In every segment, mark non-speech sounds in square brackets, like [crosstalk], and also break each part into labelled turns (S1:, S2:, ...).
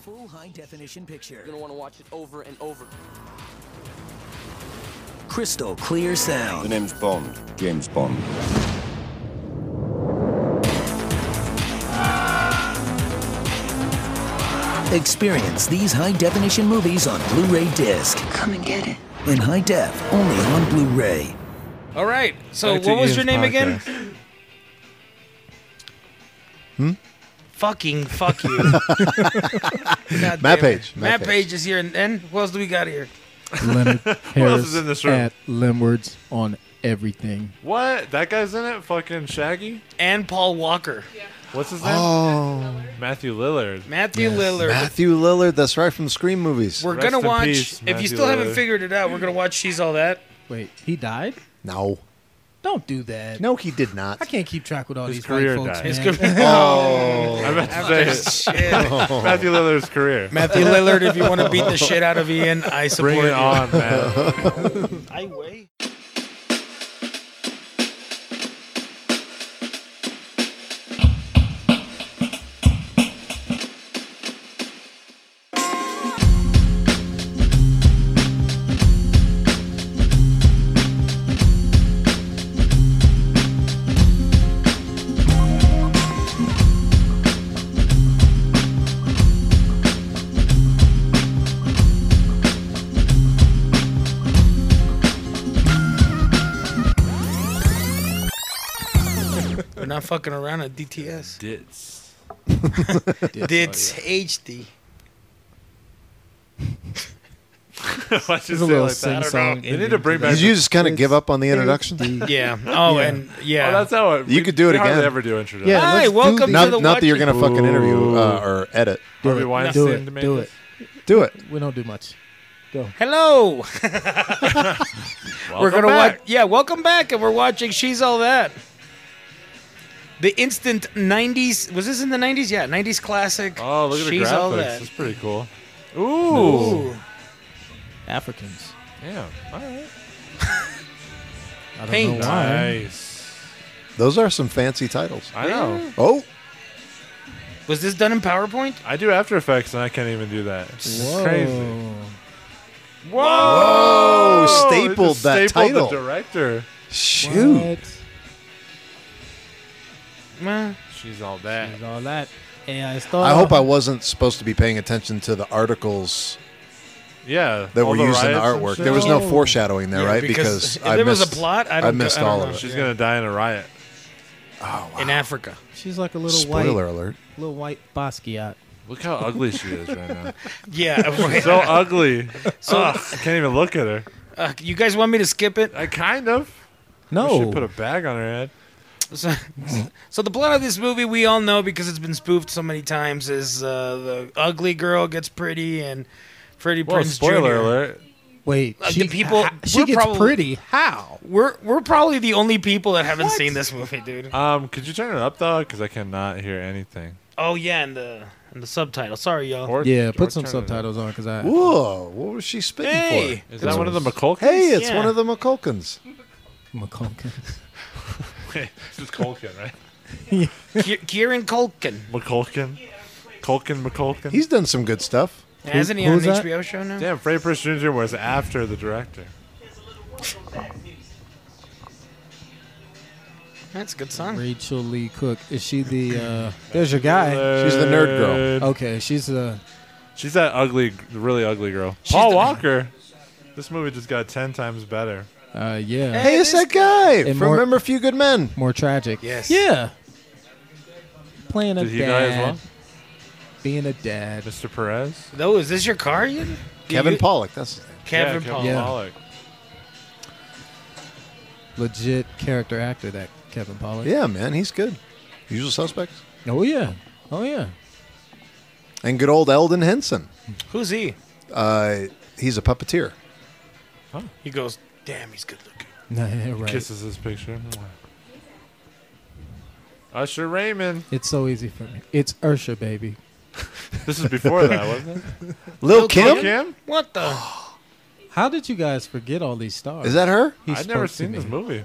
S1: full high-definition picture.
S2: You're gonna wanna watch it over and over.
S1: Crystal clear
S3: The
S1: sound.
S3: name's Bond. James Bond.
S1: Experience these high-definition movies on Blu-ray disc.
S4: Come and get it.
S1: In high def, only on Blu-ray.
S5: All right. So
S6: Back to
S5: what was
S6: Ian's
S5: your name again?
S6: podcast.
S7: Hmm?
S5: Fucking fuck
S7: [laughs]
S5: you. God
S7: Matt
S5: damn it.
S7: Page.
S5: Matt
S7: Matt
S5: Page is here, and then who else do we got here?
S8: Leonard
S6: else
S8: Harris
S6: is in this room?
S8: at Limwards on everything.
S6: What? That guy's in it? Fucking Shaggy?
S5: And Paul Walker,
S6: What's his name?
S7: Oh,
S6: Matthew Lillard.
S5: Matthew Lillard.
S7: Matthew Lillard. That's right from Scream movies.
S5: We're
S6: Rest
S5: gonna
S6: in
S5: watch.
S6: peace,
S5: if you
S6: Matthew
S5: still haven't
S6: Lillard.
S5: figured it out, we're gonna watch. She's all that.
S8: Wait, he died?
S7: No,
S8: Don't do that.
S7: no, he did not.
S8: I can't keep track with all
S6: His
S8: these
S6: career
S8: white folks,
S6: died.
S5: It's gonna
S8: man.
S5: be
S6: [laughs] I meant to say it.
S5: shit.
S6: Matthew Lillard's career.
S5: Matthew Lillard, if you want to beat the shit out of Ian, I support
S6: Bring
S5: you.
S6: it on, man.
S5: I wait. We're not fucking around at DTS.
S6: Dits. oh,
S5: Dits HD.
S6: Watch it
S8: This is
S6: say it
S8: a little
S6: like that.
S8: sing
S6: I don't
S8: song.
S6: know. They need to bring back.
S7: Did you just kind of
S8: It's-
S7: give up on the introduction?
S5: Yeah. Oh,
S8: Yeah.
S5: and yeah.
S6: Oh, that's how it.
S7: You
S6: we-
S7: could do it
S6: we hardly
S7: again.
S6: Ever do introduction.
S8: Yeah,
S5: Hi,
S8: let's do
S5: welcome to
S8: this.
S5: the
S7: Not, not that you're
S5: watching-
S7: gonna fucking interview uh, or edit.
S8: Do
S6: Harvey
S8: it.
S6: Weinstein
S8: Do it.
S6: made
S8: Do
S6: this.
S8: it.
S7: Do it.
S8: We don't do much.
S5: Hello. we're gonna
S6: back.
S5: watch. Yeah, welcome back, and we're watching She's All That. The instant '90s was this in the '90s? Yeah, '90s classic.
S6: Oh, look at the
S5: She's All
S6: graphics.
S5: That.
S6: It's pretty cool.
S5: Ooh.
S8: Africans.
S6: Damn. All right.
S8: I don't
S5: Paint.
S8: know why.
S6: Nice.
S7: Those are some fancy titles.
S6: I know.
S7: Oh,
S5: Was this done in PowerPoint?
S6: I do After Effects and I can't even do that. It's
S8: Whoa.
S6: crazy. Whoa!
S7: Whoa,
S6: Oh, They
S7: oh, stapled
S6: just
S7: that
S6: stapled
S7: title.
S6: The director.
S7: shoot.
S8: What?
S5: Well,
S6: She's all that.
S8: There's all that. And I, thought,
S7: I hope I wasn't supposed to be paying attention to the articles
S6: Yeah.
S7: that
S6: all
S7: were
S6: the
S7: used in the
S6: riots and
S7: artwork.
S6: shit.
S7: There was no
S8: Oh.
S7: foreshadowing there,
S5: Yeah,
S7: right?
S5: because
S7: Because,
S5: if
S7: I
S5: there was
S7: missed,
S5: a plot, I don't-
S7: missed
S5: I don't
S7: all
S5: know.
S7: of it.
S6: She's gonna die in a riot.
S5: in Africa.
S8: She's like a little
S7: Spoiler
S8: white,
S7: alert.
S8: little white Basquiat.
S6: Look how ugly she is right now.
S5: [laughs] Yeah.
S6: [laughs] so ugly.
S5: So-
S6: Ugh, I can't even look at her.
S5: uh, you guys want me to skip it?
S6: I kind of.
S8: No,
S6: She put a bag on her head.
S5: So, so the plot of this movie we all know because it's been spoofed so many times is uh, the ugly girl gets pretty and Freddie
S6: Well,
S5: Prince
S6: spoiler
S5: Jr.
S6: alert.
S8: wait.
S5: Uh,
S8: she,
S5: the people-
S8: ha- she
S5: we're
S8: gets
S5: probably-
S8: pretty. How?
S5: We're we're probably the only people that haven't seen this movie, dude.
S6: Um, could you turn it up though? Because I cannot hear anything.
S5: Oh yeah, and the and the subtitle. Sorry, y'all.
S6: Or-
S8: Yeah,
S6: or
S8: put some
S6: turn it up.
S8: subtitles on because I.
S7: Whoa, what was she spitting
S5: Hey!
S6: Is that one of the McCulkins?
S7: for? Hey, it's
S5: Yeah.
S7: one of the McCulkins.
S8: McConkie.
S6: [laughs] this is Culkin, right?
S5: Ki- Kieran Culkin.
S6: McCulkin. Culkin McCulkin.
S7: He's done some good stuff.
S5: Hasn't he
S8: who
S5: on
S8: was
S5: an
S8: that?
S5: HBO show now?
S6: Damn, Freddie Prinze Jr. was after the director.
S5: That's a good song.
S8: [laughs] Rachel Lee Cook. Is she the?
S7: [laughs]
S8: Uh, there's your guy.
S7: She's the nerd girl.
S8: Okay, she's uh, the.
S6: She's that ugly, really ugly girl.
S5: She's
S6: Paul
S5: the-
S6: Walker. This movie just got ten times better.
S8: Uh, yeah,
S7: Hey, it's that guy
S8: And
S7: from
S8: more-
S7: Remember Few Good Men.
S8: more tragic.
S5: Yes.
S8: Yeah. Playing a
S6: Did he
S8: dad,
S6: die as well?
S8: being a dad.
S6: Mr. Perez.
S5: Though, is this your car? Ian?
S7: Kevin
S5: you-
S7: Pollock. That's his name.
S5: Kevin
S6: yeah,
S5: Paul.
S6: Kevin
S8: Yeah.
S6: Pollak.
S8: Legit character actor, that Kevin Pollak.
S7: Yeah, man, he's good. Usual suspects.
S8: Oh yeah. Oh [laughs] yeah.
S7: And good old Eldon Henson.
S5: Who's he?
S7: Uh, he's a puppeteer.
S5: He goes. Damn, he's good looking.
S8: Nah, right.
S6: Kisses his picture. Mwah. Usher Raymond.
S8: It's so easy for me. It's Ursha, baby.
S6: This is before that, wasn't it?
S7: Lil,
S5: Lil'
S7: Kim?
S6: Kim?
S5: What the?
S8: Oh. How did you guys forget all these stars?
S7: Is that her?
S8: He
S6: I've never
S8: spoke to
S6: seen this
S8: me.
S6: movie.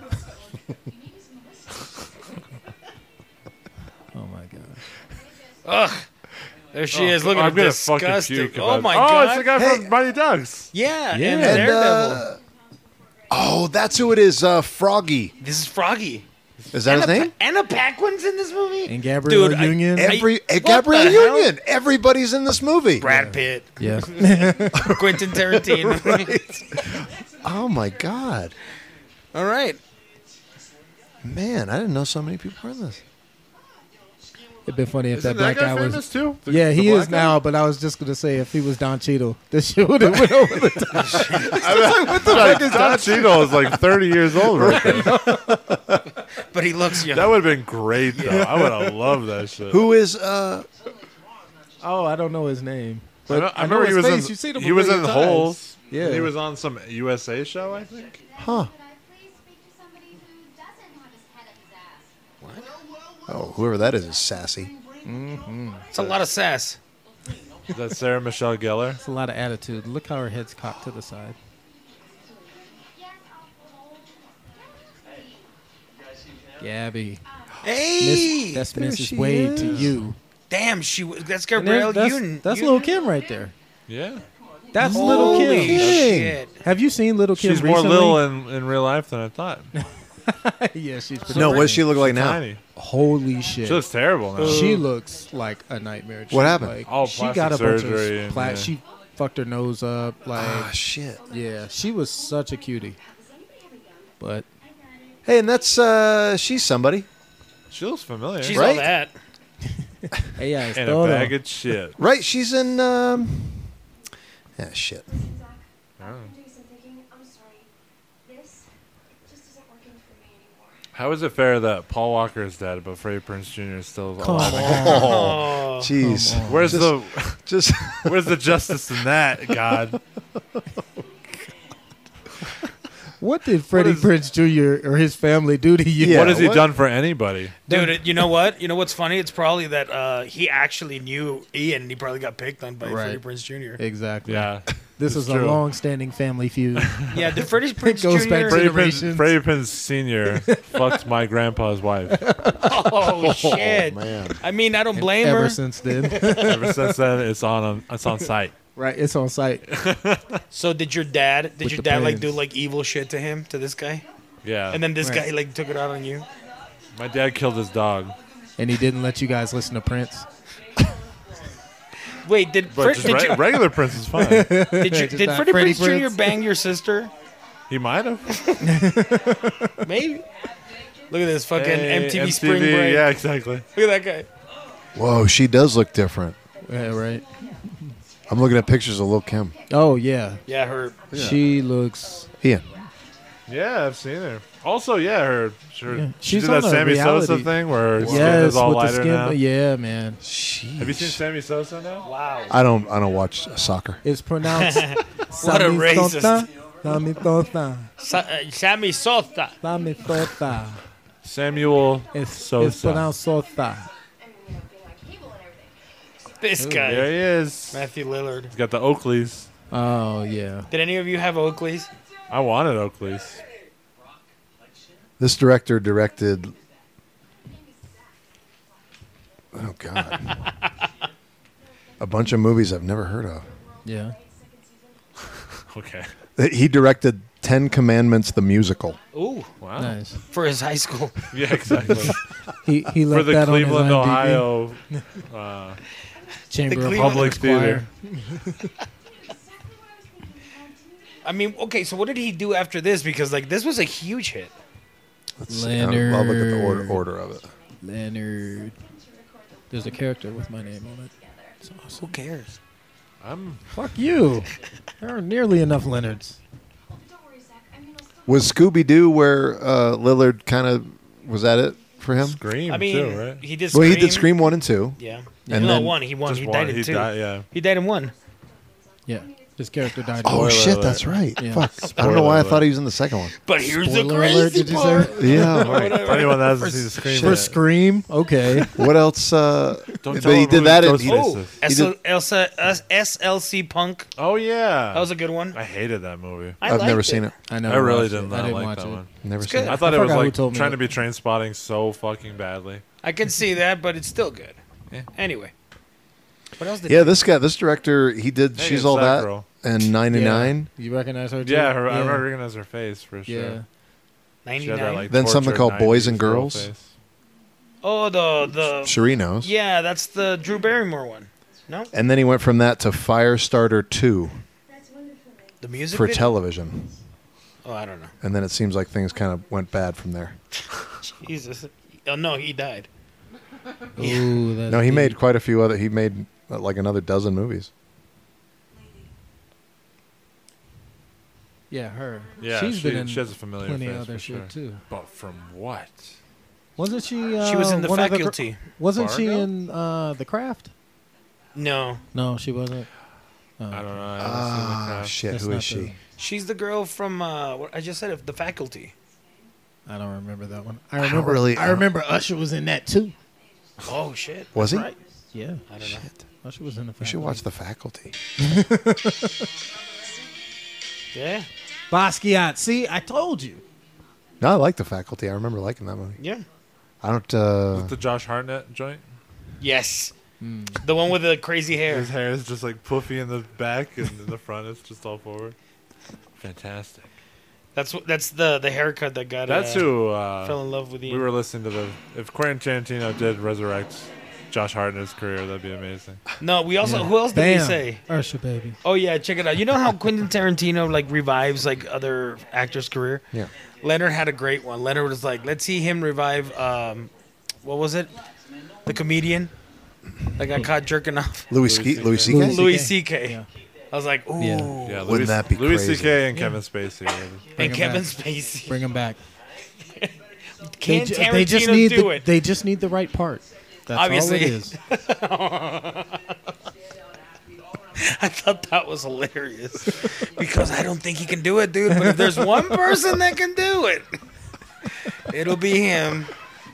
S8: Oh my god.
S5: Ugh. There she is. Look at
S6: Oh, I'm
S5: her
S6: gonna fucking
S5: disgusting.
S6: puke.
S5: Oh
S6: about-
S5: my
S6: oh,
S5: god.
S6: it's the guy
S7: Hey.
S6: from Mighty Ducks.
S5: Yeah,
S8: Yeah.
S5: and
S8: And,
S5: Daredevil.
S7: uh, oh, that's who it is. Uh, Froggy.
S5: this is Froggy.
S7: Is that his
S5: Anna,
S7: name?
S5: Pa- Anna Paquin's in this movie.
S8: And Gabrielle
S5: Dude, I-
S8: Union.
S5: I-
S7: Every
S5: what
S7: Gabriel
S5: the hell?
S7: Union. Everybody's in this movie.
S5: Brad Pitt,
S8: yeah.
S5: Quentin Tarantino.
S7: Oh my god,
S5: All right.
S7: man! I didn't know so many people were in this.
S8: [laughs] It'd been funny if
S6: Isn't
S8: that black
S6: guy,
S8: guy
S6: famous
S8: was.
S6: too? The-
S8: Yeah,
S6: the
S8: he
S6: black
S8: is
S6: guy?
S8: now, but I was just gonna say if he was Don Cheadle, [laughs] the shit would have went over [laughs] the top.
S6: What the fuck is Don Cheadle is like 30 years old. [laughs] Right now.
S5: But he looks young.
S6: That would have been great though. I would have loved that shit.
S7: Who is? uh
S8: Oh, I don't know his name.
S6: I, know- I remember he
S8: his
S6: was
S8: face.
S6: in,
S8: You've seen him
S6: he was
S8: a
S6: in
S8: million times.
S6: Holes.
S8: Yeah.
S6: And he was on some USA show, I think.
S7: Huh?
S9: Could I please speak to somebody who doesn't have his head up his ass?
S7: Oh, whoever that is is sassy.
S5: It's a lot of sass.
S6: Is that Sarah Michelle Gellar?
S8: It's a lot of attitude. Look how her head's cocked to the side. Gabby,
S5: Hey,
S8: Miss, that's
S7: There
S8: Mrs.
S7: she
S8: Wade to
S7: is.
S8: you.
S5: damn, she was. That's
S8: And there-
S5: Gabrielle
S8: that's
S5: Union.
S8: that's
S5: Union.
S8: little Kim right there.
S6: Yeah.
S8: That's little
S5: Holy
S8: Kim.
S5: shit.
S8: Have you seen little Kim
S6: She's more
S8: recently? [laughs]
S6: little in, in real life than I thought.
S8: yeah, she's pretty
S7: No, what does
S8: pretty.
S7: she look like now?
S6: Tiny.
S8: Holy shit.
S6: She looks terrible now.
S8: she looks like a nightmare. She,
S7: What happened?
S8: Like,
S6: All
S8: she
S6: plastic
S8: got a bunch of
S6: surgery and,
S8: pla-
S6: yeah.
S8: She fucked her nose up. Like,
S7: Ah, shit.
S8: yeah, she was such a cutie. But
S7: Hey, and that's uh she's somebody,
S6: She looks familiar.
S5: She's all
S7: Right?
S5: that.
S8: AI is
S6: and a
S8: thorough.
S6: bag of shit.
S7: right? She's in. um Ah, shit.
S6: Oh.
S9: Do some thinking. I'm sorry. This just isn't working for me anymore.
S6: How is it fair that Paul Walker is dead, but Freddie Prince Jr. is still alive?
S8: Oh,
S7: Oh,
S5: Oh,
S7: jeez.
S6: [laughs] Where's
S7: Just-
S6: the
S7: Just [laughs]
S6: Where's the justice in that, God?
S8: what did Freddie
S6: is-
S8: Prince Jr. or his family do to you?
S7: Yeah.
S6: what has he
S7: what-
S6: done for anybody?
S5: dude, it- you know what? You know what's funny? It's probably that uh, he actually knew Ian, and he probably got picked on by
S8: Right.
S5: Freddie Prince Jr.
S8: Exactly.
S6: Yeah.
S8: This
S6: It's
S8: is a
S6: true.
S8: long-standing family
S6: [laughs]
S8: feud.
S5: Yeah, did
S8: [laughs]
S5: Freddie Prince
S8: goes
S5: Jr.
S8: back to-
S6: Freddie Prince,
S8: Generations.
S6: Freddie Prinze Sr. fucked my grandpa's wife.
S5: [laughs]
S8: [laughs]
S5: oh shit!
S7: man.
S5: I mean, I don't blame
S8: Ever
S5: her.
S8: since then,
S6: [laughs] Ever since then, it's on um, it's on site.
S8: right? It's on site.
S5: So did your dad? Did
S8: With
S5: your
S8: the
S5: dad like do
S8: plans.
S5: like evil shit to him to this guy?
S6: Yeah.
S5: And then this
S8: Right.
S5: guy like took it out on you.
S6: my dad killed his dog.
S8: and he didn't let you guys listen to Prince.
S5: Wait, did
S6: But
S5: Fred,
S6: just
S5: did,
S6: re-
S5: you,
S6: regular Prince is fine.
S8: [laughs]
S5: did, you,
S8: just
S5: did
S8: not
S5: Freddie
S8: Freddie
S5: Prince,
S8: Prinze.
S5: Jr. bang your
S8: [laughs]
S5: sister?
S6: [laughs] He might have.
S5: Maybe. Look at this fucking
S6: Hey,
S5: MTV, Spring Break.
S6: Yeah, exactly.
S5: Look at that guy.
S7: Whoa, she does look different.
S8: Yeah, right.
S7: I'm looking at pictures of Lil Kim.
S8: Oh yeah,
S5: Yeah, her.
S8: she looks.
S7: Ian.
S6: Yeah, I've seen her. Also, yeah, her. her
S8: Yeah.
S6: She
S8: She's
S6: did that
S8: on a
S6: Sammy Sosa
S8: reality-
S6: thing where her skin
S8: Yes,
S6: is all
S8: with the
S6: lighter
S8: skin. uh,
S6: now.
S8: Yeah, man.
S6: Have you seen
S7: Jeez.
S6: Sammy Sosa now? Wow.
S7: I don't. I don't watch soccer.
S8: It's pronounced.
S5: What a racist.
S8: Samitota,
S5: Sa- uh, Sammy Sota.
S8: Samitota.
S6: Samuel
S8: It's, it's
S6: Sosa.
S8: pronounced sota.
S9: I mean, you know, being on cable and everything.
S5: This guy.
S6: There he is.
S5: Matthew Lillard.
S6: He's got the Oakleys.
S8: Oh yeah.
S5: Did any of you have Oakleys?
S6: I wanted Oakleys.
S7: This director directed. Oh
S8: [laughs]
S7: God. a bunch of movies I've never heard of.
S8: Yeah.
S6: Okay.
S7: He directed Ten Commandments the musical.
S5: Ooh,
S6: Wow.
S8: Nice.
S5: for his high school.
S6: [laughs] Yeah,
S8: [laughs]
S6: exactly.
S8: He he
S6: For
S8: left
S6: the
S8: that on
S6: Cleveland,
S8: his E. IMDb.
S6: Ohio
S8: Chamber
S5: The
S8: of
S5: Cleveland-
S6: Public
S8: Public
S6: Theater.
S8: Choir.
S5: [laughs] I mean, okay, so what did he do after this? Because like this was a huge hit.
S7: Let's see. I'll, I'll look at the order,
S8: Leonard.
S7: order of it.
S8: Leonard. There's a character with my name on it. It's awesome.
S5: Who cares?
S6: I'm
S8: Fuck you. There are nearly enough Leonards.
S9: Don't worry, Zach. I mean, I'll still
S7: Was Scooby Doo where uh, Lillard kind of was that it for him?
S6: Scream
S5: I mean,
S6: too, right?
S5: he did.
S7: Well,
S5: Scream.
S7: he did Scream one and two.
S5: Yeah.
S7: And
S5: no,
S7: then-
S5: one. He won.
S6: Just
S5: He
S6: one.
S5: died in
S6: He
S5: two. [laughs]
S6: died, yeah.
S5: He died in one.
S8: Yeah. This character died.
S7: Oh
S6: Spoiler
S7: shit,
S6: alert.
S7: that's right.
S8: Yeah.
S7: Fuck, I don't know why I
S6: alert.
S7: thought he was in the second
S6: [laughs]
S7: one.
S5: But here's the
S8: Spoiler alert,
S5: crazy
S8: did you say?
S5: part.
S7: [laughs] Yeah,
S6: Right. For anyone that hasn't seen the Scream,
S8: For
S6: yet.
S8: Scream, okay.
S7: what else? Uh,
S6: Don't
S7: but
S6: tell
S7: he
S6: him
S7: did
S6: who
S7: that.
S6: he
S7: In,
S6: goes
S7: he-
S6: with.
S5: Oh,
S6: Jesus.
S5: SL, Elsa, S- SLC Punk.
S6: Oh yeah.
S5: That was a good one.
S6: I hated that movie.
S5: I
S7: I've
S5: liked
S7: never seen it.
S8: I know.
S6: I really
S8: watched
S6: did
S8: I
S6: not
S8: didn't
S6: like
S8: watch
S6: that
S8: it.
S6: one.
S7: Never
S5: It's
S7: seen.
S5: good.
S7: it.
S6: I thought
S8: I
S6: it was
S8: forgot who
S6: like
S8: told me
S6: trying
S8: that.
S6: to be train spotting so fucking badly.
S5: I can see that, but it's still good. Anyway, What else did
S7: Yeah, this guy, this director, he did
S6: Hey,
S7: She's
S6: it's
S7: All
S6: that
S7: That,
S6: girl.
S7: and 99.
S8: You recognize her? Too?
S6: Yeah, her, I recognize her face for sure.
S8: Yeah.
S6: She had that,
S5: 99?
S6: like,
S7: Then something
S6: tortured
S7: called Boys
S6: 90s
S7: and
S6: girl
S7: Girls.
S6: face.
S5: oh, the the
S7: Sheree knows.
S5: yeah, that's the Drew Barrymore one. No,
S7: And then he went from that to Firestarter 2
S9: That's wonderful. Ray.
S5: the music
S7: for
S5: video?
S7: television.
S5: Oh, I don't know.
S7: And then it seems like things kind of went bad from there.
S5: Jesus. Oh no, he died.
S8: Ooh, that's
S7: No, he
S8: deep.
S7: made quite a few other, he made uh, like another dozen movies.
S8: Yeah, her.
S6: Yeah,
S8: she's
S6: she,
S8: been in
S6: she has a familiar
S8: plenty
S6: face
S8: of other
S6: for
S8: shit
S6: sure.
S8: too.
S6: But from what?
S8: Wasn't she? Uh,
S5: she was in the
S8: one of gr-
S5: faculty.
S8: wasn't she
S6: Fargo?
S8: in uh, the Craft?
S5: no,
S8: No, she wasn't. Oh.
S6: I don't know. I haven't
S7: Ah,
S6: seen
S7: shit.
S8: That's
S7: Who
S8: not
S7: is she?
S5: she's the girl from uh, what I just said of the faculty.
S8: I don't remember that one. I
S7: don't
S8: remember.
S7: really- I
S8: I
S7: don't-
S8: remember Usher was in that too.
S5: Oh shit.
S7: Was he?
S5: Right.
S8: Yeah,
S5: I don't know.
S8: Usher was in the.
S7: We should watch The Faculty.
S5: Yeah.
S8: Basquiat. See, I told you.
S7: No, I like The Faculty. I remember liking that movie.
S5: Yeah.
S7: I don't,
S6: the-
S7: uh,
S6: the Josh Hartnett joint.
S5: Yes. The one with the crazy hair.
S6: His hair is just like poofy in the back, and in the front it's just all forward. Fantastic.
S5: That's wh- that's the the haircut that got.
S6: That's
S5: uh,
S6: who uh,
S5: Fell in love with you.
S6: we were listening to. The if Quentin Tarantino did resurrect Josh Hartnett's career, that'd be amazing.
S5: No, we also. Who else did
S8: Bam.
S5: we say?
S8: Usher, baby.
S5: Oh yeah, check it out. You know how Quentin Tarantino like revives like other actors' career.
S7: yeah.
S5: Leonard had a great one. Leonard was like, let's see him revive. Um, what was it? The comedian that got caught jerking off.
S7: Louis, C- Louis C.K.?
S8: [laughs] Louis
S5: Louis
S8: CK.
S5: C.K.
S8: Yeah.
S5: I was like, ooh,
S8: Yeah.
S6: Yeah,
S7: Wouldn't
S6: Louis,
S7: that be
S6: Louis
S7: crazy?
S6: C.K. and Kevin Spacey. really.
S5: and
S8: him
S5: Kevin
S8: back.
S5: Spacey.
S8: Bring him back.
S5: Can
S8: ju-
S5: Tarantino
S8: just need
S5: do
S8: the,
S5: it? [laughs]
S8: They just need the right part. That's
S5: Obviously.
S8: all it is.
S5: I thought that was
S8: [laughs]
S5: hilarious because I don't think he can do it, dude. But if there's one person that can do it, it'll be
S8: [laughs]
S5: him.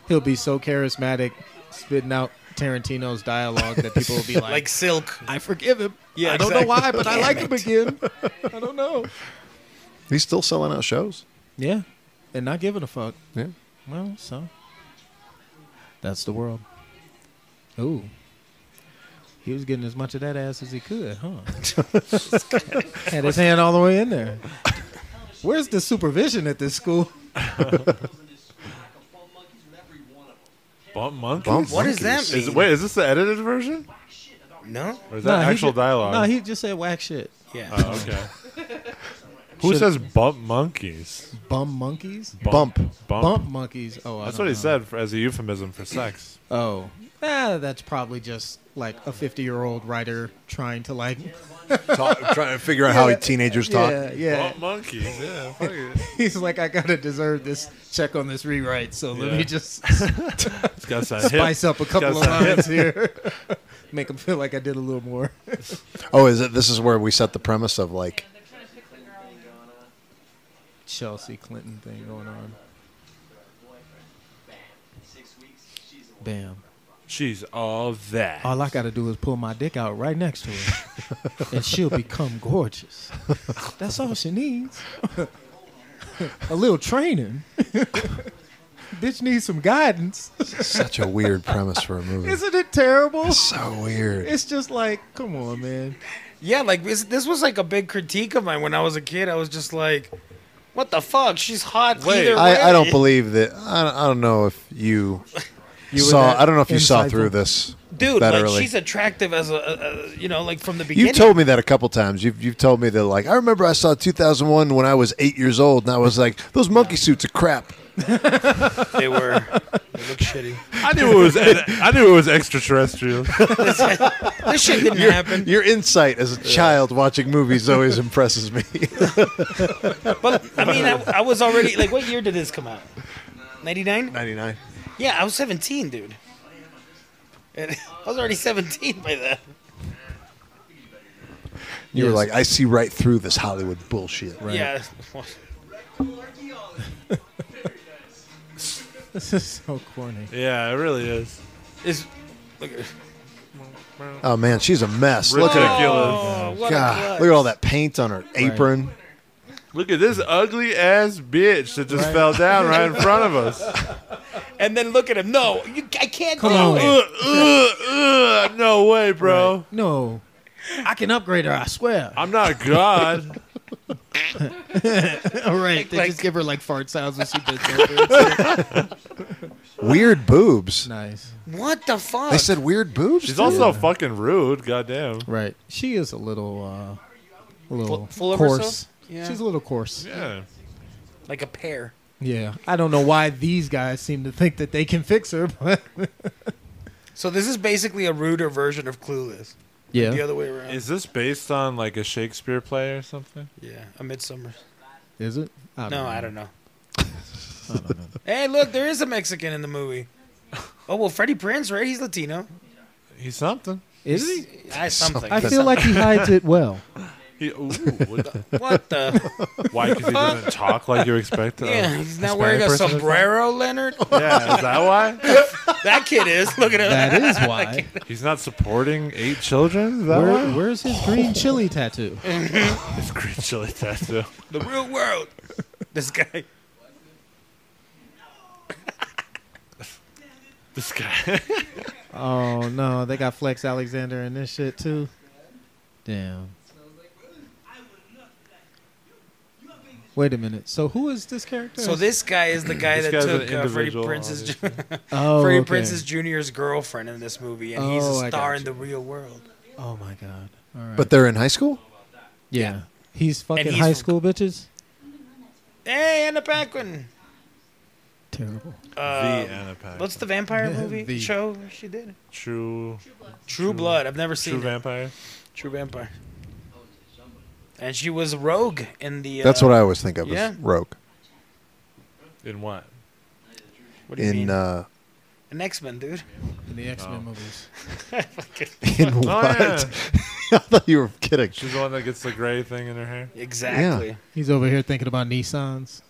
S8: He'll be so charismatic, spitting out Tarantino's dialogue that people will
S5: [laughs]
S8: be like,
S5: Like silk.
S8: "I forgive him."
S5: Yeah,
S8: I don't
S5: exactly.
S8: know why, but I
S5: Damn [laughs]
S8: like
S5: it.
S8: him again. I don't know.
S7: He's still selling out shows.
S8: Yeah, and not giving a fuck.
S7: Yeah.
S8: Well, so that's the world. Ooh, he was getting as much of that ass as he
S6: [laughs]
S8: could, huh? Had his hand all the way in there. Where's the supervision at this school?
S6: Bump monkey.
S7: Bump
S5: What does that
S7: Monkeys.
S5: mean?
S6: Is, wait, is this the edited version,
S5: No.
S6: or is that
S8: he
S6: actual
S8: ju-
S6: dialogue?
S8: No, he just said whack shit.
S5: Yeah.
S6: Oh, okay.
S7: [laughs]
S6: Who says bump monkeys?
S8: Bum monkeys?
S7: Bump.
S6: Bump.
S8: Bump monkeys. Oh, I
S6: That's
S8: don't
S6: what he
S8: know.
S6: said for, as a euphemism for sex.
S8: Oh, ah, that's probably just like a 50 year old writer trying to like.
S7: Talk, trying to figure out how teenagers talk.
S8: Yeah, [laughs] yeah.
S6: Bump monkeys. Yeah. fuck it.
S8: [laughs] He's like, I gotta deserve this check on this rewrite, so let
S6: Yeah.
S8: me just
S6: It's got that hip.
S8: spice up a couple of
S6: Got that
S8: lines here, [laughs] make him feel like I did a little more. [laughs]
S7: Oh, is it? This is where we set the premise of like
S8: Chelsea Clinton thing going on. Bam.
S6: She's all that.
S8: All I gotta do is pull my dick out right next to her, and she'll become gorgeous. That's all she needs. [laughs] a little training. [laughs] Bitch needs some guidance.
S7: such a weird premise for a movie.
S8: Isn't it terrible?
S7: so weird.
S8: It's just like, come on, man.
S5: Yeah, like this, this was like a big critique of mine when I was a kid. I was just like, "What the fuck? She's hot."
S6: Wait.
S5: either way.
S7: I, I don't believe that. I, don't- I don't know if you,
S8: were
S7: saw.
S8: that
S7: I don't know if you saw
S8: insightful.
S7: through this.
S5: dude.
S7: that
S5: Like
S7: early.
S5: she's attractive as a, a, a, you know, like from the beginning.
S7: You've told me that a couple times. You've you've told me that like I remember I saw 2001 when I was eight years old, and I was like, those monkey suits are crap.
S5: [laughs] they were. They look shitty.
S6: I knew it was. I knew it was
S7: [laughs]
S6: extraterrestrial.
S5: [laughs] This shit didn't happen.
S7: Your insight as a child watching movies always impresses me. [laughs]
S5: But I mean, I, I was already like, what year did this come out? Ninety nine.
S7: 99.
S5: Yeah, I was seventeen, dude. And [laughs] I was already seventeen by then.
S7: You were
S8: Yes.
S7: like, I see right through this Hollywood bullshit. Right.
S5: Yeah.
S8: [laughs] This is so corny.
S6: yeah, it really is.
S5: Is look at
S7: Oh man, she's a mess. Look at her.
S5: oh, what a
S7: God,
S5: clutch.
S7: look at all that paint on her apron.
S6: Look at this ugly ass bitch that just fell down right in front of us.
S5: And then look at him. No, you, I can't
S8: Come
S5: do
S8: on.
S5: it.
S6: Ugh, ugh, ugh, no way, bro. no.
S8: No. I can upgrade her, I swear.
S6: I'm
S5: [laughs]
S6: not God.
S8: All [laughs] right. They just give her like fart sounds when she [laughs] does something.
S7: Weird boobs.
S8: nice.
S5: What the fuck?
S7: They said weird boobs.
S6: She's
S7: too.
S6: also fucking rude. Goddamn.
S8: Right. She is a little, uh, a little
S5: full of
S8: coarse.
S5: herself? Yeah.
S8: She's a little coarse.
S6: Yeah.
S5: like a pear.
S8: Yeah. I don't know why these guys seem to think that they can fix her, [laughs] but
S5: So this is basically a ruder version of Clueless. The other way around.
S6: Is this based on like a Shakespeare play or something?
S5: yeah, a midsummer.
S8: Is it?
S5: No, [laughs] I don't know. hey, look, there is a Mexican in the movie. Oh well, Freddie Prince, right? He's Latino.
S6: He's something.
S8: Is he?
S5: [laughs] I something.
S8: I feel like he hides it well.
S6: He, ooh, what
S5: [laughs]
S6: the-
S5: what the?
S6: why? Because he [laughs] doesn't talk like you expect. a-
S5: Yeah, he's not wearing a
S6: person or
S5: sombrero, Leonard.
S6: Yeah, is that why?
S5: [laughs] That kid [laughs] is. Look at him.
S8: That is why.
S6: He's not supporting eight children? Is that
S8: Where,
S6: why?
S8: where's his green chili tattoo?
S6: It's green chili tattoo.
S5: The real world. This guy.
S6: [laughs] This guy.
S8: Oh no, they got Flex Alexander in this shit too. Damn. Wait a minute. So who is this
S5: [laughs]
S8: character?
S5: So this guy is the guy
S6: This
S5: that
S6: guy's
S5: took
S6: an
S5: uh, Freddie
S6: individual,
S5: Prince's [laughs]
S8: oh,
S5: Freddie
S8: okay.
S5: Prince's Jr.'s girlfriend in this movie, and he's
S8: Oh, I
S5: a star
S8: got
S5: in the real world.
S8: Oh my god. All right.
S7: But they're in high school.
S8: yeah. he's fucking
S5: he's
S8: high
S5: from-
S8: school bitches.
S5: Hey, Anna Paquin.
S8: Terrible.
S6: the
S5: Uh,
S6: Anna Paquin.
S5: what's the
S8: [laughs]
S5: vampire movie
S8: The-
S5: show she did?
S6: True,
S5: True, Blood. I've never
S6: true
S5: seen it.
S6: vampire.
S5: True Vampire. And she was Rogue in the. Uh,
S7: That's what I always think of
S5: Yeah.
S7: as Rogue
S6: In what?
S5: what do you
S7: in
S5: mean?
S7: uh, [laughs]
S5: An X Men dude.
S8: In the X
S5: Oh.
S8: Men movies.
S7: in
S6: Oh,
S7: what?
S6: yeah.
S7: [laughs] I thought you were
S6: [laughs]
S7: kidding.
S6: She's the one that gets the gray thing in her hair.
S5: Exactly.
S8: He's over here thinking about [laughs] Nissans.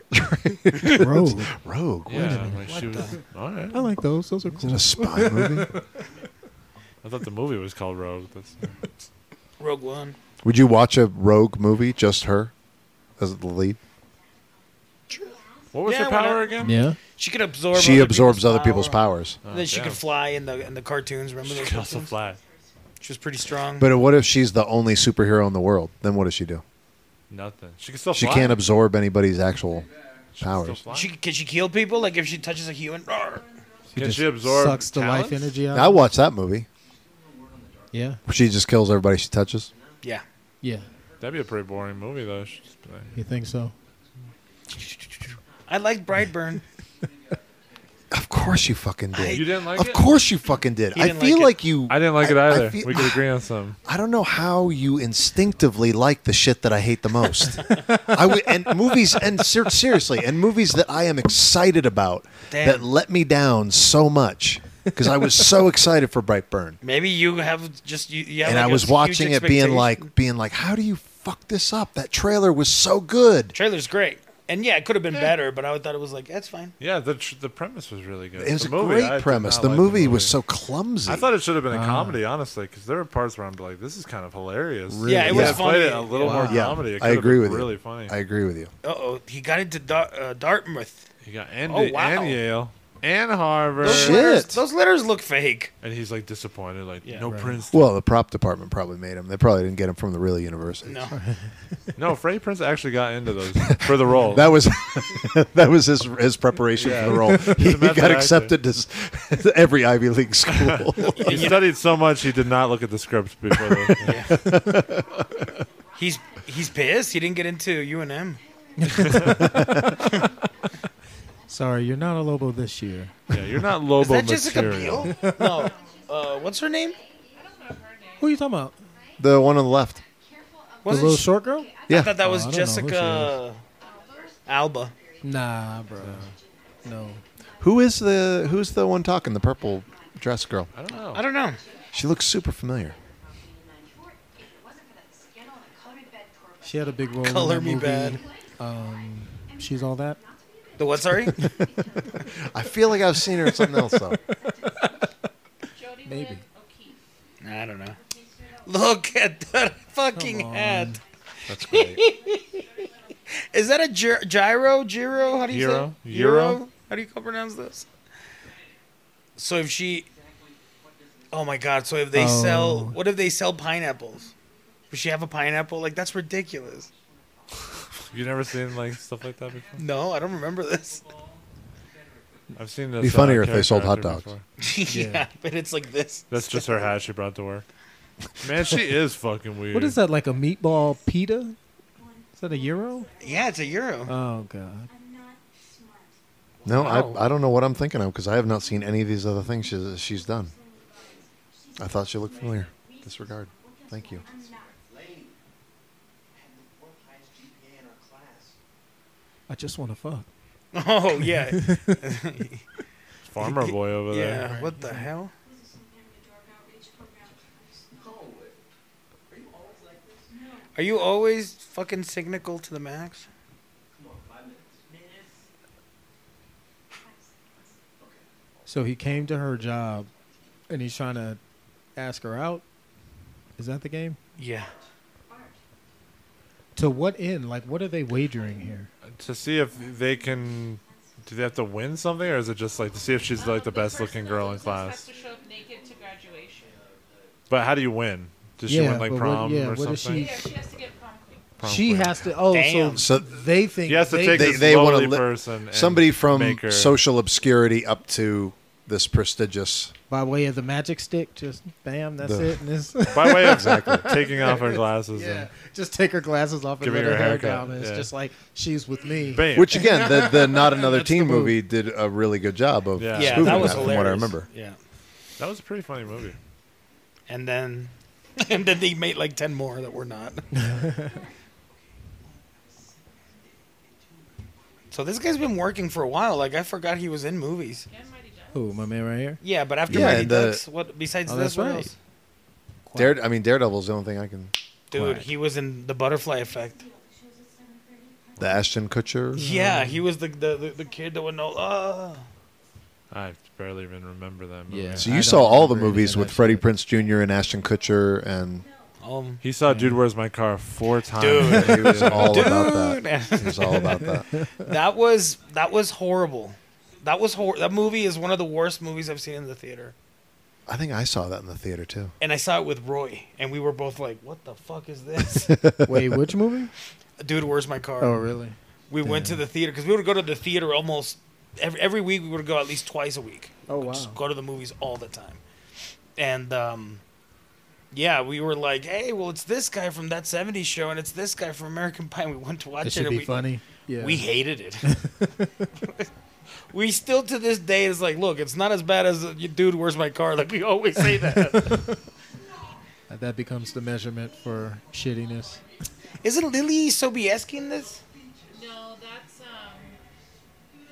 S8: Rogue.
S7: Rogue. Wait
S6: Yeah, like she was. All right.
S8: I like those. Those are
S7: a minute. Is
S8: cool.
S7: it a spy movie?
S6: I thought the movie was called Rogue. That's
S5: Rogue One.
S7: Would you watch a Rogue movie just her as the lead?
S6: what was
S5: Yeah,
S6: her
S5: why
S6: power
S5: not?
S6: again?
S8: Yeah.
S5: She could absorb.
S7: she
S5: other
S7: absorbs
S5: people's
S7: other people's
S5: power.
S7: powers.
S5: Then she
S6: Oh, damn.
S5: could fly in the in the cartoons. Remember
S6: She
S5: those?
S6: could also
S5: cartoons?
S6: fly.
S5: She was pretty strong.
S7: But what if she's the only superhero in the world? Then what does she do?
S6: Nothing. She can still
S7: She
S6: fly.
S7: can't absorb anybody's actual
S6: She can
S7: powers.
S6: still fly.
S5: she can she kill people? Like if she touches a human. Rawr.
S8: He
S6: Can
S8: just
S6: she absorb
S8: sucks the life
S6: talents?
S8: energy out.
S7: I watched that movie.
S8: yeah.
S7: where She just kills everybody she touches.
S5: Yeah.
S8: Yeah.
S6: That'd be a pretty boring movie though. She's just like,
S8: You think so?
S5: I like Brightburn.
S7: Of course you fucking did.
S6: you didn't like
S7: of
S6: it.
S7: course you fucking did.
S5: He
S7: I
S5: didn't
S7: feel
S5: like it.
S7: like you.
S6: I didn't like it
S7: I- I
S6: either.
S7: feel-
S6: we could agree on some.
S7: I don't know how you instinctively like the shit that I hate the most. I w- and movies and ser- seriously, and movies that I am excited about
S5: Damn.
S7: that let me down so much because I was so excited for Brightburn,
S5: Maybe you have just you. you have
S7: and
S5: like
S7: I
S5: a
S7: was
S5: huge
S7: watching it, being
S5: expectation.
S7: like, being like, how do you fuck this up? That trailer was so good.
S5: trailer's great. And yeah, it could have been better, but I thought it was like that's fine.
S6: Yeah, the tr- the premise was really good.
S7: It was
S6: the
S7: a
S6: movie, I
S7: great
S6: did
S7: premise.
S6: not
S7: The
S6: like
S7: movie, was so Uh. clumsy.
S6: I thought it should have been a comedy, honestly, because there were parts where I'm like, "This is kind of hilarious."
S5: Yeah, it
S6: If
S5: was
S6: they played it
S5: funny.
S6: a little more
S7: yeah,
S6: comedy. It
S7: I
S6: could've
S7: agree
S6: been
S7: with you.
S6: Really funny.
S7: I agree with you.
S5: Uh oh, he got into Dar- uh, Dartmouth.
S6: He got Andy,
S5: Oh, wow.
S6: and Yale and Harvard,
S5: Those
S7: Shit.
S5: letters, those letters look fake.
S6: and he's like disappointed, like
S5: Yeah,
S6: no Prince,
S7: Well, the prop department probably made him. They probably didn't get him from the real university.
S5: No,
S6: no. Freddie Prince actually got into those for the role.
S7: [laughs] That was that was his his preparation for the [laughs] role. He,
S6: a method
S7: got
S6: actor.
S7: accepted to s- [laughs] every Ivy League school.
S6: he studied so much he did not look at the script before. The,
S7: [laughs]
S5: he's he's pissed. He didn't get into UNM.
S8: Sorry, you're not a Lobo this year.
S6: yeah, you're not
S5: Is
S6: Lobo
S5: that Jessica
S6: material.
S5: Biel? No. Uh, what's her name?
S8: Who are you talking about?
S7: [laughs] the one on the left.
S8: The
S5: Was
S8: little short girl?
S5: I thought that
S8: Oh,
S5: was
S8: I don't know who she
S5: Jessica Alba.
S8: Nah, bro. No.
S7: Who is the who's the one talking? The purple dress girl.
S6: I don't know.
S5: I don't know.
S7: She looks super familiar.
S8: She had a big role.
S5: Color
S8: in that
S5: Me
S8: movie.
S5: Bad.
S8: Um, she's all that.
S5: The what? Sorry.
S7: I feel like I've seen her in something else [laughs] though.
S8: Maybe.
S5: I don't know. Look at that fucking
S8: Come on.
S5: hat.
S6: That's great.
S5: Is that a gy- gyro? Gyro? How do you
S6: Gyro?
S5: say? it?
S6: Gyro?
S5: How do you pronounce this? So if she, Oh my god! So if they
S8: Oh.
S5: sell, what if they sell pineapples? Would she have a pineapple? Like that's ridiculous.
S6: You never seen like stuff like that before?
S5: No, I don't remember this. [laughs]
S6: I've seen this. uh,
S7: Be funnier if they
S6: character
S7: sold hot
S6: actor
S7: dogs.
S6: before.
S5: yeah. but it's like this.
S6: That's just her hat she brought to work. Man, she is fucking weird.
S8: What is that like a meatball pita? Is that a euro?
S5: Yeah, it's a euro.
S8: Oh god.
S7: No, I, I don't know what I'm thinking of because I have not seen any of these other things she's, she's done. I thought she looked familiar. Disregard. Thank you.
S8: I just want to fuck.
S5: [laughs] Oh yeah,
S6: Farmer boy over there.
S5: [laughs] yeah. What the hell? Are you always fucking cynical to the max?
S8: So he came to her job, and he's trying to ask her out. Is that the game?
S5: Yeah.
S8: To what end? Like, what are they wagering here?
S6: To see if they can. Do they have to win something, or is it just like to see if she's like the best looking girl in
S10: Has
S6: class?
S10: to show up naked to graduation.
S6: But how do you win? Does she
S8: Yeah,
S6: win like
S8: but what-
S6: prom
S8: yeah,
S6: or
S8: what does
S6: something?
S8: she- [laughs]
S10: Yeah, she has to get prom queen.
S6: Prom
S8: she
S6: queen.
S8: has to. Oh,
S5: Damn.
S7: So
S8: so they think
S6: He has to
S8: they,
S6: take
S7: they-
S6: this
S7: they wanna
S6: lowly
S7: li-
S6: person. and
S7: Somebody from
S6: make her-
S7: social obscurity up to this prestigious.
S8: by way of the magic stick. Just bam, that's
S7: The-
S8: it. And this,
S6: by way of taking off her glasses.
S8: yeah, [laughs] just take her glasses off and
S6: Giving
S8: let her,
S6: her a
S8: hair
S6: haircut,
S8: down. And it's
S6: yeah.
S8: just like she's with me.
S6: And bam.
S7: Which again, the, the not another
S8: That's the
S7: teen
S8: move.
S7: movie did a really good job of
S6: Yeah.
S5: Yeah,
S7: spoofing
S5: that was
S7: from
S5: hilarious.
S7: what I remember.
S5: Yeah.
S6: that was a pretty funny movie.
S5: And then, [laughs] and then they made like ten more that were
S7: [laughs]
S5: not. so this guy's been working for a while. Like I forgot he was in movies.
S10: And Mighty Ducks.
S8: Who, my man right here?
S5: Yeah, but after
S7: Yeah,
S5: Mighty
S7: and the-
S5: Ducks, what besides
S8: Oh,
S5: this?
S8: that's
S5: What
S8: right.
S5: else?
S7: Dare, I mean, Daredevil's the only thing I can.
S5: Dude,
S8: Right.
S5: he was in the Butterfly Effect.
S7: The Ashton Kutcher.
S5: Yeah, he was the the, the, the kid that would know. Uh,
S6: I barely even remember that movie.
S8: Yeah.
S7: So
S8: I
S7: you
S8: don't
S7: saw all the
S8: remember any
S7: movies
S8: of
S7: with
S8: that
S7: Freddie
S8: shit.
S7: Prince Jr. and Ashton Kutcher, and
S5: um,
S6: He saw Dude, Where's My Car four times.
S5: Dude.
S7: he was all about
S5: dude,
S7: that. He was all about that.
S5: that was that was horrible. That was hor- That movie is one of the worst movies I've seen in the theater.
S7: I think I saw that in the theater too.
S5: And I saw it with Roy, and we were both like, "What the fuck is
S8: [laughs]
S5: this,
S8: Wait, which movie?
S5: dude? Where's my car?"
S8: Oh, really?
S5: we went to the theater because we would go to the theater almost every, every week. We would go at least twice a week.
S8: Oh,
S5: We'd Just
S8: wow.
S5: go to the movies all the time, and um, yeah, we were like, "Hey, well, it's this guy from that '70s show, and it's this guy from American Pie." And we went to watch
S8: It
S5: it.
S8: should
S5: and
S8: be
S5: we,
S8: funny. Yeah.
S5: we hated it.
S8: [laughs]
S5: [laughs] we still to this day is like, look, it's not as bad as uh, dude. Where's my car? Like we always say
S8: [laughs]
S5: that.
S8: that becomes the measurement for shittiness.
S5: Isn't Lily Sobieski in this?
S10: No, that's um.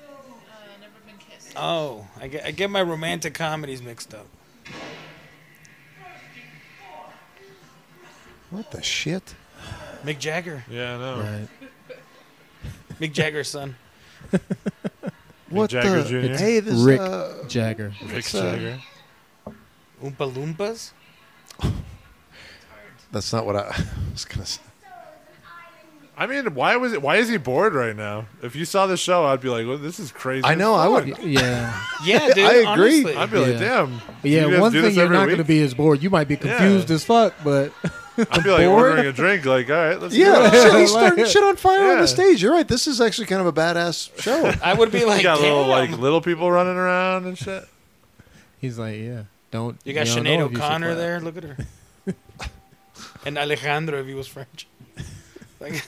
S10: Uh, never been kissed.
S5: Oh, I get, I get my romantic comedies mixed up.
S7: What the shit?
S5: Mick Jagger,
S6: Yeah, I know. [laughs]
S8: Right.
S5: Mick Jagger's son.
S7: What
S6: Jagger
S7: the?
S6: Jr.?
S7: Hey, this
S8: Rick
S7: uh,
S8: Jagger.
S6: Mick
S7: uh,
S6: Jagger.
S5: Oompa Loompas?
S7: that's not what I [laughs] was gonna say.
S6: I mean, why was it? Why is he bored right now? If you saw the show, I'd be like, well, "This is crazy."
S7: I know. I would.
S8: Y- Yeah.
S6: [laughs]
S5: Yeah, dude.
S7: agree.
S5: honestly.
S6: I'd be like,
S8: Yeah.
S6: "Damn." you
S8: Yeah,
S6: guys
S8: one
S6: do
S8: thing
S6: this
S8: you're
S6: every
S8: not going to
S6: week?
S8: be is bored. You might be
S6: Yeah.
S8: confused as fuck, but [laughs]
S6: [laughs] I'd be like
S8: bored?
S6: ordering a drink. Like, all right, let's.
S7: Yeah,
S6: do it.
S7: shit, he's starting shit on fire on
S6: Yeah.
S7: the stage. You're right. This is actually kind of a badass show.
S5: I would
S8: [laughs]
S5: be like,
S6: [laughs] You got
S5: damn.
S6: little like little people running around and shit.
S8: he's like, yeah, don't.
S5: you got
S8: we don't
S5: Sinead
S8: know if you should
S5: O'Connor
S8: clap.
S5: there. Look
S8: [laughs]
S5: at her. and Alejandro, if he was
S8: [laughs]
S5: French. Like,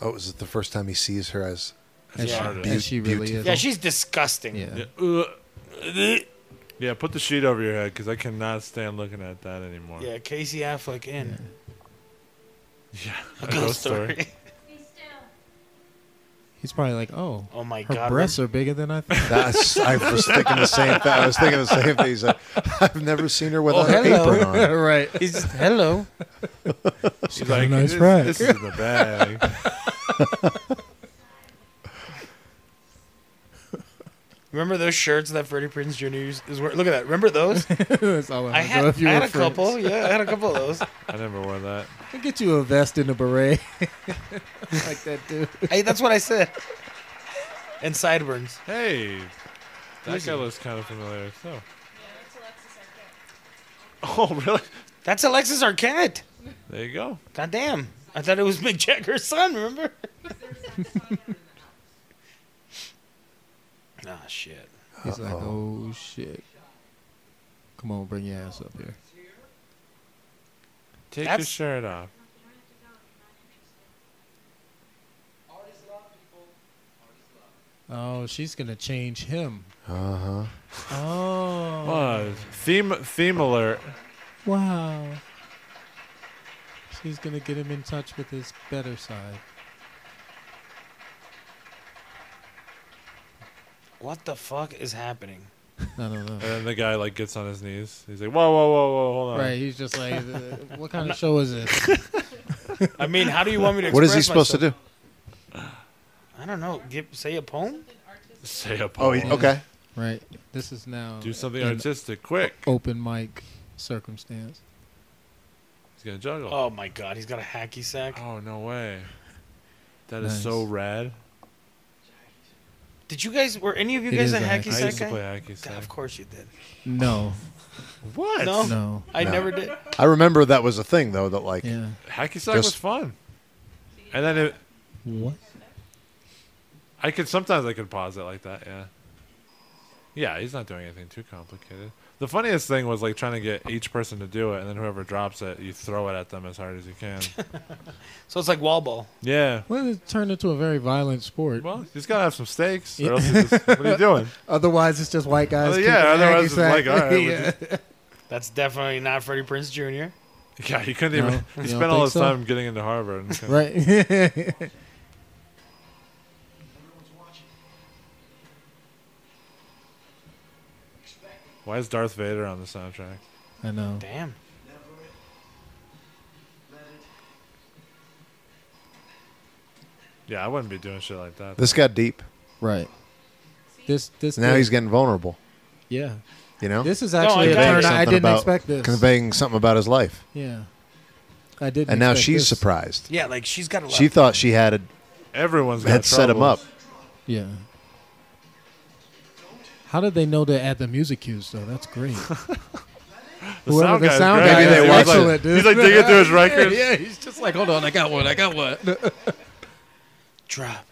S7: Oh, is it the first time he sees her as?
S8: As she-
S6: Retarded.
S8: as she really is.
S5: yeah, she's disgusting.
S8: Yeah.
S6: Ugh. uh, Yeah, put the sheet over your head because I cannot stand looking at that anymore.
S5: Yeah, Casey Affleck in.
S6: A
S5: Ghost, story.
S8: He's probably like, oh,
S5: [laughs] Oh my
S8: her
S5: god.
S8: breasts are bigger than I thought.
S7: That's, I was thinking the same thing. I was thinking the same thing. He's like, I've never seen her without an
S5: hello.
S7: apron on.
S8: [laughs] right.
S5: He's just, hello.
S6: She's
S8: got a
S6: like,
S8: nice
S6: this,
S8: rack."
S6: this is in the bag.
S5: Remember those shirts that Freddie Prinze Jr. used- is wearing? Look at that. Remember
S8: [laughs]
S5: those?
S8: That's all
S5: I
S8: I, wanna
S5: had,
S8: know
S5: I
S8: if you
S5: had
S8: were
S5: a
S8: friends.
S5: couple. Yeah, I had a couple of
S8: [laughs]
S5: those.
S6: I never wore that.
S8: I'll Get you a vest and a beret, [laughs] like that dude.
S5: Hey, that's what I said. [laughs] and sideburns.
S6: Hey, that
S5: Easy.
S6: guy looks kind of familiar. So.
S10: that's Alexis Arquette.
S6: Oh, really?
S5: That's Alexis Arquette.
S6: There you go.
S5: Goddamn. I thought it was Mick Jagger's son, remember? [laughs] Ah, shit.
S8: He's like, oh shit. Come on, bring your ass up here.
S6: Take your
S5: That's-
S6: shirt off.
S8: Oh, she's gonna change him.
S7: Uh huh.
S8: Oh.
S6: What? Theme theme alert.
S8: Wow. She's going to get him in touch with his better side.
S5: What the fuck is happening?
S8: I don't know.
S6: And then the guy like gets on his knees. He's like, whoa, whoa, whoa, whoa, hold on.
S8: Right, he's just
S6: [laughs]
S8: like, uh, what kind of show is this?
S5: I mean, how do you want me
S8: [laughs]
S5: to
S7: What is he supposed to do?
S5: do? I don't know. Give, say a poem?
S6: Say a
S7: Oh,
S6: poem.
S7: he- okay.
S8: Right, this is now
S6: Do something
S8: an
S6: artistic, quick.
S7: Oh.
S8: open mic circumstance.
S6: He's gonna juggle.
S5: Oh my god, he's got a hacky sack.
S6: Oh no way. That is
S8: Nice.
S6: so rad.
S5: Did you guys, were any of you
S8: It
S5: guys
S8: is
S5: a
S8: a
S5: hacky
S8: hacky
S6: I used
S5: sack
S6: to play
S5: guy?
S6: hacky
S5: God,
S6: sack.
S5: of course you did.
S8: No,
S6: What?
S5: No.
S8: no,
S5: I
S7: No.
S5: never did.
S7: I remember that was a thing though. That like
S8: yeah.
S6: Hacky sack was
S7: Just-
S6: fun. And then it,
S8: What?
S6: I could sometimes I could pause it like that. Yeah. Yeah, he's not doing anything too complicated. The funniest thing was like trying to get each person to do it, and then whoever drops it, you throw it at them as hard as you
S8: [laughs]
S6: can.
S5: So it's like wall ball.
S6: yeah.
S8: Well, it turned into a very violent sport.
S6: Well, you just gotta have some stakes, or else you just,
S8: [laughs]
S6: what are you doing?
S8: Otherwise, it's just white guys.
S6: Oh,
S8: kicking
S6: yeah, otherwise it's
S8: hacky-sack.
S6: like, all right, we
S8: yeah.
S5: That's definitely not Freddie Prince Jr.
S6: Yeah, he couldn't
S8: No,
S6: even.
S8: you
S6: [laughs] He
S8: don't
S6: spent all
S8: think
S6: his
S8: so?
S6: time getting into Harvard. And [laughs]
S7: [laughs]
S8: right.
S6: Why is Darth Vader on the soundtrack?
S8: I know.
S5: Damn.
S6: Yeah, I wouldn't be doing shit like that.
S7: this got deep.
S8: Right. This this
S7: Now he's getting vulnerable.
S8: yeah.
S7: You know,
S8: This is
S5: I
S8: actually a
S5: got it.
S8: turn I
S7: Something
S8: didn't
S7: about
S8: expect this.
S7: conveying something about his life,
S8: Yeah. I did.
S7: and now she's surprised.
S5: Yeah, like she's got a lot.
S7: She thought she had a,
S6: Everyone's got
S7: had set him up.
S6: troubles.
S8: Yeah. How did they know to add the music cues though? That's great.
S6: [laughs] The
S8: Whoever
S6: sound
S8: the
S6: guy's
S8: sound
S6: great.
S8: guy
S7: Maybe
S8: is,
S7: they
S6: he's
S7: watch
S6: like,
S8: excellent, dude.
S6: He's like digging through his
S8: [laughs]
S6: records.
S8: yeah, he's just like, hold on, I got one, I
S7: [laughs]
S8: got one.
S5: drop.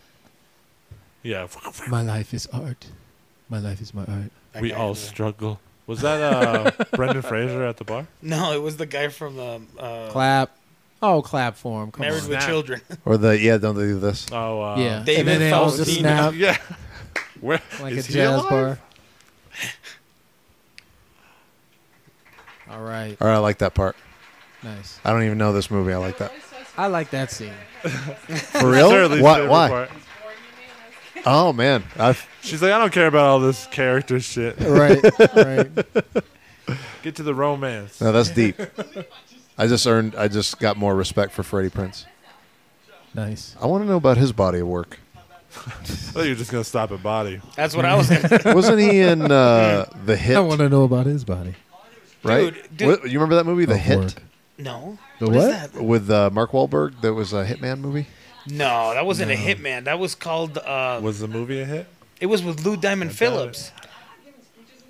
S6: yeah.
S8: my life is art. My life is my art.
S5: That
S6: We
S5: guy
S6: all
S5: over there.
S6: struggle. Was that uh, Brendan Fraser at the bar?
S5: No, it was the guy from the uh,
S8: Clap. Oh, clap for him. Come
S5: Married
S8: on.
S5: with
S6: Snap.
S5: Children. [laughs]
S7: Or the yeah, don't do this.
S6: Oh, uh,
S8: yeah.
S5: David
S8: and then they all just
S5: Faustino.
S8: snap
S6: [laughs] Yeah. Where
S8: like
S6: is
S8: a
S6: he
S8: jazz
S6: alive?
S7: [laughs]
S8: bar. All right.
S7: All right, I like that part.
S8: Nice.
S7: I don't even know this movie. I like
S8: [laughs]
S7: that.
S8: I like that scene.
S7: For real?
S6: Fairly
S7: Why?
S6: favorite
S7: Why?
S6: part.
S7: Oh man, I've,
S6: She's like, I don't care about all this character shit.
S8: Right. [laughs]
S7: [laughs]
S8: Right.
S6: Get to the romance.
S7: no, that's deep. I just earned. I just got more respect for Freddie Prince.
S8: Nice.
S7: I want to know about his body of work.
S6: I thought you were just gonna stop at body.
S5: That's what I was. Gonna say.
S7: Wasn't he in uh,
S6: [laughs]
S7: the hit?
S8: I want to know about his body.
S7: right?
S5: Dude, dude.
S7: Wh- you remember that movie,
S6: Oh,
S7: The
S8: Of
S7: Hit,
S8: work.
S5: No.
S8: The
S5: is
S8: what?
S5: that?
S7: with uh, Mark Wahlberg? That was a hitman movie.
S5: No, that wasn't a hitman. That was called. Uh,
S6: Was the movie a hit?
S5: it was with Lou Diamond Phillips.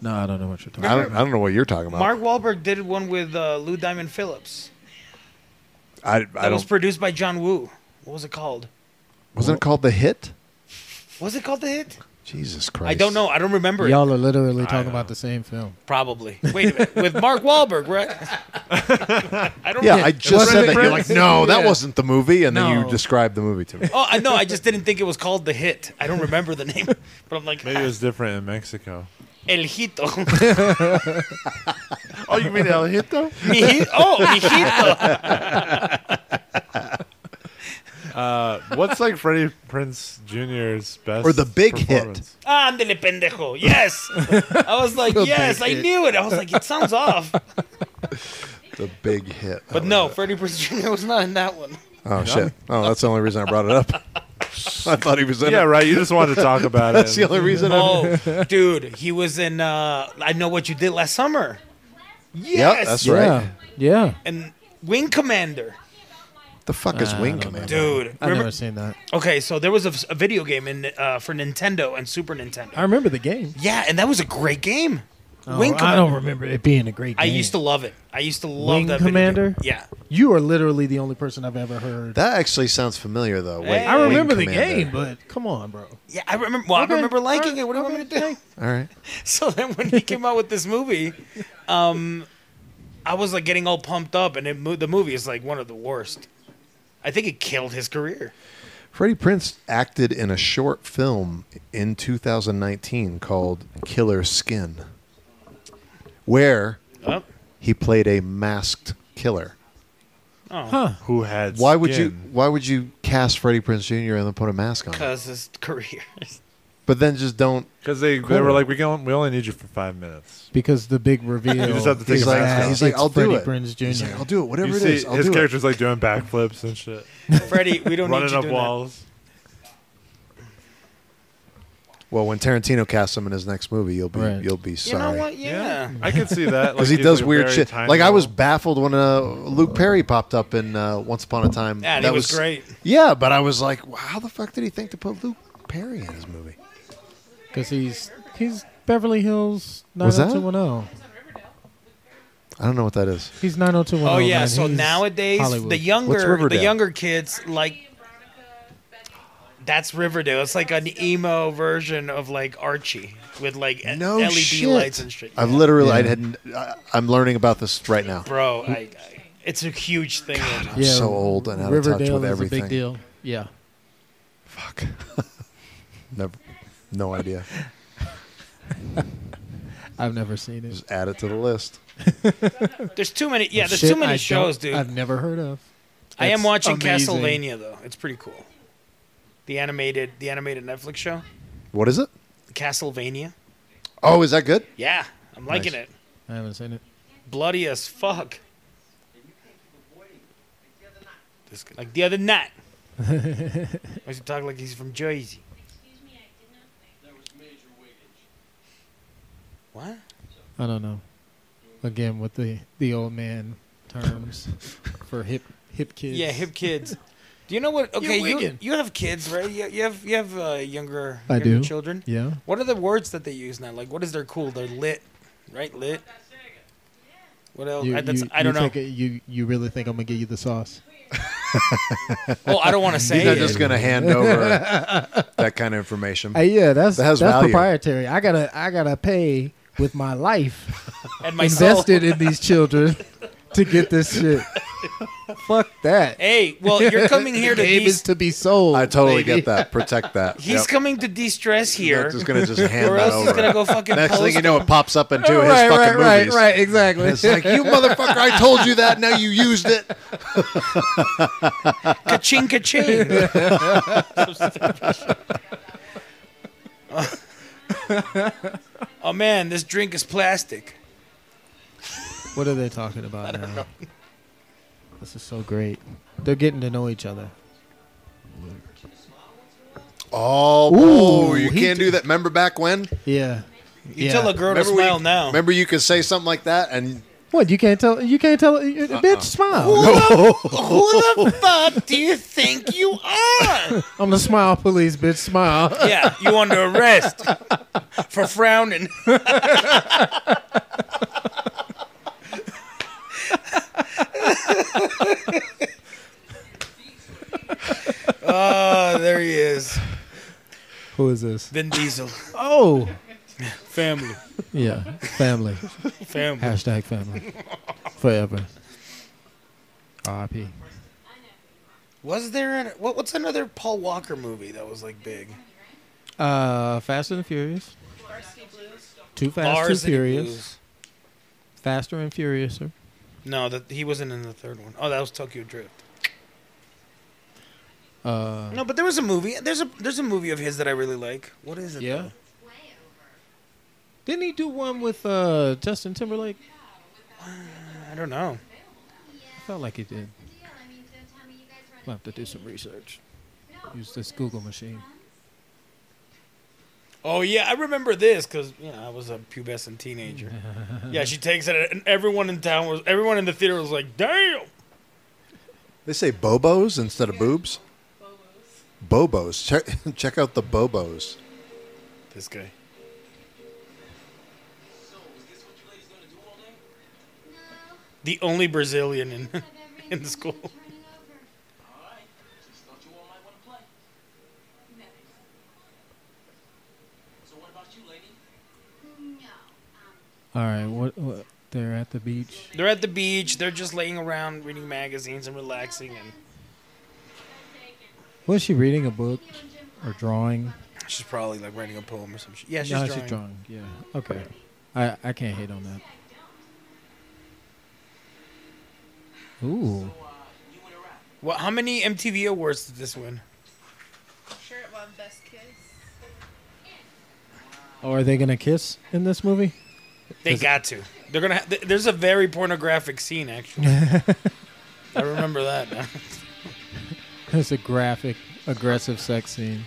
S8: No, I don't know what you're talking
S7: I don't. I don't know what you're talking about.
S5: Mark Wahlberg did one with uh, Lou Diamond Phillips.
S7: I,
S5: That
S7: I
S5: was
S7: don't.
S5: produced by John Woo. What was it called?
S7: Wasn't it called The Hit?
S5: Was it called The Hit?
S7: Jesus Christ!
S5: I don't know. I don't remember.
S8: about.
S5: it.
S8: Y'all are literally talking about the same film.
S5: Probably. Wait a minute. With Mark Wahlberg,
S6: [laughs]
S5: right? I don't.
S7: Yeah,
S5: know.
S7: I just said that. You're like, no, that
S8: Yeah.
S7: wasn't the movie, and then
S8: No.
S7: you described the movie to me.
S5: Oh, I know. I just didn't think it was called The Hit. I don't remember the
S6: [laughs]
S5: name, but I'm like "Ah,
S6: Maybe it was different in Mexico.
S5: El Hito. [laughs]
S6: Oh, [laughs] you mean El Hito?
S5: Mi hi- oh, mi
S8: [laughs]
S5: hito.
S6: What's like Freddie Prince Jr.'s best
S7: Or the big hit.
S6: performance?
S5: Andele pendejo. Yes. I was like, yes, I knew it. I was like, it sounds off.
S7: The big hit.
S5: But no, Freddie Prinze Jr. was not in that one.
S7: Oh shit! Oh, that's the only reason I brought it up. [laughs] I thought he was in
S6: Yeah,
S7: it.
S6: right. You just wanted to talk about it.
S7: [laughs] That's the only reason. I,
S5: Oh, dude, he was in uh, I Know What You Did Last Summer. Yes.
S7: that's
S8: Yeah.
S7: right.
S8: Yeah.
S5: And Wing Commander.
S7: The fuck is
S8: I
S7: Wing
S8: don't
S7: Commander?
S5: Dude,
S8: I've
S5: remember-
S8: never seen that.
S5: Okay, so there was a, a video game in uh, for Nintendo and Super Nintendo.
S8: I remember the game.
S5: Yeah, and that was a great game.
S8: Oh,
S5: Wing
S8: I
S5: Commander.
S8: don't remember it being a great
S5: I
S8: game.
S5: used to love it. I used to love
S8: Wing
S5: that video
S8: Commander?
S5: game. Yeah.
S8: You are literally the only person I've ever heard.
S7: That actually sounds familiar though. Wait,
S5: Hey.
S8: I
S7: Wing
S8: remember the
S7: Commander.
S8: game, but come on, bro.
S5: Yeah, I remember well, I remember liking it. What do I want to do?
S7: All right.
S5: [laughs] So then when he came out with this movie, um, I was like getting all pumped up, and it, mo- the movie is like one of the worst. I think it killed his career.
S7: Freddie Prince acted in a short film in 2019 called Killer Skin, where
S5: Oh,
S7: he played a masked killer.
S6: Who had?
S7: Why would you?
S6: skin?
S7: Why would you cast Freddie Prince Jr. and then put a mask on?
S5: because his career. [laughs]
S7: But then just don't.
S6: Because they, they were like, we can, we only need you for five minutes.
S8: Because the big reveal. uh,
S6: You just have to take
S7: He's
S6: a
S7: like,
S6: mask off.
S7: he's like,
S8: It's
S7: I'll do
S8: Freddie
S7: it.
S8: Prinze Jr..
S7: He's like, I'll do it. Whatever
S6: You
S7: it
S6: see,
S7: is, I'll
S6: his
S7: do it.
S6: character's like doing backflips and shit,
S5: Freddie, we don't need
S6: running
S5: you
S6: up
S5: doing
S6: walls.
S7: Well, when Tarantino casts him in his next movie, you'll be
S8: Right.
S7: you'll be
S5: that. You
S7: sorry.
S5: know what? Yeah.
S6: I can see that
S7: Because
S6: like,
S7: he
S6: he's,
S7: does
S6: like, a
S7: weird
S6: very
S7: shit.
S6: tiny
S7: Like I was
S6: little-
S7: baffled when uh, Luke Perry popped up in uh, Once Upon a Time.
S5: Yeah, and
S7: that
S5: he was great.
S7: Yeah, but I was like, how the fuck did he think to put Luke Perry in his movie?
S8: Because he's he's Beverly Hills
S7: Was that?
S8: 90210.
S7: I don't know what that is.
S8: He's 90210.
S5: Oh yeah.
S8: man.
S5: So
S8: He's
S5: nowadays,
S8: Hollywood.
S5: the younger the
S7: Riverdale?
S5: younger kids like. That's Riverdale. It's like an emo version of like Archie with like
S7: No
S5: LED
S7: shit.
S5: E lights and shit.
S7: I've literally, I
S8: Yeah.
S7: had, I, I'm learning about this right now.
S5: Bro, I, I, it's a huge thing. in-
S7: I'm so old and out
S8: Riverdale
S7: of touch with
S8: is
S7: everything.
S8: a big deal. Yeah.
S7: Fuck. Never, no
S5: [laughs]
S7: idea.
S8: I've never seen it.
S7: Just add it to the list.
S5: There's too many. Yeah,
S8: Of
S5: there's
S8: shit
S5: too many
S8: I don't-
S5: shows, dude.
S8: I've never heard of.
S5: I am
S8: That's
S5: watching
S8: amazing.
S5: Castlevania though. It's pretty cool. The animated, the animated Netflix show,
S7: What is it?
S5: Castlevania.
S7: Oh, is that good?
S5: Yeah, I'm liking
S7: Nice.
S5: it.
S8: I haven't seen it.
S5: Bloody as fuck. This, like the other
S8: [laughs]
S5: night. I used to talk like he's from Jersey. What?
S8: I don't know. Again, with the, the old man terms for hip hip kids.
S5: Yeah, hip
S8: [laughs]
S5: kids. Do you know what?
S8: You're
S5: Okay, you
S8: wicked.
S5: you have kids, right? You, you have you have uh, younger,
S8: I
S5: younger
S8: do.
S5: children.
S8: Yeah.
S5: What are the words that they use now? Like, what is their cool? They're lit, right? Lit. What else?
S8: You-
S5: I, Oh, that's,
S8: you-
S5: I don't
S8: you
S5: know.
S8: think it- you you really think I'm gonna give you the sauce?
S5: oh, I don't want to say
S7: He's not
S5: it.
S7: just going to hand over
S5: [laughs]
S7: that kind of information.
S8: Hey, yeah, that's
S7: That has
S8: that's
S7: value.
S8: proprietary. I gotta I gotta pay with my life
S5: and [laughs] my soul.
S8: invested in these children [laughs] to get this shit. Fuck that.
S5: Hey, well, you're coming here
S8: [laughs]
S5: to.
S8: The game
S5: De-
S8: is to be sold.
S7: I totally
S8: baby.
S7: get that. Protect that.
S5: he's
S7: Yep.
S5: coming to de-stress here,
S7: That's just gonna just hand
S5: or
S7: that
S5: else he's
S7: over.
S5: gonna go fucking.
S7: Next
S5: post
S7: thing you know, it pops up
S5: [laughs]
S7: into his
S8: right,
S7: fucking
S8: right, right,
S7: movies.
S8: right, exactly.
S7: It's like you motherfucker! I told you that. Now you used it.
S5: ka-ching, ka-ching. oh man, this drink is plastic.
S8: [laughs] What are they talking about now? This is so great. They're getting to know each other.
S7: Oh,
S8: Ooh,
S7: oh, you
S8: he
S7: can't
S8: did-
S7: do that. Remember back when?
S8: Yeah.
S5: You
S8: Yeah.
S5: tell a girl
S7: Remember
S5: to smile
S7: we,
S5: now.
S7: Remember you could say something like that, and
S8: What you can't tell? You can't tell? you-
S7: Uh-uh.
S8: Bitch, smile.
S5: Who the fuck do you think you are?
S8: [laughs] I'm the smile police. Bitch, smile. [laughs]
S5: Yeah, you under arrest for frowning. oh, there he is.
S8: Who is this?
S5: Vin Diesel.
S8: Oh,
S5: Family.
S8: yeah. Family.
S5: Family.
S8: Hashtag
S5: [laughs]
S8: family. Forever. R.I.P.
S5: Was there an, what, what's another Paul Walker movie that was like big?
S8: Uh, Fast and the Furious. Too fast, too
S5: Varsity
S8: furious.
S5: Blues.
S8: Faster and furiouser.
S5: No, that he wasn't in the third one. Oh, that was Tokyo Drift.
S8: Uh,
S5: No, but there was a movie. There's a there's a movie of his that I really like. What is it?
S8: yeah.
S5: though?
S8: Didn't he do one with uh, Justin Timberlake?
S5: I don't know.
S8: I felt like he did. We'll have to do some research. Use this Google machine.
S5: Oh yeah, I remember this because you know I was a pubescent
S8: [laughs]
S5: teenager. yeah, she takes it, and everyone in town was everyone in the theater was like, "Damn."
S7: They say bobos instead of boobs. Bobos. Check [laughs] check out the bobos.
S5: This guy. The only Brazilian in, [laughs] in the school.
S8: All right, what, what? They're at the beach.
S5: They're at the beach. They're just laying around reading magazines and relaxing. And
S8: Was she reading a book or drawing?
S5: she's probably like writing a poem or some shit. Yeah, she's
S8: no,
S5: drawing.
S8: she's drawing. Yeah. Okay. I I can't hate on that. Ooh.
S5: Well, how many MTV awards did this win?
S10: Sure, it won Best Kiss.
S8: Oh, are they gonna kiss in this movie?
S5: They
S8: Is it-
S5: got to. They're gonna. Ha- th- there's a very pornographic scene actually. [laughs] I remember that. [laughs] Now.
S8: It's a graphic, aggressive sex scene.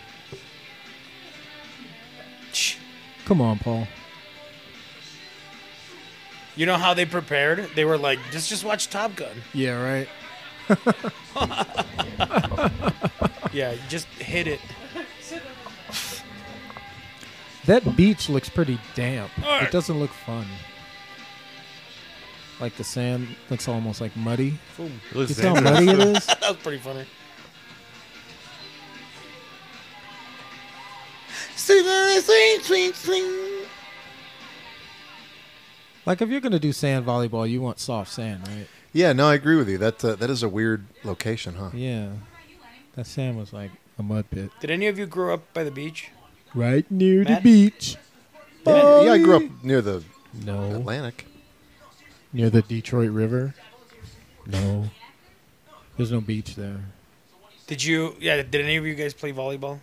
S5: Shh.
S8: Come on, Paul.
S5: You know how they prepared? They were like, just just watch Top Gun.
S8: Yeah, right.
S5: Yeah, just hit it. [laughs]
S8: That beach looks pretty damp. It doesn't look fun. Like the sand looks almost like muddy.
S6: It looks
S8: You see how
S6: dangerous.
S8: muddy it is?
S5: that was pretty funny.
S8: Like if you're gonna do sand volleyball, you want soft sand, right?
S7: Yeah, no, I agree with you. That uh, that is a weird location, huh?
S8: Yeah. That sand was like a mud pit.
S5: Did any of you grow up by the beach?
S8: Right near
S5: Matt?
S8: the beach.
S7: Yeah, yeah, I grew up near the Oh.
S8: No.
S7: Atlantic.
S8: Near the Detroit River. No. There's no beach there.
S5: Did you? Yeah. Did any of you guys play volleyball?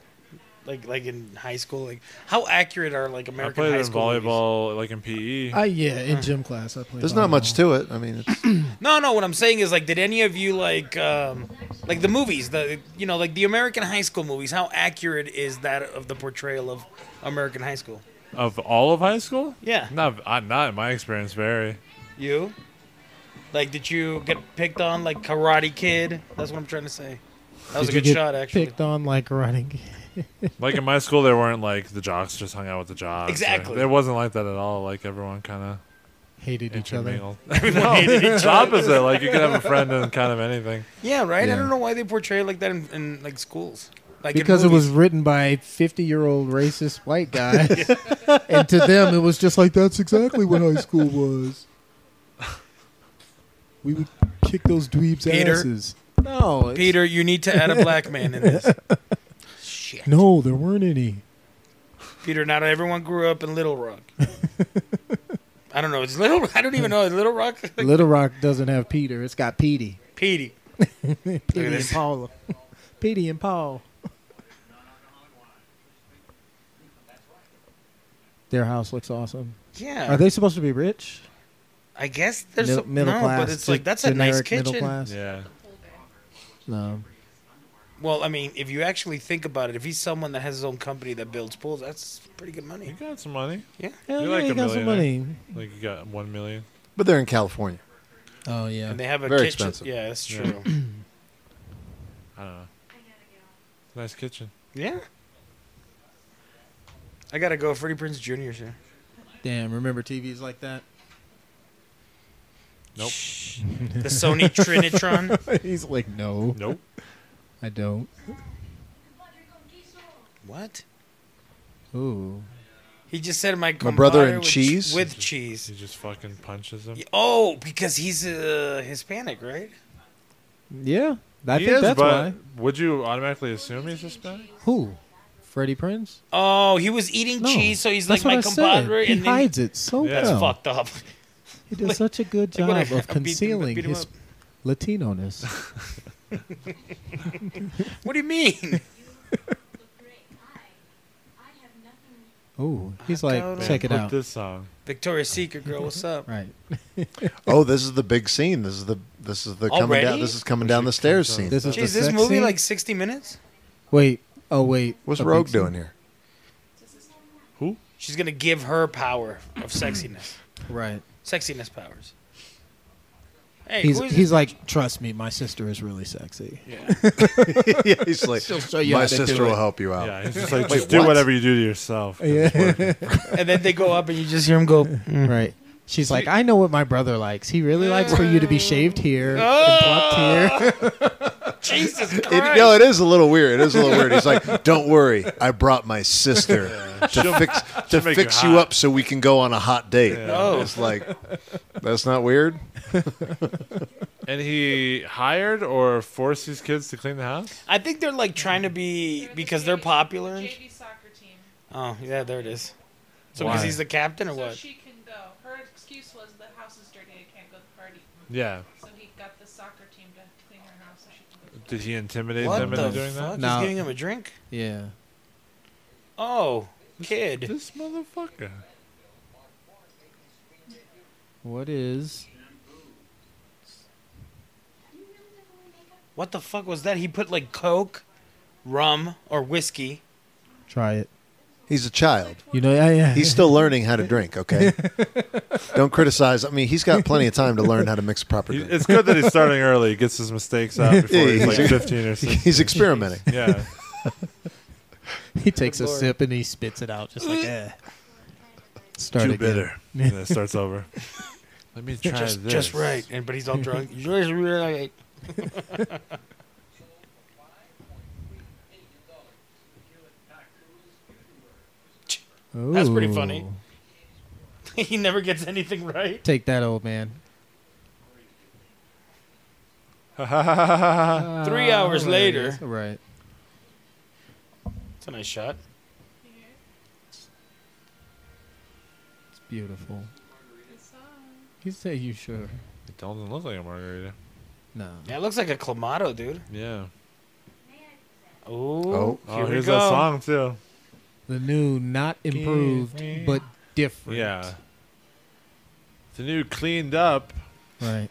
S5: Like like in high school? Like how accurate are like
S6: I
S5: American
S6: played
S5: high
S6: in
S5: school? movies?
S6: volleyball, like in E, PE.
S8: I yeah,
S5: Hmm.
S8: in gym class I played.
S7: There's not much to it. I mean, it's,
S5: No, no. What I'm saying is, like, did any of you like, um, like the movies, the you know, like the American high school movies? How accurate is that of the portrayal of American high school?
S6: of all of high school?
S5: Yeah.
S6: Not, uh, not in my experience. Very.
S5: You, like, did you get picked on like Karate Kid? That's what I'm trying to say. That was a
S8: Did you
S5: good
S8: get
S5: shot, actually.
S8: Picked on like running. [laughs]
S6: Like in my school, there weren't like the jocks just hung out with the jocks.
S5: Exactly.
S6: It wasn't like that at all. Like everyone kind of
S8: Hated each other.
S6: intermingled.
S8: [laughs]
S6: [laughs] no,
S5: [laughs]
S6: it's the opposite. Like you could have a friend in kind of anything.
S5: Yeah, right. I
S8: Yeah.
S5: don't know why they portray it like that in, in like schools. Like in
S8: Because it was
S5: movies.
S8: written by 50 year old racist
S5: [laughs]
S8: white guys. [laughs] and to them, it was just like, that's exactly what high school was. We would kick those dweebs'
S5: Peter?
S8: asses. No, it's-
S5: Peter. You need to add a black man in this. Shit,
S8: No, there weren't any.
S5: Peter. Not everyone grew up in Little Rock. I don't know. It's Little. I don't even know. Is Little Rock. [laughs]
S8: Little Rock doesn't have Peter, it's got Petey.
S5: Petey.
S8: Petey and
S5: this.
S8: Paul. [laughs] Petey and Paul. Their house looks awesome.
S5: Yeah.
S8: Are they supposed to be rich?
S5: I guess there's
S8: Mid-
S5: a, no, but it's
S8: ju-
S5: like that's a nice
S8: generic middle
S5: kitchen.
S8: class?
S6: Yeah.
S8: No.
S5: Well, I mean, if you actually think about it, if he's someone that has his own company that builds pools, that's pretty good
S6: You
S5: money.
S6: got some money.
S5: Yeah.
S8: Yeah,
S6: You're like
S8: you
S6: a
S8: got some
S6: millionaire.
S8: money.
S6: Like you got one million.
S7: but they're in California.
S8: Oh yeah.
S5: And they have a
S7: Very
S5: kitchen.
S7: expensive.
S5: Yeah, that's
S6: Yeah.
S5: true.
S6: I don't know. Nice kitchen.
S5: yeah. I gotta go. Freddie Prince Jr. is here.
S8: Damn, remember TVs
S6: [laughs]
S8: like that?
S6: Nope.
S5: The Sony Trinitron.
S8: [laughs] He's like, no,
S6: Nope.
S8: I don't.
S5: What?
S8: Ooh,
S5: He just said my
S7: My brother
S5: compadre
S7: and
S5: with
S7: cheese?
S5: with
S6: He
S5: cheese.
S6: just fucking punches him.
S5: Oh, because he's uh, Hispanic, right?
S8: yeah, I
S6: he
S8: think
S6: is,
S8: that's
S6: but
S8: why.
S6: would you automatically assume he's Hispanic?
S8: Who? Freddie Prince?
S5: Oh, he was eating
S8: No,
S5: cheese, so he's
S8: That's
S5: like my
S8: what I said.
S5: compadre,
S8: He
S5: and then
S8: hides it so
S5: [laughs]
S6: Yeah.
S5: that's
S8: well.
S5: fucked up.
S8: He does such a good
S5: Like
S8: job
S5: when I- I
S8: of
S5: [laughs] beat him- I
S8: concealing
S5: beat him
S8: his
S5: up. [laughs]
S8: Latino-ness.
S5: What do you mean? [laughs]
S8: Ooh, he's
S5: I
S8: like,
S5: don't
S8: check it
S6: Put
S8: out.
S6: this song.
S5: Victoria's Secret girl, what's up?
S8: Right.
S7: Oh, this is the big scene. This is the this is the coming
S5: Already?
S7: down. This is coming down the stairs
S6: comes
S7: scene.
S6: on.
S8: This is
S5: Jeez,
S8: the
S5: this
S8: sex
S5: movie
S8: scene?
S5: like 60 minutes?
S8: Wait. Oh wait.
S7: What's
S8: A big
S7: Rogue
S8: scene?
S7: doing here? [laughs]
S6: Who?
S5: She's gonna
S8: [clears throat]
S5: give her power of sexiness,
S8: Right.
S5: sexiness powers. Hey,
S8: he's
S5: who is
S8: he's
S5: it?
S8: like, trust me, my sister is really sexy.
S7: yeah,
S8: [laughs]
S7: he's like,
S8: She'll show you
S7: my
S8: how to do
S7: sister will
S8: it."
S7: help you out.
S6: Yeah, it's just like
S7: Wait,
S6: just do
S7: what?
S6: whatever you do to yourself.
S8: [laughs] Yeah.
S5: [laughs] and then they go up and you just hear him
S8: [laughs]
S5: go.
S8: right. She's like, I know what my brother likes. He really likes for you to be shaved here and plucked
S5: Ah! [laughs]
S8: here.
S5: Jesus Christ!
S7: It, no, it is a little weird. It is a little weird. He's like, "Don't worry, I brought my sister to fix to
S6: make
S7: fix
S6: you
S7: you
S6: hot."
S7: up so we can go on a hot date."
S5: Oh.
S7: It's like that's not weird.
S6: And he hired or forced these kids to clean the house?
S5: I think they're like trying to be because they're popular. and-
S10: JV soccer team.
S5: Oh yeah, there it is. So
S6: Why?
S5: because he's the captain or
S10: So
S5: what?
S10: she can go. Her excuse was the house is dirty. I can't go to the party.
S6: Yeah.
S10: So he got the soccer team to clean her house so she can go. to the
S6: Did he intimidate
S5: What
S6: them
S5: the
S6: into doing
S5: fuck?
S6: that?
S8: No.
S5: He's giving them a drink.
S8: Yeah.
S5: Oh, kid.
S6: This motherfucker.
S8: What is?
S5: What the fuck was that? He put like coke, rum, or whiskey.
S8: Try it.
S7: He's a child.
S8: You know, yeah, yeah.
S7: He's still learning how to drink. Okay, don't criticize. I mean, he's got plenty of time to learn how to mix a proper
S6: He,
S7: drink.
S6: it's good that he's starting early. He gets his mistakes
S8: [laughs]
S6: out before he's
S7: Yeah,
S6: like
S7: he's-
S6: 15 or 16.
S7: [laughs] He's experimenting.
S6: Yeah.
S8: [laughs] he takes
S5: Good
S8: a
S5: lord.
S8: sip and he spits it out just
S5: [laughs]
S8: like, eh. Start
S7: Too
S8: again.
S7: bitter.
S6: And then it
S5: [laughs]
S6: starts over. Let me try
S5: Just,
S6: this.
S5: just right. And but he's all
S6: [laughs]
S5: drunk. Just right. That's pretty funny. [laughs]
S8: Ooh.
S5: he never gets anything right.
S8: Take that, old man.
S5: Three hours
S8: Ah,
S5: later.
S8: that's Right.
S5: It's a nice shot.
S8: It's beautiful.
S10: song.
S8: You say you sure?
S6: It doesn't look like a margarita.
S8: No.
S5: Yeah, it looks like a clamato, dude.
S6: Yeah.
S5: Ooh,
S7: Oh.
S5: here
S6: Oh,
S5: we
S6: here's
S5: go.
S6: that song too.
S8: The new, not improved,
S6: me-
S8: but different.
S6: Yeah. The new cleaned up.
S8: Right.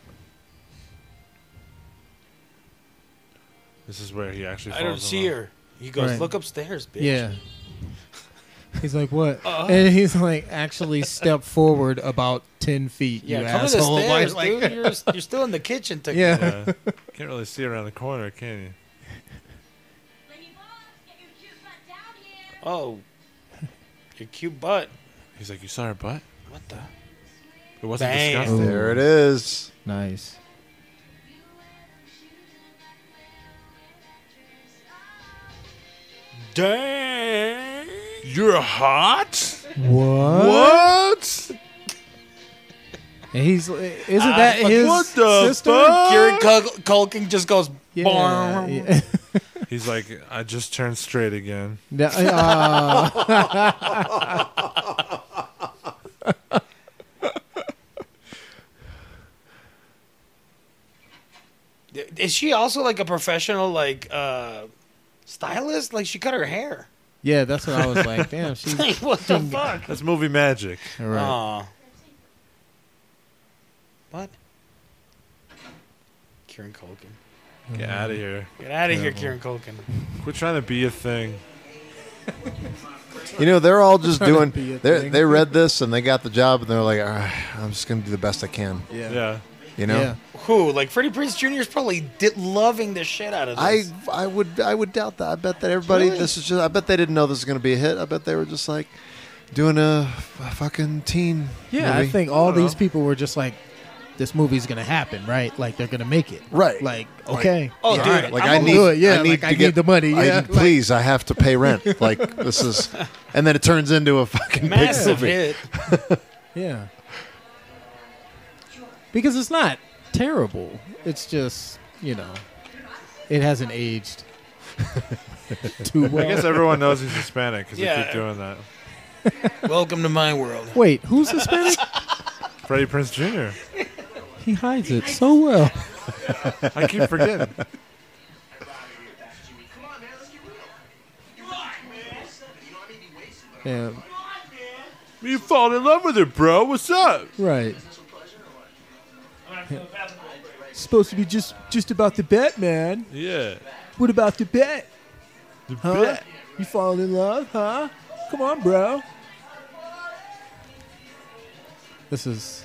S6: This is where he actually.
S5: I don't
S6: falls in
S5: see
S6: love.
S5: her. He goes,
S8: Right.
S5: look upstairs, bitch.
S8: Yeah. He's like, what? [laughs] and he's like, actually step forward about 10 feet.
S5: Yeah,
S8: you
S5: come
S8: asshole.
S5: to the
S6: [laughs]
S5: stairs,
S8: Like-
S5: dude. You're, you're still in the kitchen. Technically.
S8: [laughs] yeah.
S5: [laughs]
S6: Yeah. Can't really see around the corner, can you?
S5: Oh, your cute butt.
S6: He's like, you saw her butt.
S5: What the?
S6: It wasn't
S5: Bam.
S6: disgusting.
S7: There it is.
S8: Nice.
S6: Dang. You're hot.
S8: What?
S6: What?
S8: And he's, uh, isn't that
S5: fuck-
S8: his
S6: what the
S8: sister?
S6: fuck?
S5: Gary Cul- Culkin just goes,
S8: Yeah,
S5: "Barm."
S8: yeah. [laughs]
S6: He's like, I just turned straight again.
S8: No, uh,
S5: Is she also like a professional, like, uh, stylist? Like, she cut her hair. [laughs]
S8: yeah, that's what I was like. Damn, she's
S5: Like, what the fuck?
S6: That's movie magic.
S8: right.
S5: Aw. What? Kieran Culkin.
S6: Get
S8: Mm.
S6: out of here.
S5: Get out of here, Kieran Culkin.
S6: Quit trying to be a thing.
S7: You know, they're all just doing.
S8: be a
S7: They
S8: thing.
S7: they read this and they got the job and they're like, all right, I'm just gonna do the best I can.
S6: Yeah.
S7: You know.
S8: Yeah.
S5: Who? Like Freddie Prince Jr. is probably di- loving the shit out of
S7: I [laughs]
S5: this.
S7: I would I would doubt that. I bet that everybody
S5: Really?
S7: this is just I bet they didn't know this was going to be a hit. I bet they were just like doing a, a fucking teen.
S8: Yeah,
S7: movie.
S8: I think all
S6: don't
S8: these
S6: know.
S8: people were just like, this movie's gonna happen, right? Like they're gonna make it,
S7: Right.
S8: Like okay,
S5: Oh, dude,
S8: alright,
S7: Like
S5: I'm
S7: I
S5: a-
S7: need,
S8: do it, yeah,
S7: I need
S8: like,
S7: to
S8: I need
S7: get
S8: the money,
S7: I-
S8: yeah, like-
S7: please, I have to pay rent. Like this is, and then it turns into a fucking big
S5: massive
S7: movie.
S5: hit.
S8: [laughs] yeah. Because it's not terrible. It's just you know, it hasn't aged [laughs] too well.
S6: I guess everyone knows he's Hispanic because they
S5: Yeah.
S6: keep doing that.
S5: Welcome to my world.
S8: Wait, who's Hispanic?
S6: Freddie Prince Jr.
S8: he hides it so well.
S6: I keep forgetting.
S8: Yeah,
S6: you fall in love with her, bro. What's up?
S8: right. Supposed to be just just about the bet, man.
S6: Yeah.
S8: What about the bet?
S6: The
S8: Huh?
S6: bet.
S8: You falling in love, huh? Come on, bro. This is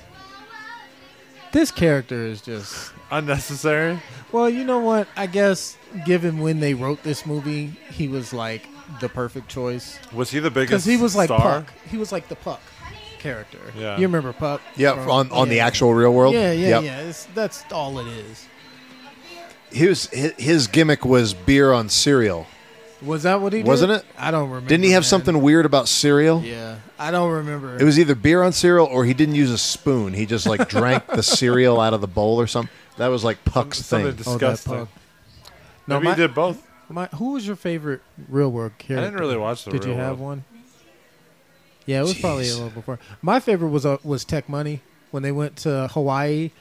S8: This character is just
S6: Unnecessary.
S8: Well, you know what? I guess given when they wrote this movie, he was like the perfect choice
S6: Was he the biggest?
S8: because he was like
S6: star?
S8: Puck. He was like the Puck character.
S6: Yeah.
S8: you remember Puck?
S7: Yeah,
S8: from-
S7: on, on the
S8: yeah.
S7: actual real world.
S8: Yeah, yeah,
S7: Yep.
S8: yeah. It's, that's all it is.
S7: His hi- his gimmick was beer on cereal.
S8: Was that what he did?
S7: Wasn't it?
S8: I don't remember.
S7: Didn't he have
S8: man.
S7: something weird about cereal?
S8: Yeah, I don't remember.
S7: It was either beer on cereal or he didn't use a spoon. He just like drank the cereal out of the bowl or something. That was like Puck's
S6: Something
S7: thing.
S8: Oh, that
S6: disgusting.
S8: Puck. No,
S6: Maybe
S8: my,
S6: he did both.
S8: my- who was your favorite real world character?
S6: really watch The
S8: Did you
S6: Real
S8: have
S6: World.
S8: one? Yeah, it was probably a
S7: Jeez.
S8: little before. My favorite was uh, was Tech Money when they went to Hawaii,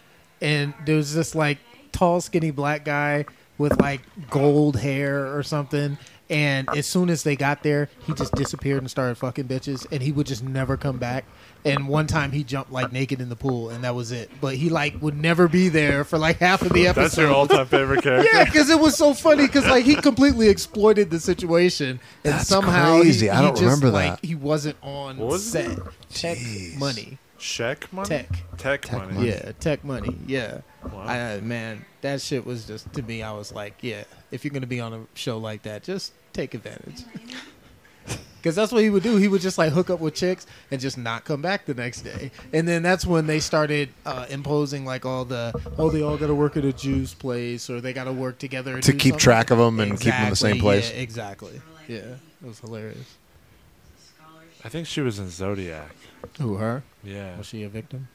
S8: and there was this like tall, skinny black guy with like gold hair or something. And as soon as they got there, he just disappeared and started fucking bitches, and he would just never come back. And one time he jumped like naked in the pool, and that was it. But he like would never be there for like half of the episode.
S6: That's your all-time
S8: [laughs]
S6: favorite character.
S8: Yeah, because it was so funny. Because like he completely exploited the situation, and
S7: That's
S8: somehow
S7: crazy.
S8: He,
S7: I don't
S8: he just,
S7: remember
S8: like,
S7: that.
S8: he wasn't on
S6: What was
S8: set.
S6: it?
S8: Tech
S7: Jeez.
S8: money.
S6: Check money.
S8: Tech.
S6: Tech, money.
S8: Yeah, tech money. Yeah,
S6: Wow.
S8: I, uh, man, that shit was just to me. I was like, yeah, if you're gonna be on a show like that, just take advantage. [laughs] Because that's what he would do. He would just like hook up with chicks and just not come back the next day. And then that's when they started uh, imposing like all the oh they all got to work at a juice place or they got to work together and
S7: To
S8: do
S7: keep
S8: something.
S7: track of 'em and keep 'em in the same
S8: Exactly,
S7: place.
S8: Yeah, exactly. Yeah, it was hilarious.
S6: I think she was in Zodiac.
S8: Who her?
S6: Yeah.
S8: Was she a victim?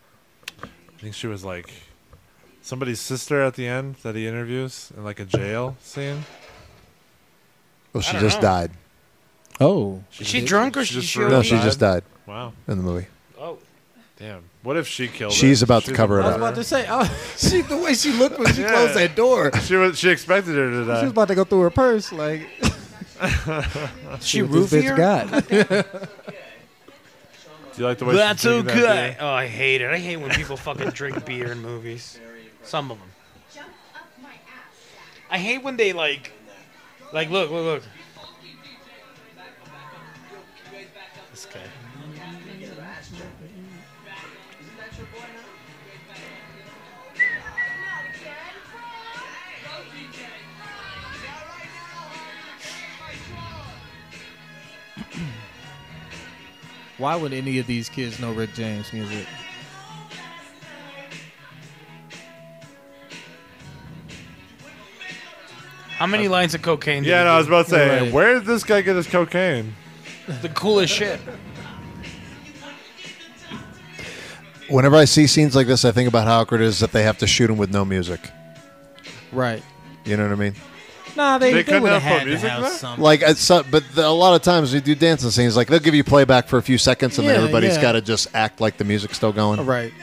S6: I think she was like somebody's sister at the end that he interviews in like a jail scene.
S7: Well, she
S5: don't
S7: just
S5: know.
S7: died.
S8: Oh,
S5: Is she drunk or she?
S6: She just
S5: she
S6: threw
S7: No,
S6: up.
S7: she just died
S6: Wow.
S7: in the movie.
S5: oh,
S6: Damn. What if she killed?
S7: She's
S6: her?
S7: about to cover it
S8: I was [laughs]
S7: up.
S8: about to say oh, she the way she looked when she closed that door.
S6: She was. She expected her to
S8: She was
S6: die.
S8: about to go through her purse [laughs] like
S5: she
S8: what this bitch
S5: roofier.
S8: got.
S6: Do you like the way? she's
S5: That's
S6: drinking that
S5: okay. Oh,
S6: beer?
S5: I hate it. I hate when people fucking drink beer in movies. Some of them.
S9: Jump up my ass.
S5: I hate when they like, like look, look, look. This guy.
S8: Why would any of these kids know Rick James music?
S5: How many lines of cocaine? did
S6: Yeah,
S5: he
S6: no, I
S5: do?
S6: was about to say,
S8: Right.
S6: where did this guy get his cocaine?
S5: the coolest shit.
S7: Whenever I see scenes like this, I think about how awkward it is that they have to shoot him with no music.
S8: Right.
S7: You know what I mean?
S8: Nah, they,
S6: They
S8: they,
S6: couldn't
S8: would have
S6: have put
S8: had to
S6: music
S8: have
S6: there?
S8: some.
S7: Like, it's, so- but the, a lot of times they do dancing scenes. Like they'll give you playback for a few seconds, and
S8: Yeah,
S7: then everybody's
S8: yeah.
S7: got to just act like the music's still going.
S8: Right.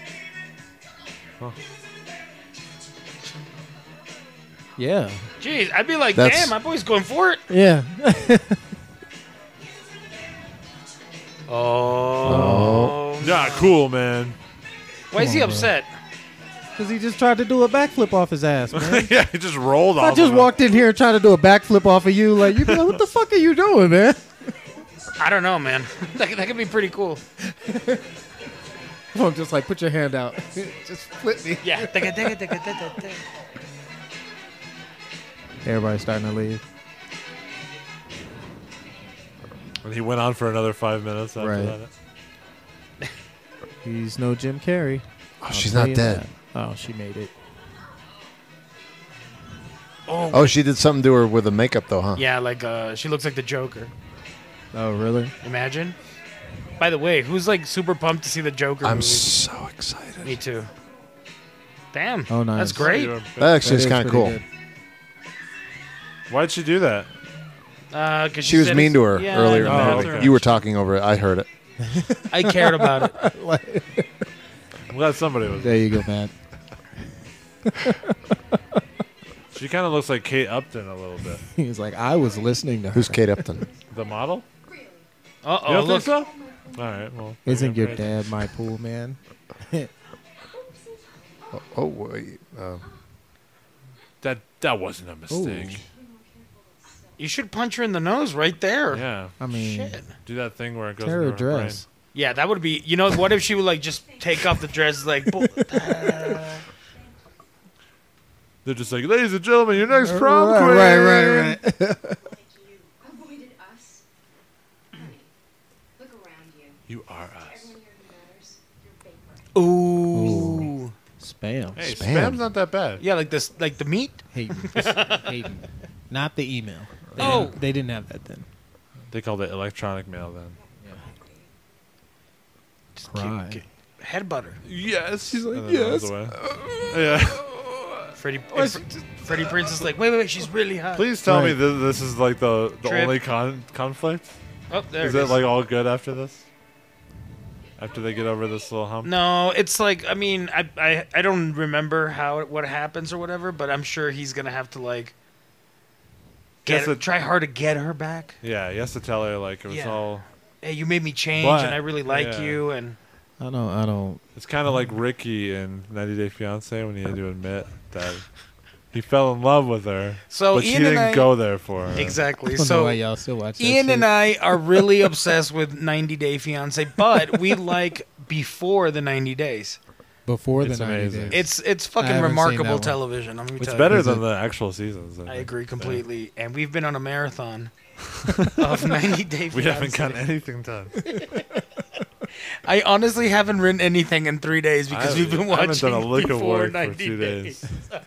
S8: Yeah.
S5: Jeez, I'd be like,
S7: That's-
S5: damn, my boy's going for it.
S8: Yeah. [laughs]
S5: Oh.
S6: Yeah, cool, man.
S5: Why is he upset?
S8: Because he just tried to do a backflip off his ass, [laughs] man.
S6: [laughs] yeah, he just rolled off.
S8: I just
S6: of it.
S8: walked in here and tried to do a backflip off of you. Like, you'd be like, what the fuck are you doing, man?
S5: I don't know, man. [laughs] that, could- that could be pretty cool.
S8: [laughs] I'm just like, put your hand out. [laughs] just flip me.
S5: Yeah. Digga, digga, digga, digga, digga.
S8: Everybody's starting to leave.
S6: And he went on for another five minutes after
S8: Right.
S6: that.
S8: He's no Jim Carrey.
S7: Oh,
S8: I'll
S7: she's
S8: tell
S7: not
S8: you
S7: dead.
S8: that. Oh, she made it.
S7: Oh, she did something to her with the makeup, though, huh?
S5: yeah, like uh, she looks like the Joker.
S8: Oh, really?
S5: Imagine. By the way, who's like super pumped to see the Joker?
S7: I'm
S5: movie?
S7: so excited.
S5: Me too. Damn.
S8: Oh, nice.
S5: That's great.
S6: You were-
S7: That actually
S8: That
S7: is
S8: is
S7: kind of
S8: pretty
S7: cool.
S8: good.
S6: Why'd she do that?
S5: Uh, 'cause
S7: She was
S5: said
S7: mean
S5: it's-
S7: to her
S5: Yeah,
S7: earlier.
S5: I know.
S7: in the
S6: Oh,
S7: movie.
S6: okay.
S7: You were talking over it. I heard it.
S5: I cared about
S7: [laughs]
S5: it.
S6: I'm glad somebody was.
S8: There you go, [laughs] man.
S6: She kind of looks like Kate Upton a little bit.
S8: He's like, I was listening to her.
S7: Who's
S6: [laughs]
S7: Kate Upton?
S6: The model?
S5: Uh
S6: You
S5: oh.
S6: don't
S5: Look.
S6: think so? All right. Well,
S8: Isn't your
S6: great.
S8: dad my pool man?
S7: Oh, wait. Uh,
S6: That that wasn't a mistake.
S5: You should punch her in the nose right there.
S6: Yeah.
S8: I mean,
S5: Shit.
S6: Do that thing where it goes
S8: tear
S6: into
S8: her
S6: her brain.
S8: dress.
S5: Yeah, that would be. You know, what if she would like just take off the dress, like
S7: [laughs]
S5: bo-
S6: They're just like, ladies and gentlemen, your next prom
S8: right,
S6: queen.
S8: right, right, right.
S9: You avoided us. Honey, look around you.
S6: You are us.
S9: Everyone here who matters, you're vapor.
S5: ooh,
S8: Spam.
S6: Hey,
S7: Spam.
S6: spam's not that bad.
S5: yeah, like this, like the meat.
S8: Hayden.
S6: [laughs]
S8: Hayden. Not the email. They
S5: Oh.
S8: Didn't, they didn't have that then.
S6: They called it electronic mail then.
S8: Cry.
S5: Head butter.
S6: Yes. She's
S11: like, "Yes."
S5: [laughs]
S6: yeah.
S5: Freddie, and Fr- Freddie Prince is like, wait, wait, wait, she's really hot.
S6: Please tell me
S8: Right.
S6: that this is like the, the
S5: Trip.
S6: only con- conflict.
S5: Oh, there
S6: Is
S5: it
S6: it
S5: is.
S6: like all good after this? After they get over this little hump?
S5: No, it's like I mean I, I I don't remember how it- what happens or whatever, but I'm sure he's gonna have to like get
S6: Guess it-
S5: try hard to get her back.
S6: Yeah, he has to tell her like it was
S5: Yeah.
S6: all.
S5: Hey, you made me change,
S6: But-
S5: and I really like
S6: yeah.
S5: you, and
S8: I don't. I don't.
S6: It's kind of like Ricky in 90 Day Fiance when he had to admit that he fell in love with her,
S5: so
S6: but
S5: Oh, Ian
S6: she didn't
S5: and I
S6: go there for her.
S8: I
S5: exactly.
S8: don't know why
S5: So
S8: y'all still watch that
S5: Ian
S8: shit.
S5: and I are really obsessed with 90 Day Fiance, but we like before the 90 days.
S8: before the
S6: It's
S8: 90
S6: amazing.
S8: days.
S5: It's it's
S8: I
S5: fucking
S8: haven't seen that
S5: remarkable
S8: one.
S5: television. I'm gonna
S6: It's
S5: tell
S6: better
S5: You.
S6: than the actual seasons. I,
S5: I
S6: think.
S5: agree
S6: Yeah.
S5: completely, and we've been on a marathon of 90 Day Fiance.
S6: We haven't gotten anything done.
S5: [laughs] I honestly haven't written anything in three days because
S6: I
S5: we've been
S6: haven't- I haven't
S5: watching
S6: done a lick of
S5: before
S6: work for
S5: 90
S6: two
S5: days. [laughs]
S6: days.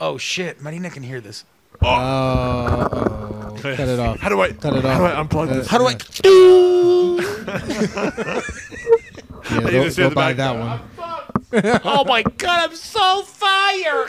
S5: Oh shit, Marina can hear this.
S6: [laughs]
S8: Oh, cut it off.
S6: How do I?
S8: Cut it off.
S6: How do I unplug
S8: Uh,
S6: this?
S5: How do I? [laughs]
S8: Yeah,
S6: You
S8: go,
S6: just hear
S8: go
S6: the
S8: buy that
S6: background.
S8: one.
S5: Oh my god, I'm so fired.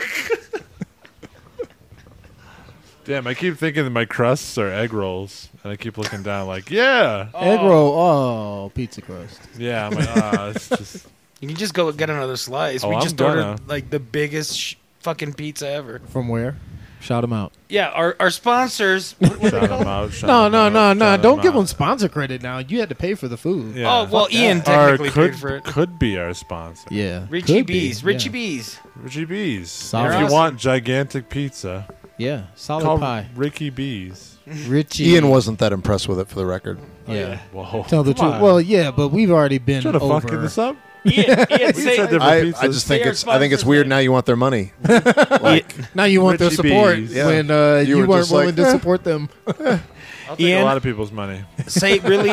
S6: Damn, I keep thinking that my crusts are egg rolls, and I keep looking down like, yeah,
S8: Egg roll. Oh, pizza crust.
S6: yeah. I'm like, ah, it's just
S5: You can just go get another slice.
S6: Oh,
S5: we
S6: I'm
S5: just
S6: gonna.
S5: ordered like the biggest sh- fucking pizza ever.
S8: From where? Shout them out.
S5: Yeah, our our sponsors. [laughs] what- what-
S6: shout 'em out. shout
S8: No,
S6: 'em
S8: no,
S6: out,
S8: no, no.
S6: shout
S8: Don't
S6: 'em
S8: give them
S6: out.
S8: sponsor credit now. You had to pay for the food.
S6: Yeah.
S5: oh well, Ian
S6: Or
S5: technically
S6: could
S5: paid for it.
S6: could be our sponsor.
S8: Yeah.
S5: Richie
S8: Could be,
S5: B's, Richie
S8: yeah.
S5: B's.
S6: Richie Bees.
S8: Solid.
S6: If you
S5: Awesome.
S6: want gigantic pizza,
S8: Yeah. Solid
S6: call
S8: pie.
S5: [laughs]
S6: Ricky Bees.
S8: [laughs] Richie. Oh,
S7: Ian wasn't that impressed with it, for the record.
S8: Yeah.
S6: Whoa.
S8: Tell the
S6: Come
S8: truth.
S6: on.
S8: Well, yeah, but we've already
S6: [laughs]
S8: been
S6: Shut the fuck
S8: over.
S6: fucking this up.
S5: Ian, Ian,
S6: We
S5: say,
S6: said different
S7: I,
S6: pizzas.
S7: I just think
S5: They are
S7: it's I think it's
S5: sponsors,
S7: weird
S5: man.
S7: now. You want their
S5: [laughs]
S7: money.
S8: Now you want
S6: Richie
S8: their support
S6: B's.
S7: Yeah.
S8: when uh,
S7: You
S8: you,
S7: were
S8: weren't
S7: just like,
S8: willing [laughs]
S7: eh.
S8: to support them.
S6: I'll take
S5: Ian-
S6: a lot of people's money.
S5: say [laughs] really.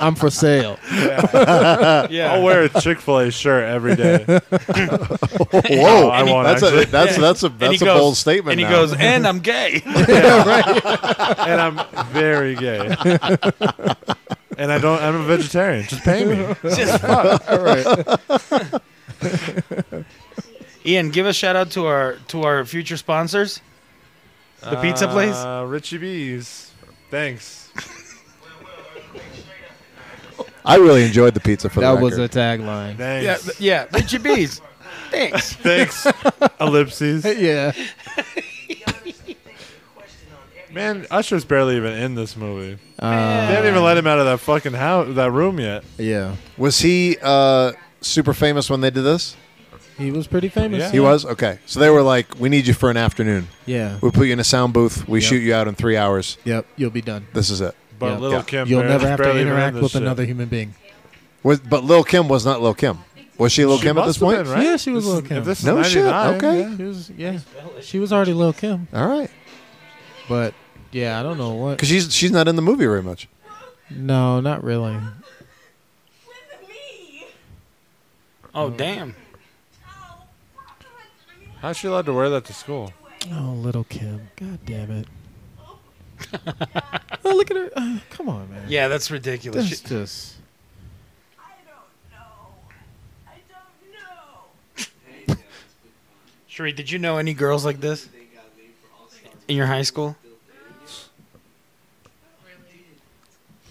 S8: I'm for [laughs] sale.
S5: Yeah.
S6: I'll wear a Chick Fil A shirt every
S8: [laughs]
S6: day.
S7: Whoa,
S6: I won't
S7: that's
S6: actually.
S7: a that's that's a
S5: And he
S7: that's a
S5: goes-
S7: bold statement.
S5: And he
S7: now.
S5: goes, and I'm gay.
S6: and I'm very gay.
S8: [laughs]
S6: and I don't. I'm a vegetarian. Just pay me.
S5: Just Ian, give a shout out to our to our future sponsors. The pizza place?
S6: Uh, Richie B's. Thanks.
S7: I really enjoyed the pizza for
S8: That
S7: the
S8: was a
S7: record.
S8: tagline.
S5: Yeah,
S6: Thanks.
S5: th- yeah, Richie B's. Thanks. [laughs]
S6: Thanks. Ellipses.
S8: [laughs] yeah.
S6: Man, Usher's barely even in this movie. They
S8: Uh,
S6: haven't even let him out of that fucking house, that room yet.
S8: yeah.
S7: was he uh, super famous when they did this?
S8: He was pretty famous.
S6: Yeah.
S7: He was okay. So they were like, "We need you for an afternoon.
S8: Yeah.
S7: We put you in a sound booth. We shoot you out in three hours.
S8: Yep. You'll be done.
S7: This is it."
S6: But
S8: Yeah.
S6: little Kim,
S8: You'll
S6: Barrett's
S8: never have to
S6: barely even in
S8: interact
S6: this
S8: with
S6: shit.
S8: another human being.
S7: Was, but Lil Kim was not Lil Kim. Was she Lil
S6: She
S7: Kim at
S6: must
S7: this
S6: have
S7: point?
S6: been, right?
S8: Yeah, she was
S6: This is-
S8: Lil Kim.
S6: If this is
S7: No shit.
S6: 99,
S7: Okay.
S6: yeah.
S8: She was, yeah. She was already Lil Kim,
S7: All right,
S8: but yeah, I don't know what.
S7: because she's she's not in the movie very much.
S8: No, not really.
S9: With me!
S5: Oh damn.
S9: Oh, fuck, I mean,
S6: How's she allowed to wear that to school?
S8: Oh, Little Kim. God
S6: [laughs]
S8: damn it. oh, look at her. Uh, come on, man.
S5: Yeah, that's ridiculous.
S8: That's
S5: She,
S8: just.
S9: I don't know. I don't know.
S5: Sheree, did you know any girls like this in your high school?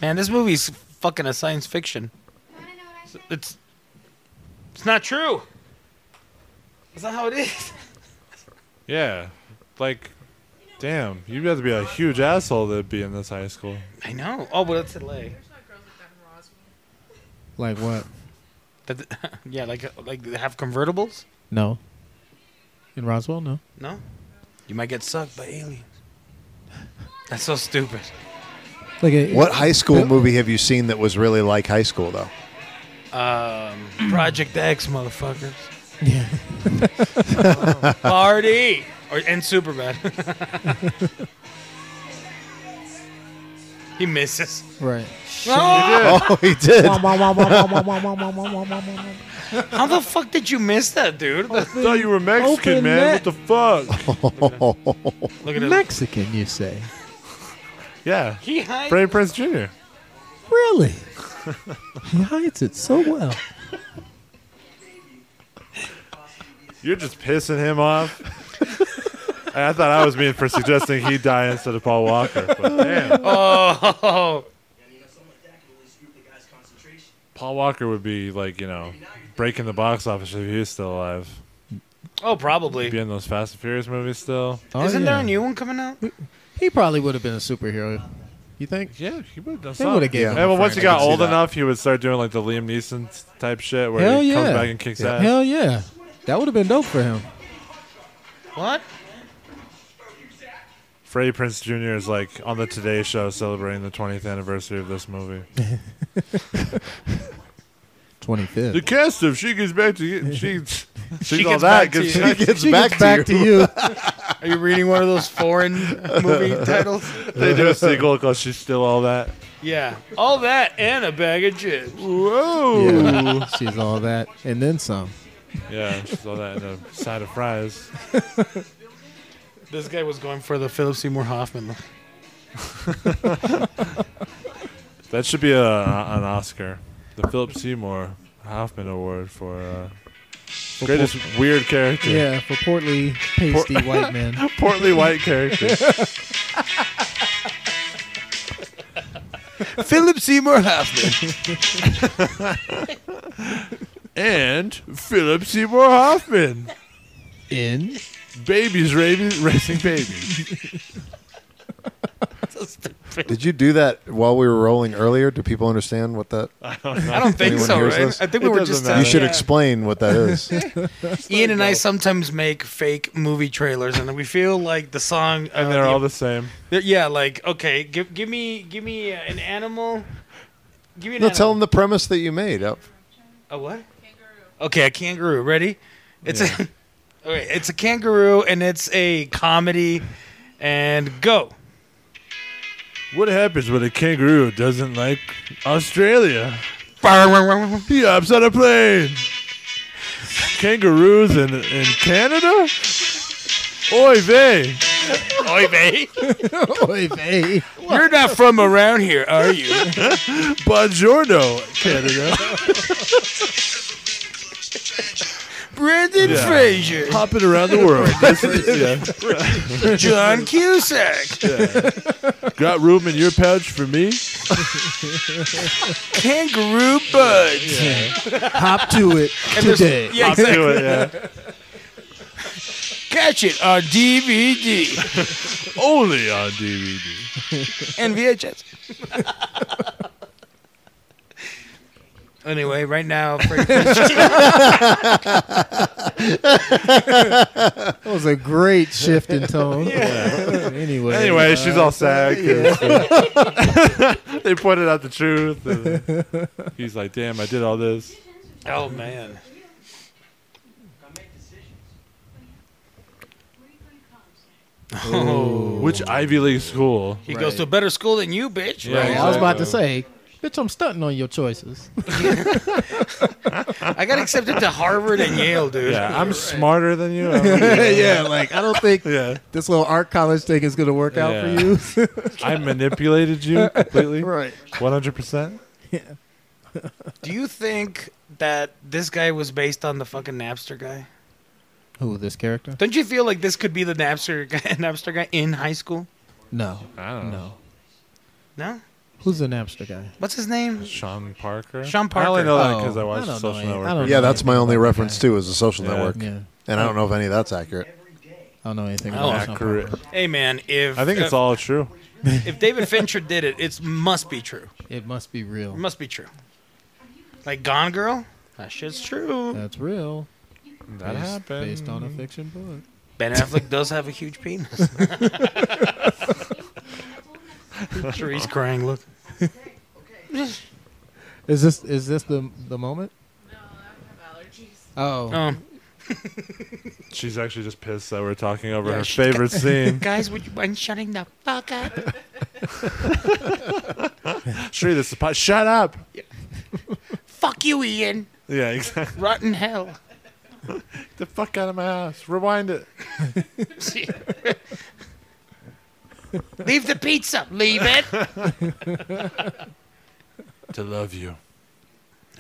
S5: Man, this movie's fucking a science fiction.
S9: Wanna know what I think?
S5: It's it's not true. Is that how it is?
S6: Yeah. Like, damn, you'd have to be a huge asshole to be in this high school.
S5: I know. Oh, but it's LA.
S10: There's not girls like that in Roswell.
S8: [laughs] Like what?
S5: That, [laughs] yeah, like like they have convertibles.
S8: No. In Roswell? No.
S5: No, you might get sucked by aliens. That's so stupid.
S8: Like a,
S7: What high school movie have you seen that was really like high school though?
S5: Um, [clears throat] Project X, motherfuckers.
S8: Yeah.
S5: [laughs] Party! Or, and Superbad. he [laughs] misses.
S8: Right.
S7: [laughs] Oh, he did.
S5: How the fuck did you miss that, dude?
S6: I thought you were Mexican,
S8: Open
S6: man.
S8: net.
S6: What the fuck?
S5: Look at him.
S8: Mexican, you say?
S6: yeah.
S5: He hides.
S6: Freddie Prince Jr.
S8: [laughs] Really? he hides it so well.
S6: You're just pissing him off. I I thought I was mean for suggesting he die instead of Paul Walker. But damn.
S5: Oh,
S6: Paul Walker would be like, you know, breaking the box office if he was still alive.
S5: oh, probably.
S6: Be in those Fast and Furious movies still.
S8: Oh,
S5: Isn't there
S8: yeah.
S5: a new one coming out?
S8: He probably would have been a superhero. You think?
S6: Yeah, he would have done
S8: They would
S6: something.
S8: have gave
S7: Yeah.
S8: him.
S6: Yeah,
S8: a
S6: but once he
S8: friend.
S6: got
S8: I could see
S6: old
S8: that.
S6: enough, he would start doing like the Liam Neeson type shit where
S8: Hell
S6: he
S8: yeah.
S6: comes back and kicks ass.
S8: Hell yeah. That would have been dope for him.
S5: What?
S6: Freddie Prince Jr. is like on the Today Show celebrating the 20th anniversary of this
S8: [laughs]
S6: movie.
S8: 25th.
S6: The cast of She Gets Back to
S8: [laughs]
S6: You. She, she
S5: Gets Back to You. [laughs]
S6: she gets
S8: She
S7: back
S8: gets
S7: to
S8: back to you. [laughs]
S5: Are you reading one of those foreign movie titles?
S6: They do a sequel called She's Still All That.
S5: Yeah. All that and a bag of chips.
S6: Whoa.
S8: Yeah. [laughs] She's all that and then some.
S6: Yeah, she's all that and a side of fries.
S5: This guy was going for the Philip Seymour Hoffman. [laughs] look.
S6: That should be a, an Oscar. The Philip Seymour Hoffman Award for uh, greatest weird character.
S8: Yeah, for portly, pasty white [laughs] man.
S6: Portly white character.
S5: [laughs] Philip Seymour Hoffman.
S6: [laughs] and Philip Seymour Hoffman.
S8: In
S6: Babies rabies, racing babies.
S7: Did you do that while we were rolling earlier? Do people understand what that?
S5: I
S6: [laughs]
S5: don't think
S7: Anyone
S5: so,
S7: hears
S5: right?
S7: this?
S5: I think
S6: It
S5: we were
S6: doesn't
S5: just.
S6: matter.
S5: uh,
S7: You should
S5: yeah.
S7: explain what that
S6: [laughs]
S7: is.
S5: Ian and I sometimes make fake movie trailers, and we feel like the song. uh,
S6: And they're
S5: the-
S6: all the same.
S5: they're- yeah, like okay, give give me give me uh, an animal. Give me an
S7: no,
S5: animal.
S7: tell them the premise that you made. Oh,
S5: A what? Okay, a kangaroo. Ready? It's a. [laughs] Okay, it's a kangaroo, and it's a comedy, and
S6: [laughs]
S5: go.
S6: What happens when a kangaroo doesn't like Australia?
S5: That's
S6: He hops on a plane. Kangaroos in, in Canada? Oy vey. Oy vey.
S8: [laughs] Oy vey.
S5: You're not from around here, are you?
S6: [laughs] Buongiorno, Canada.
S5: Brendan
S6: Yeah.
S5: Fraser,
S6: Hopping around the world. [laughs] This is- yeah.
S5: John
S6: [laughs]
S5: Cusack,
S6: Got room in your pouch for me?
S5: Kangaroo Buds.
S8: Hop to [laughs] it today.
S5: Yeah,
S6: I'll
S5: exactly.
S6: do it, yeah.
S5: Catch it on DVD
S6: Only on DVD.
S5: and VHS. anyway, right now, Freddy-
S6: [laughs]
S8: That was a great shift in [laughs] tone. anyway.
S6: Anyway, she's
S8: uh,
S6: all sad. 'cause, [laughs] uh, they pointed out the truth. and he's like, damn, I did all this.
S5: oh man,
S6: Which Ivy League school?
S5: he
S8: Right.
S5: goes to a better school than you, bitch.
S6: Yeah.
S8: I was about to say, bitch, I'm stunting on your choices.
S5: I got accepted to Harvard and Yale, dude.
S6: Yeah, I'm smarter than you.
S8: [laughs] [laughs] yeah, like I don't think
S6: yeah.
S8: this little art college thing is going to work out
S6: Yeah.
S8: for you.
S6: I manipulated you completely.
S8: [laughs] right.
S6: 100%.
S5: Do you think that this guy was based on the fucking Napster guy?
S8: Who this character?
S5: Don't you feel like this could be the Napster [laughs] guy, Napster guy in high school?
S8: No.
S6: I don't know.
S8: No.
S5: No.
S8: Who's the Napster guy?
S5: What's his name?
S6: Sean Parker.
S5: Sean
S6: I
S5: Parker.
S6: only know that
S8: Oh,
S6: because I
S8: I
S6: watched
S8: don't
S6: Social
S8: know.
S6: Network.
S8: I don't
S7: yeah, that's my only reference too. Is the Social
S6: Yeah.
S7: Network,
S8: Yeah.
S7: and I don't know if any of that's accurate.
S8: I don't know anything
S5: Oh,
S8: about Sean
S6: Accurate.
S8: Parker.
S5: Hey man, if
S6: I think it's
S5: uh,
S6: all true.
S5: if David Fincher did it, it must be true.
S8: It must be
S5: It
S8: real.
S5: must be true. Like Gone Girl? That shit's true.
S8: That's real.
S6: That
S8: based,
S6: happened.
S8: Based on a fiction book.
S5: [laughs] Ben Affleck does have a huge penis. She's crying. Look.
S8: Is this is this the the moment?
S10: No, I have allergies.
S8: Oh,
S5: Um,
S6: She's actually just pissed that we're talking over
S5: Yeah,
S6: her
S5: she's got- [laughs]
S6: favorite scene.
S5: guys, would you mind shutting the fuck up?
S6: Shri, this is po- shut up.
S5: fuck you, Ian.
S6: Yeah,
S5: [laughs]
S6: exactly.
S5: Rotten hell.
S6: Get the fuck out of my house. Rewind it.
S5: Leave the pizza. Leave it.
S6: To love you.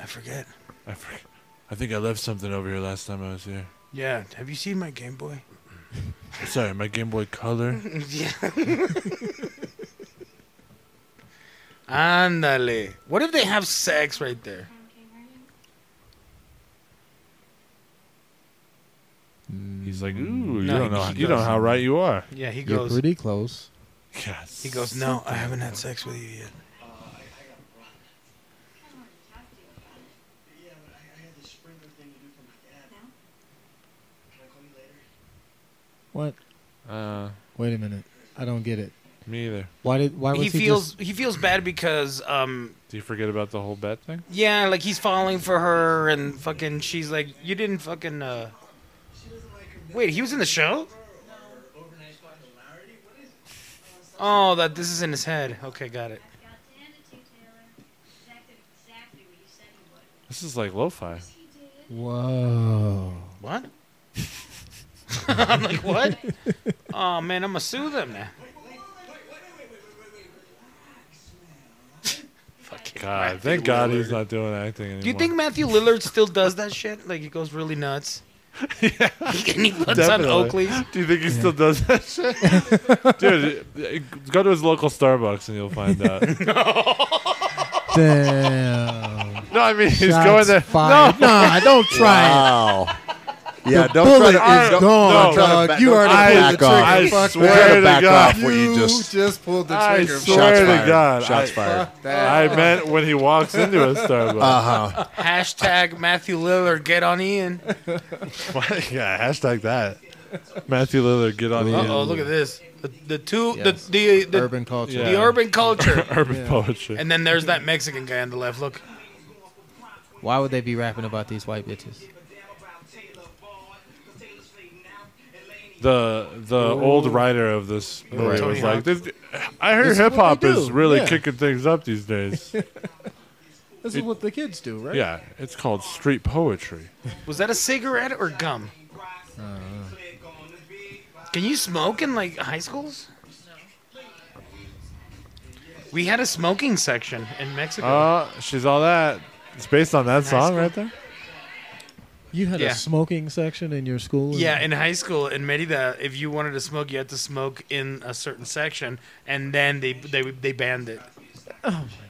S5: I forget.
S6: I, forg I think I left something over here last time I was here.
S5: Yeah. Have you seen my Game [laughs] Boy?
S6: Sorry, my Game Boy Color.
S5: yeah. Andale. What if they have sex right there?
S6: [laughs] He's like, ooh, you
S5: No,
S6: don't know,
S5: he
S6: you don't know
S5: goes-
S6: how right you are.
S5: Yeah, he
S8: you're
S5: goes.
S8: pretty close.
S6: Yes.
S5: He goes. No, I haven't had sex with you yet.
S8: What?
S6: Uh,
S8: Wait a minute. I don't get it.
S6: me either.
S8: Why did? Why was
S5: He
S8: he,
S5: feels
S8: Just,
S5: he feels bad because um
S6: Do you forget about the whole bet thing?
S5: Yeah, like he's falling for her, and fucking she's like, "You didn't fucking." uh Wait, he was in the show. Oh, that this is in his head. Okay, got it.
S6: This is like lo-fi.
S8: whoa.
S5: What? [laughs] I'm like, what? oh man, I'm gonna sue them now. Fucking
S6: God,
S5: Matthew
S6: thank God he's
S5: Lillard.
S6: not doing acting anymore.
S5: Do you think Matthew Lillard still does that shit? Like he goes really nuts. yeah, and he puts
S6: Definitely.
S5: on Oakley's.
S6: [laughs] Do you think he still does that
S5: [laughs]
S6: shit? Dude, uh, go to his local Starbucks and you'll
S5: [laughs]
S6: find out.
S8: Damn.
S6: no, I mean he's
S8: Shots
S6: going there.
S8: Fired. No, nah, don't try it.
S7: Wow. Yeah,
S8: The
S7: don't try
S8: bullet
S7: to,
S6: is
S7: don't-
S8: gone,
S7: don't try to
S8: dog.
S7: back-
S8: You
S7: don't
S8: already
S7: try
S6: pulled the trigger. I
S7: to back off. Fuck
S6: swear
S7: that.
S6: to
S7: back
S6: God.
S7: off what you just
S8: pulled the
S6: I
S8: trigger.
S6: swear
S7: shots
S6: to
S7: fired.
S6: God,
S7: Shots
S6: I-
S7: fired.
S6: I meant when he walks into a Starbucks. [laughs]
S7: Uh, Uh-huh.
S5: Hashtag Matthew Lillard, get on Ian.
S6: yeah, hashtag that. Matthew Lillard, get on the
S5: Uh oh, look at this. The, the two,
S8: Yes.
S5: the, the, the,
S8: Urban culture.
S6: Yeah.
S5: the urban culture.
S6: urban poetry.
S5: and then there's that Mexican guy on the left. Look.
S8: Why would they be rapping about these white bitches?
S6: the the old writer of this movie
S5: Right.
S6: was
S5: Tony
S6: like,
S5: Hawk.
S6: this, "I heard
S8: This is what
S6: hip
S8: they
S6: hop is
S8: do,
S6: really
S8: yeah.
S6: kicking things up these
S8: [laughs]
S6: days."
S8: This is what the kids do, right?
S6: yeah, it's called street poetry.
S5: Was that a cigarette or gum? Can you smoke in like high schools? We had a smoking section in Mexico.
S6: Uh, she's all that. It's based on that song
S5: school.
S6: right there.
S8: You had
S5: Yeah.
S8: a smoking section in your school.
S5: yeah, in high school in Merida, if you wanted to smoke, you had to smoke in a certain section, and then they they they banned it.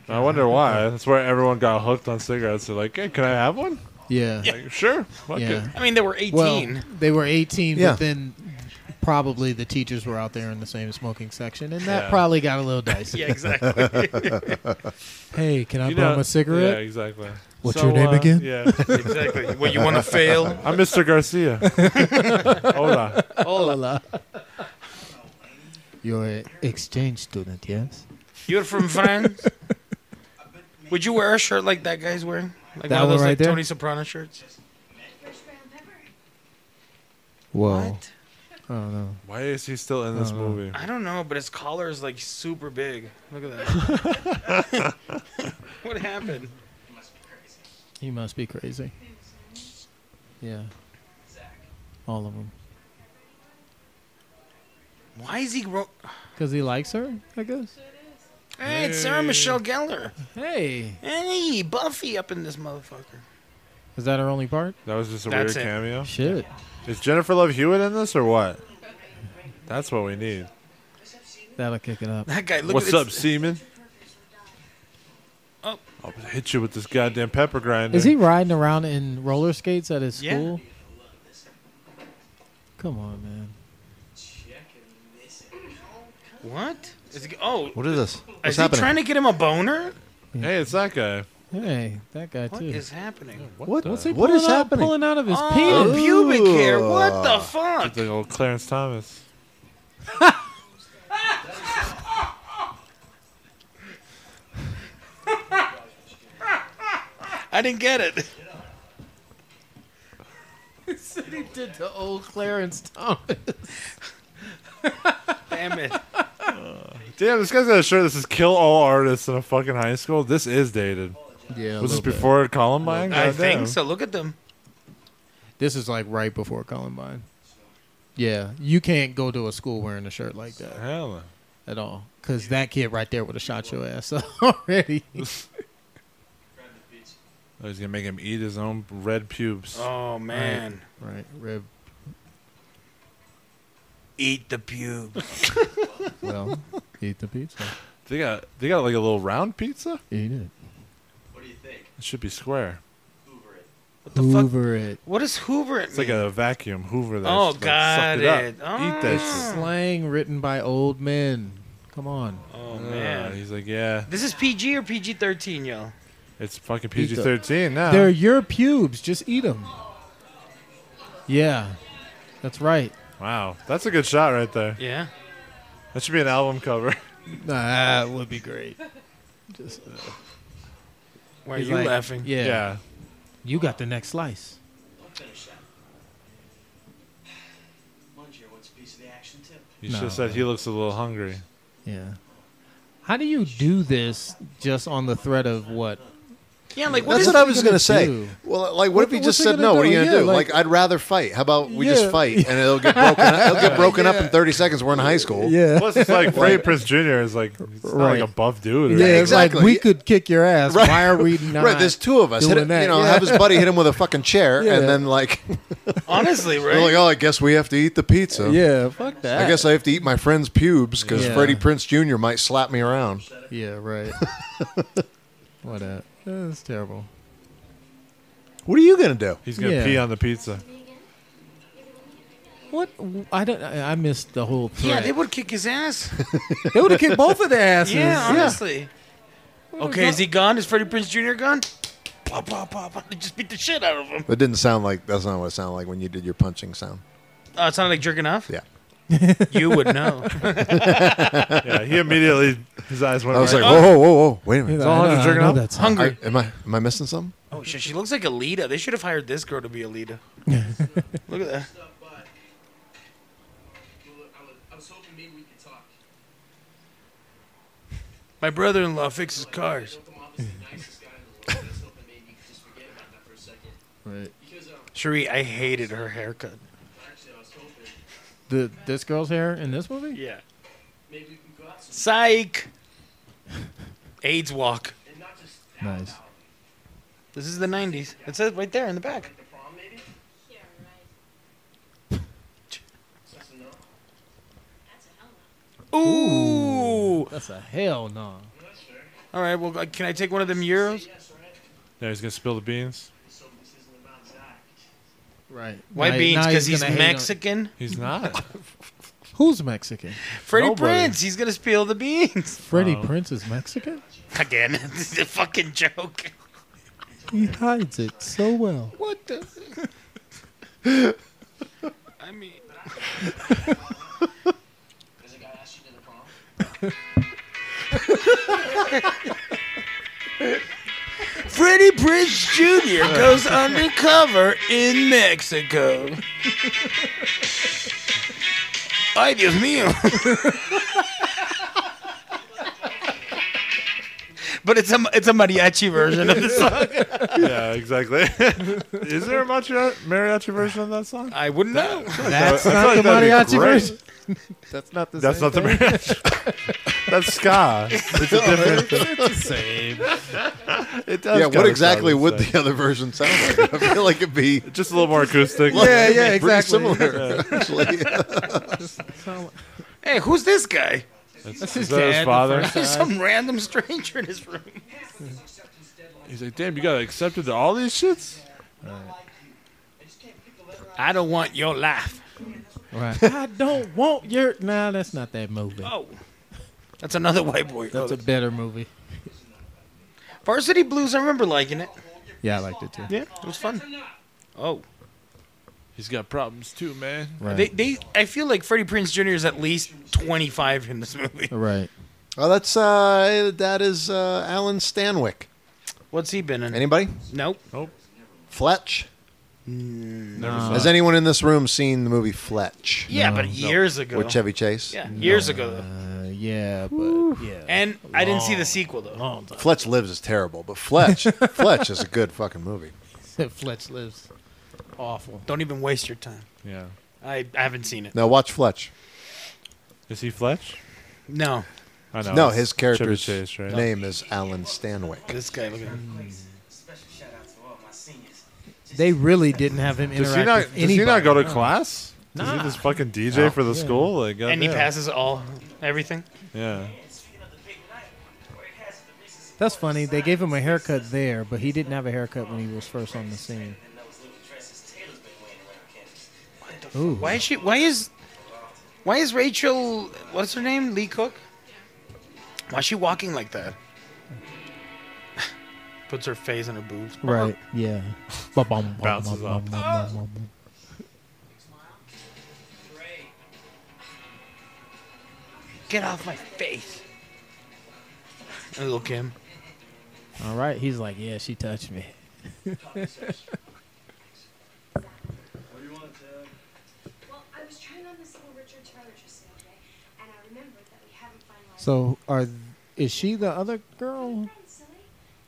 S6: I wonder why. That's where everyone got hooked on cigarettes. They're like, "Hey, can I have one?"
S8: Yeah. Yeah.
S6: Like, sure. Fuck it.
S5: I mean, they were 18.
S8: Well, they were 18,
S7: Yeah.
S8: but then probably the teachers were out there in the same smoking section, and that
S6: Yeah.
S8: probably got a
S6: [laughs]
S8: little dicey.
S5: yeah, exactly. [laughs]
S8: Hey, can I
S6: You
S8: bum
S6: know-
S8: a cigarette?
S6: Yeah, exactly. uh,
S8: What's your name again? [laughs]
S6: Yeah,
S5: exactly. What you want to fail?
S6: I'm Mr. Garcia. Hola.
S8: Hola. [laughs] You're an exchange student, yes?
S5: You're [laughs] from France. Would you wear a shirt like that guy's wearing? Like
S8: That
S5: one of those
S8: one right
S5: like
S8: there?
S5: Tony Soprano shirts?
S8: Whoa. I don't know.
S6: Why is he still in this
S8: Uh-huh.
S6: movie?
S5: I don't know, but his collar is like super big. Look at that. [laughs] what happened?
S8: You must be crazy. Yeah. All of them.
S5: Why is he grow?
S8: Because he likes her, I guess.
S5: Hey, it's Sarah Michelle Gellar.
S8: Hey.
S5: Hey, Buffy up in this motherfucker.
S8: Is that her only part?
S6: That was just a
S5: That's
S6: weird
S5: it.
S6: cameo.
S8: Shit.
S6: Is Jennifer Love Hewitt in this or what? That's what we need.
S8: That'll kick it up.
S5: That guy. Look
S6: What's
S5: at
S6: up,
S5: this-
S6: Seaman?
S5: Oh.
S6: I'll hit you with this goddamn pepper grinder.
S8: Is he riding around in roller skates at his
S5: Yeah.
S8: school? Come on, man.
S5: What? Is he, oh,
S7: What is this?
S5: is
S7: What's
S5: he
S7: happening?
S5: trying to get him a boner?
S6: Hey, it's that guy.
S8: Hey, that guy
S5: What
S8: too.
S5: is happening?
S7: what?
S8: What's he
S7: what
S8: pulling
S7: is
S8: out,
S7: happening?
S8: Pulling out of his
S5: Oh,
S8: penis.
S5: pubic hair. What the fuck?
S6: The old Clarence Thomas.
S5: I didn't get it.
S8: what he did to old Clarence Thomas.
S5: Damn it.
S6: Damn, this guy's got a shirt that says "Kill all artists in a fucking high school." This is dated.
S8: Yeah, a
S6: Was this
S8: little bit.
S6: before Columbine?
S5: I
S6: Goddamn.
S5: think so. Look at them.
S8: This is like right before Columbine. Yeah, you can't go to a school wearing a shirt like that
S6: Hell, no.
S8: at all, because that kid right there would have shot your ass [laughs] up already.
S6: Oh, he's gonna make him eat his own red pubes.
S5: Oh man.
S8: right, Rev.
S5: Eat the pubes.
S8: Well, eat the pizza.
S6: They got they got like a little round pizza.
S8: Eat it.
S6: It should be square.
S5: the fuck?
S8: Hoover it.
S5: What does Hoover it
S6: It's like
S5: mean?
S6: a vacuum Hoover. That
S5: Oh,
S6: just, like, sucked
S5: got
S6: it.
S5: it.
S6: Up. Eat that shit.
S8: Slang written by old men. Come on.
S5: oh
S6: Yeah,
S5: man.
S6: he's like, yeah,
S5: This is PG or PG thirteen, yo.
S6: it's fucking
S8: Eat
S6: PG thirteen now.
S8: They're your pubes. Just eat them. Yeah, that's right.
S6: Wow, that's a good shot right there.
S5: Yeah.
S6: That should be an album cover.
S8: That would be [laughs] great. Just, uh,
S5: Why are
S8: he's
S5: you
S8: like,
S5: laughing?
S8: [laughs] Yeah,
S6: yeah.
S8: You got the next slice.
S6: You
S8: No.
S6: should have said he looks a little
S8: [laughs]
S6: hungry.
S8: Yeah. How do you do this just on the threat of what?
S5: Yeah, like what
S7: That's
S5: is
S7: what I was
S8: gonna
S7: going to say.
S8: do?
S7: Well, like, what, if he
S8: what's
S7: just
S8: he
S7: said
S8: gonna
S7: no? What are
S8: do?
S7: you going to
S8: Yeah,
S7: do?
S8: like-
S7: Like, I'd rather fight. How about we
S8: Yeah.
S7: just fight
S8: [laughs]
S7: and it'll get broken? up. It'll get broken up in thirty seconds. We're in high school.
S8: Yeah.
S6: Plus, it's like Freddie Prince Jr. is like, he's not
S8: Right.
S6: like a buff dude. or
S8: Yeah, it's like
S7: exactly.
S8: we could kick your
S7: [laughs]
S8: ass.
S7: Right.
S8: Why are we
S7: [laughs]
S8: not?
S7: Right, there's two of us. Hit
S8: doing
S7: it,
S8: that,
S7: you know,
S8: yeah.
S7: have his buddy hit him with a fucking chair,
S8: Yeah.
S7: and then like, [laughs]
S5: [laughs] honestly,
S7: they're like,
S5: right?
S7: oh, I guess we have to eat the pizza.
S8: Yeah, fuck that.
S7: I guess I have to eat my friend's pubes because
S8: Yeah.
S7: Freddie Prince Jr. might slap me around.
S8: Yeah, right. what a that's terrible.
S7: What are you gonna do?
S6: He's gonna
S8: Yeah.
S6: pee on the pizza.
S8: What I don't I I missed the whole threat.
S5: Yeah, they would kick his [laughs] ass.
S8: they would have kicked both of their [laughs] asses.
S5: yeah, honestly. Okay, is he gone? Is Freddie Prince Jr. gone? Pop, pop, pop, pop. They just beat the shit out of him.
S7: That didn't sound like. That's not what it sounded like when you did your punching sound.
S5: Oh, it sounded like jerking off.
S7: Yeah.
S5: You would [laughs] know.
S6: Yeah, he immediately his eyes went.
S7: I was
S6: right
S7: like, whoa, whoa, whoa, whoa, wait a
S8: He's
S7: minute.
S8: like,
S6: all
S8: I
S6: under
S8: know- I
S6: jerking
S8: know
S6: off?
S8: that's-
S5: Hungry.
S7: I- am I am I missing something?
S5: Oh shit, she looks like Alita. They should have hired this girl to be Alita. Look at that. My brother-in-law fixes cars.
S8: Right.
S5: Cherie, I hated her haircut.
S8: The this girl's hair in this movie?
S5: Yeah. Psych. AIDS walk.
S8: Nice.
S5: This is the '90s. It says right there in the back. Ooh.
S8: That's a hell no.
S5: All right. Well, uh, can I take one of them euros?
S6: Yeah, he's gonna spill the beans.
S8: Right.
S5: Why
S8: Now-
S5: beans?
S8: now
S5: Because he's,
S8: gonna hate on-
S5: Mexican.
S6: He's
S8: [laughs]
S6: not.
S8: Who's Mexican?
S5: Freddie
S6: Nobody.
S5: Prince. He's gonna spill the beans [laughs]
S8: Freddie Prince is Mexican?
S5: again. [laughs] this is a fucking joke.
S8: He hides it so well.
S5: What the? I mean. Freddie Prince Jr. goes undercover in Mexico. Ay, Dios mío. but it's a it's a mariachi version of the song.
S6: yeah, exactly. [laughs] is there a mariachi, mariachi version of that song?
S5: I wouldn't know.
S8: That's
S6: I feel
S8: not
S6: like
S8: the
S6: that'd be
S8: mariachi
S6: great.
S8: version. That's not the
S6: That's not the mariachi. That's ska. It's a different.
S8: It's the
S6: [laughs]
S8: same.
S6: It does.
S7: Yeah.
S6: kinda
S7: What exactly
S6: sound
S7: would
S6: same.
S7: the other version sound like? I feel like it'd [laughs] be
S6: Just a little more acoustic.
S8: Yeah, yeah,
S7: pretty
S8: exactly.
S7: similar. [laughs] Actually,
S5: Hey, who's this guy?
S6: Is that his father?
S5: There's [laughs] some random stranger in his room.
S6: He's like, damn, you got accepted to all these shits.
S5: I don't want your life.
S8: Right. I don't want your. Nah, that's not that movie.
S5: Oh. That's another white boy.
S8: That's a
S5: Oh,
S8: better movie.
S5: Varsity Blues, I remember liking it.
S8: Yeah, I liked it too.
S5: Yeah, it was fun. Oh.
S6: He's got problems too, man.
S8: Right.
S5: They, they I feel like Freddie Prince Jr. is at least 25 in this movie.
S8: right.
S7: oh, that's uh, that is uh, Alan Stanwyck.
S5: What's he been in?
S7: Anybody?
S5: nope.
S6: Nope.
S7: Fletch? Uh,
S6: Never saw
S7: Has
S6: it.
S7: anyone in this room seen the movie Fletch?
S5: Mm. Yeah, but years ago.
S7: With Chevy Chase?
S5: yeah, years ago though.
S8: Uh, yeah, but yeah.
S5: And I didn't see the sequel though.
S8: Long time.
S7: Fletch Lives is terrible,
S5: [laughs]
S7: but Fletch Fletch is a good fucking movie.
S8: [laughs] Fletch lives. Awful.
S5: Don't even waste your time.
S6: Yeah.
S5: I, I haven't seen it.
S7: Now watch Fletch.
S6: Is he Fletch?
S5: No,
S6: I know.
S7: No,
S6: it's
S7: his
S6: Chevy
S7: character's
S6: Chase, right?
S7: name is Alan Stanwyck.
S5: this guy. Look at him.
S8: They really didn't have him
S6: Does
S8: interact
S6: he not?
S8: with
S6: Does he not
S8: anybody.
S6: go to
S8: No.
S6: class? Does he
S8: Nah. Oh,
S6: just fucking DJ for the school? Like,
S5: And he
S6: goddamn.
S5: passes all everything.
S6: Yeah.
S8: That's funny. They gave him a haircut there, but he didn't have a haircut when he was first on the scene. Ooh.
S5: Why is she? Why is? Why is Rachel? What's her name? Lee Cook. Why is she walking like that? [laughs] Puts her face in her boobs.
S8: Right. Yeah. Ba-bum,
S6: Bounces
S8: bum,
S6: off.
S8: bum, bum, bum, bum.
S5: Get off my face. And little Kim.
S8: All right. He's like, yeah, she touched me.
S9: Well, I was trying on this little Richard Turner just the other day, and I remembered that we haven't finalized.
S8: So are is she the other girl?
S9: Fine, silly.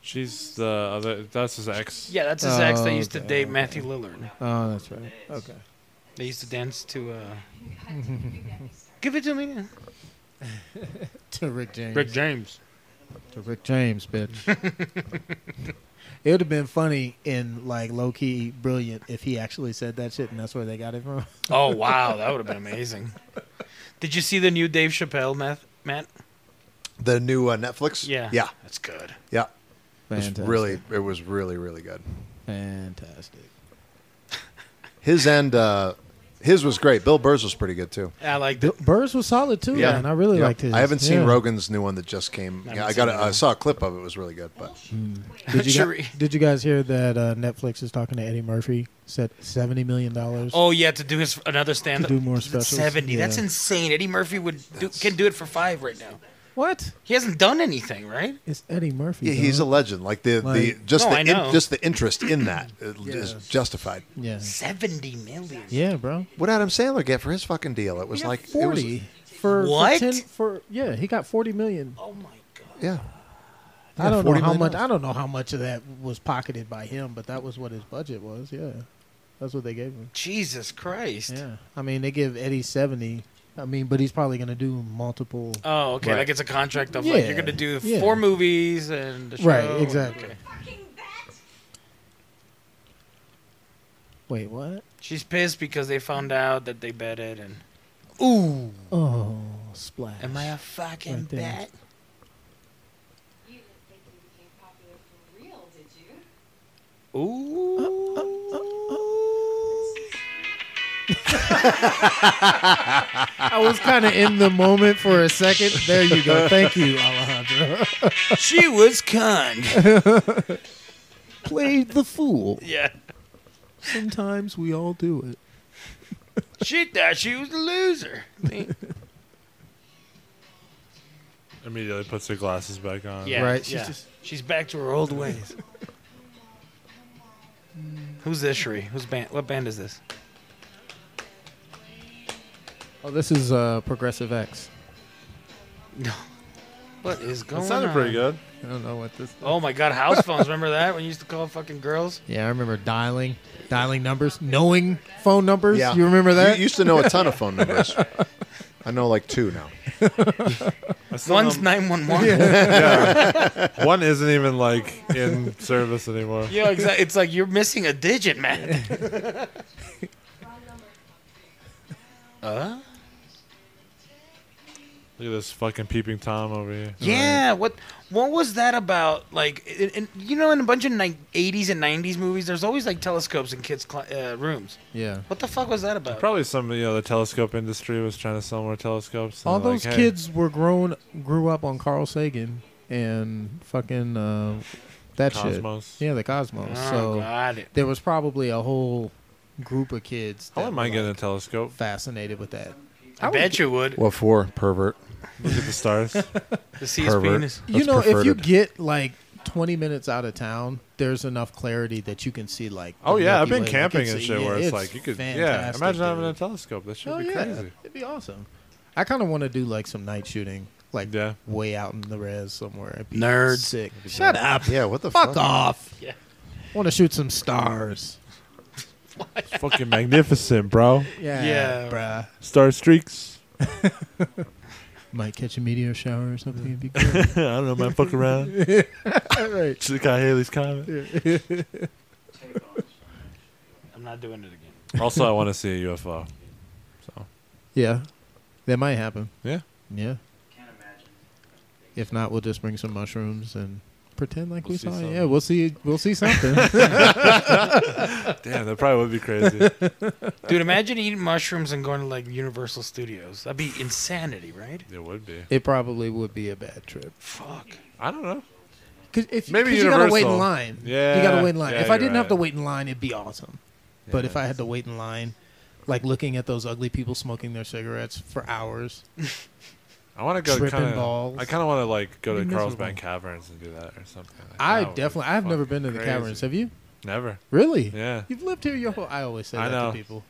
S6: She's the other. That's his ex.
S5: Yeah, that's his ex that
S8: Oh,
S5: used to
S8: okay,
S5: date
S8: okay.
S5: Matthew Lillard.
S8: Oh, that's right. Okay.
S5: They used to dance to. uh Give it to me.
S8: [laughs] To Rick James.
S5: Rick James.
S8: to Rick
S7: [laughs]
S8: James, bitch. it would have been funny in like low key brilliant if he actually said that shit, and that's where they got
S7: [laughs]
S8: it from.
S5: Oh wow, that would have been amazing. Did you see the new Dave Chappelle, Matt? Matt?
S7: The new uh, Netflix.
S5: Yeah.
S7: yeah,
S5: That's good.
S7: yeah. It was
S8: Fantastic.
S7: really, it was really, really good.
S8: fantastic.
S7: His end, uh, his was great. Bill Burr's was pretty good too.
S5: I like
S8: B-
S5: that.
S8: Burrs was solid too,
S7: Yeah.
S8: man. I really
S7: Yeah.
S8: liked his.
S7: I haven't seen
S8: yeah.
S7: Rogan's new one that just came.
S5: I
S7: Yeah, I
S5: haven't seen
S7: got. A,
S5: it
S7: I
S5: either.
S7: saw a clip of it. It was really good, but
S5: [laughs]
S8: Did you,
S5: Sure.
S8: guys, [laughs] did you guys hear that uh, Netflix is talking to Eddie Murphy? Said seventy million dollars.
S5: Oh yeah, to do his another stand up.
S8: do more specials,
S5: Seventy. That's
S8: yeah.
S5: insane. Eddie Murphy would do, can do it for five right now.
S8: what?
S5: He hasn't done anything, right?
S8: It's Eddie Murphy.
S7: yeah, he's a
S8: dog.
S7: legend. Like the the
S8: Like-
S7: just
S5: No,
S7: the
S5: I know.
S7: in, just the interest in
S5: [clears throat]
S7: that uh, is
S8: Yes.
S7: justified.
S8: yeah,
S5: Seventy million.
S8: yeah, bro.
S7: What did Adam Sandler get for his fucking deal? It was like it was-
S8: Forty for for
S5: What?
S8: 10 for yeah, he got forty million.
S5: Oh my god.
S7: yeah.
S8: I don't know
S7: $40
S8: how
S7: million
S8: much. I don't know how much of that was pocketed by him, but that was what his budget was. Yeah, that's what they gave him.
S5: Jesus Christ.
S8: Yeah, I mean they give Eddie seventy. I mean, but he's probably gonna do multiple.
S5: Oh, okay.
S7: Right.
S5: Like it's a contract of like
S8: Yeah,
S5: you're gonna do
S8: yeah.
S5: four movies and a show.
S8: Right, exactly.
S5: Okay.
S9: Fucking bet!
S8: Wait, what?
S5: She's pissed because they found out that they betted and
S8: Oh, splash!
S5: Mm-hmm. Am I a fucking
S8: Right there.
S5: bet?
S9: You didn't think you became popular for real, did you?
S5: Ooh.
S8: Uh, I was kind of in the moment for a second. There you go. Thank you, Alejandro.
S5: she was kind.
S8: Played the fool.
S5: yeah.
S8: Sometimes we all do it.
S5: She thought she was a
S8: [laughs]
S5: loser.
S6: Immediately puts her glasses back on.
S5: Yeah,
S8: Right,
S5: She's,
S8: she's
S5: Just, she's back to her old ways. Who's this, Sheree? Who's band? What band is this?
S8: Oh, this is uh, Progressive X.
S5: No. What is going
S6: That
S5: on?
S6: sounded pretty good.
S8: I don't know what this.
S5: Oh my God, house phones. Remember that when you used to call fucking girls?
S8: Yeah, I remember dialing, dialing numbers, knowing phone numbers.
S7: Yeah.
S8: You remember that?
S7: You used to know a
S8: [laughs]
S7: ton of phone numbers. I know like two now.
S6: I still
S5: One's
S6: don't-
S5: nine one
S6: [laughs]
S5: one.
S6: one isn't even like in
S5: [laughs]
S6: service anymore.
S5: Yeah, exactly. It's like you're missing a digit, man. uh?
S6: Look at this fucking peeping tom over here.
S5: Yeah. What? What was that about? Like, in, in, you know, in a bunch of like '80s and '90s movies, there's always like telescopes in kids' cl- uh, rooms.
S8: yeah.
S5: What the fuck was that about?
S6: Probably some you know the telescope industry was trying to sell more telescopes. and
S8: All
S6: they're
S8: those
S6: like, "Hey."
S8: kids were grown, grew up on Carl Sagan and fucking uh, that
S6: Cosmos.
S8: shit. Yeah, the Cosmos.
S5: Oh,
S8: so
S5: got it.
S8: there was probably a whole group of kids
S6: I
S8: that
S6: wouldn't
S8: were,
S6: mind getting a
S8: like,
S6: telescope.
S8: fascinated with that.
S5: I, bet you would.
S7: What for? Pervert.
S6: Look at the stars.
S8: [laughs]
S5: to see his
S7: pervert.
S5: penis.
S7: That's
S8: you know, if you
S7: perverted.
S8: get like 20 minutes out of town, there's enough clarity that you can see like.
S6: Oh
S8: the
S6: yeah, I've been
S8: Milky Way.
S6: camping
S8: Like,
S6: and shit where
S8: yeah,
S6: it's, like you could yeah.
S8: fantastic,
S6: Imagine having
S8: dude.
S6: a telescope. That should
S8: Oh
S6: be
S8: yeah, [laughs]
S6: crazy.
S8: it'd be awesome. I kind of want to do like some night shooting, like
S6: Yeah.
S8: way out in the res somewhere. It'd be
S5: Nerds.
S8: sick.
S5: Shut up.
S7: Yeah, what the
S8: Fuck
S7: fuck?
S8: off.
S5: Yeah.
S8: Want to shoot some stars?
S6: It's fucking magnificent, bro.
S8: Yeah,
S5: Yeah.
S8: bruh.
S6: Star streaks. [laughs]
S8: Might catch a meteor shower or something. It'd [laughs] be cool.
S6: I don't know, man. Fuck
S8: [laughs]
S6: around.
S8: All right.
S6: Check out Haley's comment.
S5: I'm not doing it again.
S6: Also, I want to see a UFO.
S8: Yeah, that might happen.
S6: Yeah.
S8: Yeah. If not, we'll just bring some mushrooms and pretend like we
S6: We'll see
S8: saw it.
S6: something.
S8: Yeah, we'll see. We'll [laughs] see something.
S6: Damn, that probably would be
S8: [laughs]
S6: crazy.
S5: Dude, imagine eating mushrooms and going to like Universal Studios. That'd be insanity, right?
S6: it would be.
S8: it probably would be a bad trip.
S5: Fuck.
S6: I don't know.
S8: Cause if
S6: Maybe
S8: 'cause you gotta wait in
S6: Universal.
S8: line. you
S6: Yeah.
S8: gotta wait in line.
S6: Yeah,
S8: if I
S6: you're
S8: didn't have
S6: right.
S8: to wait in line, it'd be awesome. But if I had to wait in line, like looking at those ugly people smoking their cigarettes for hours,
S6: I want to go
S8: Tripping
S6: kind
S8: balls.
S6: of. I kind of want to like go to
S8: Be
S6: Carlsbad
S8: miserable.
S6: Caverns and do that or something. Like,
S8: I
S6: that would be
S8: definitely. I've never been to the
S6: crazy.
S8: caverns. Have you?
S6: Never.
S8: Really?
S6: Yeah. [laughs]
S8: You've lived here your whole. I always say
S6: I
S8: that
S6: know.
S8: to people.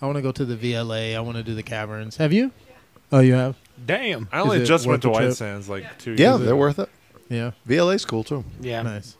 S8: I want to go to the VLA. I want to do the caverns. Have you? Oh, you have.
S5: Damn.
S6: I only
S8: it
S6: just went to
S8: worth the
S6: White
S8: trip?
S6: Sands like two
S7: Yeah,
S6: years.
S7: they're worth it.
S8: Yeah.
S7: VLA's cool too.
S5: Yeah.
S8: Nice.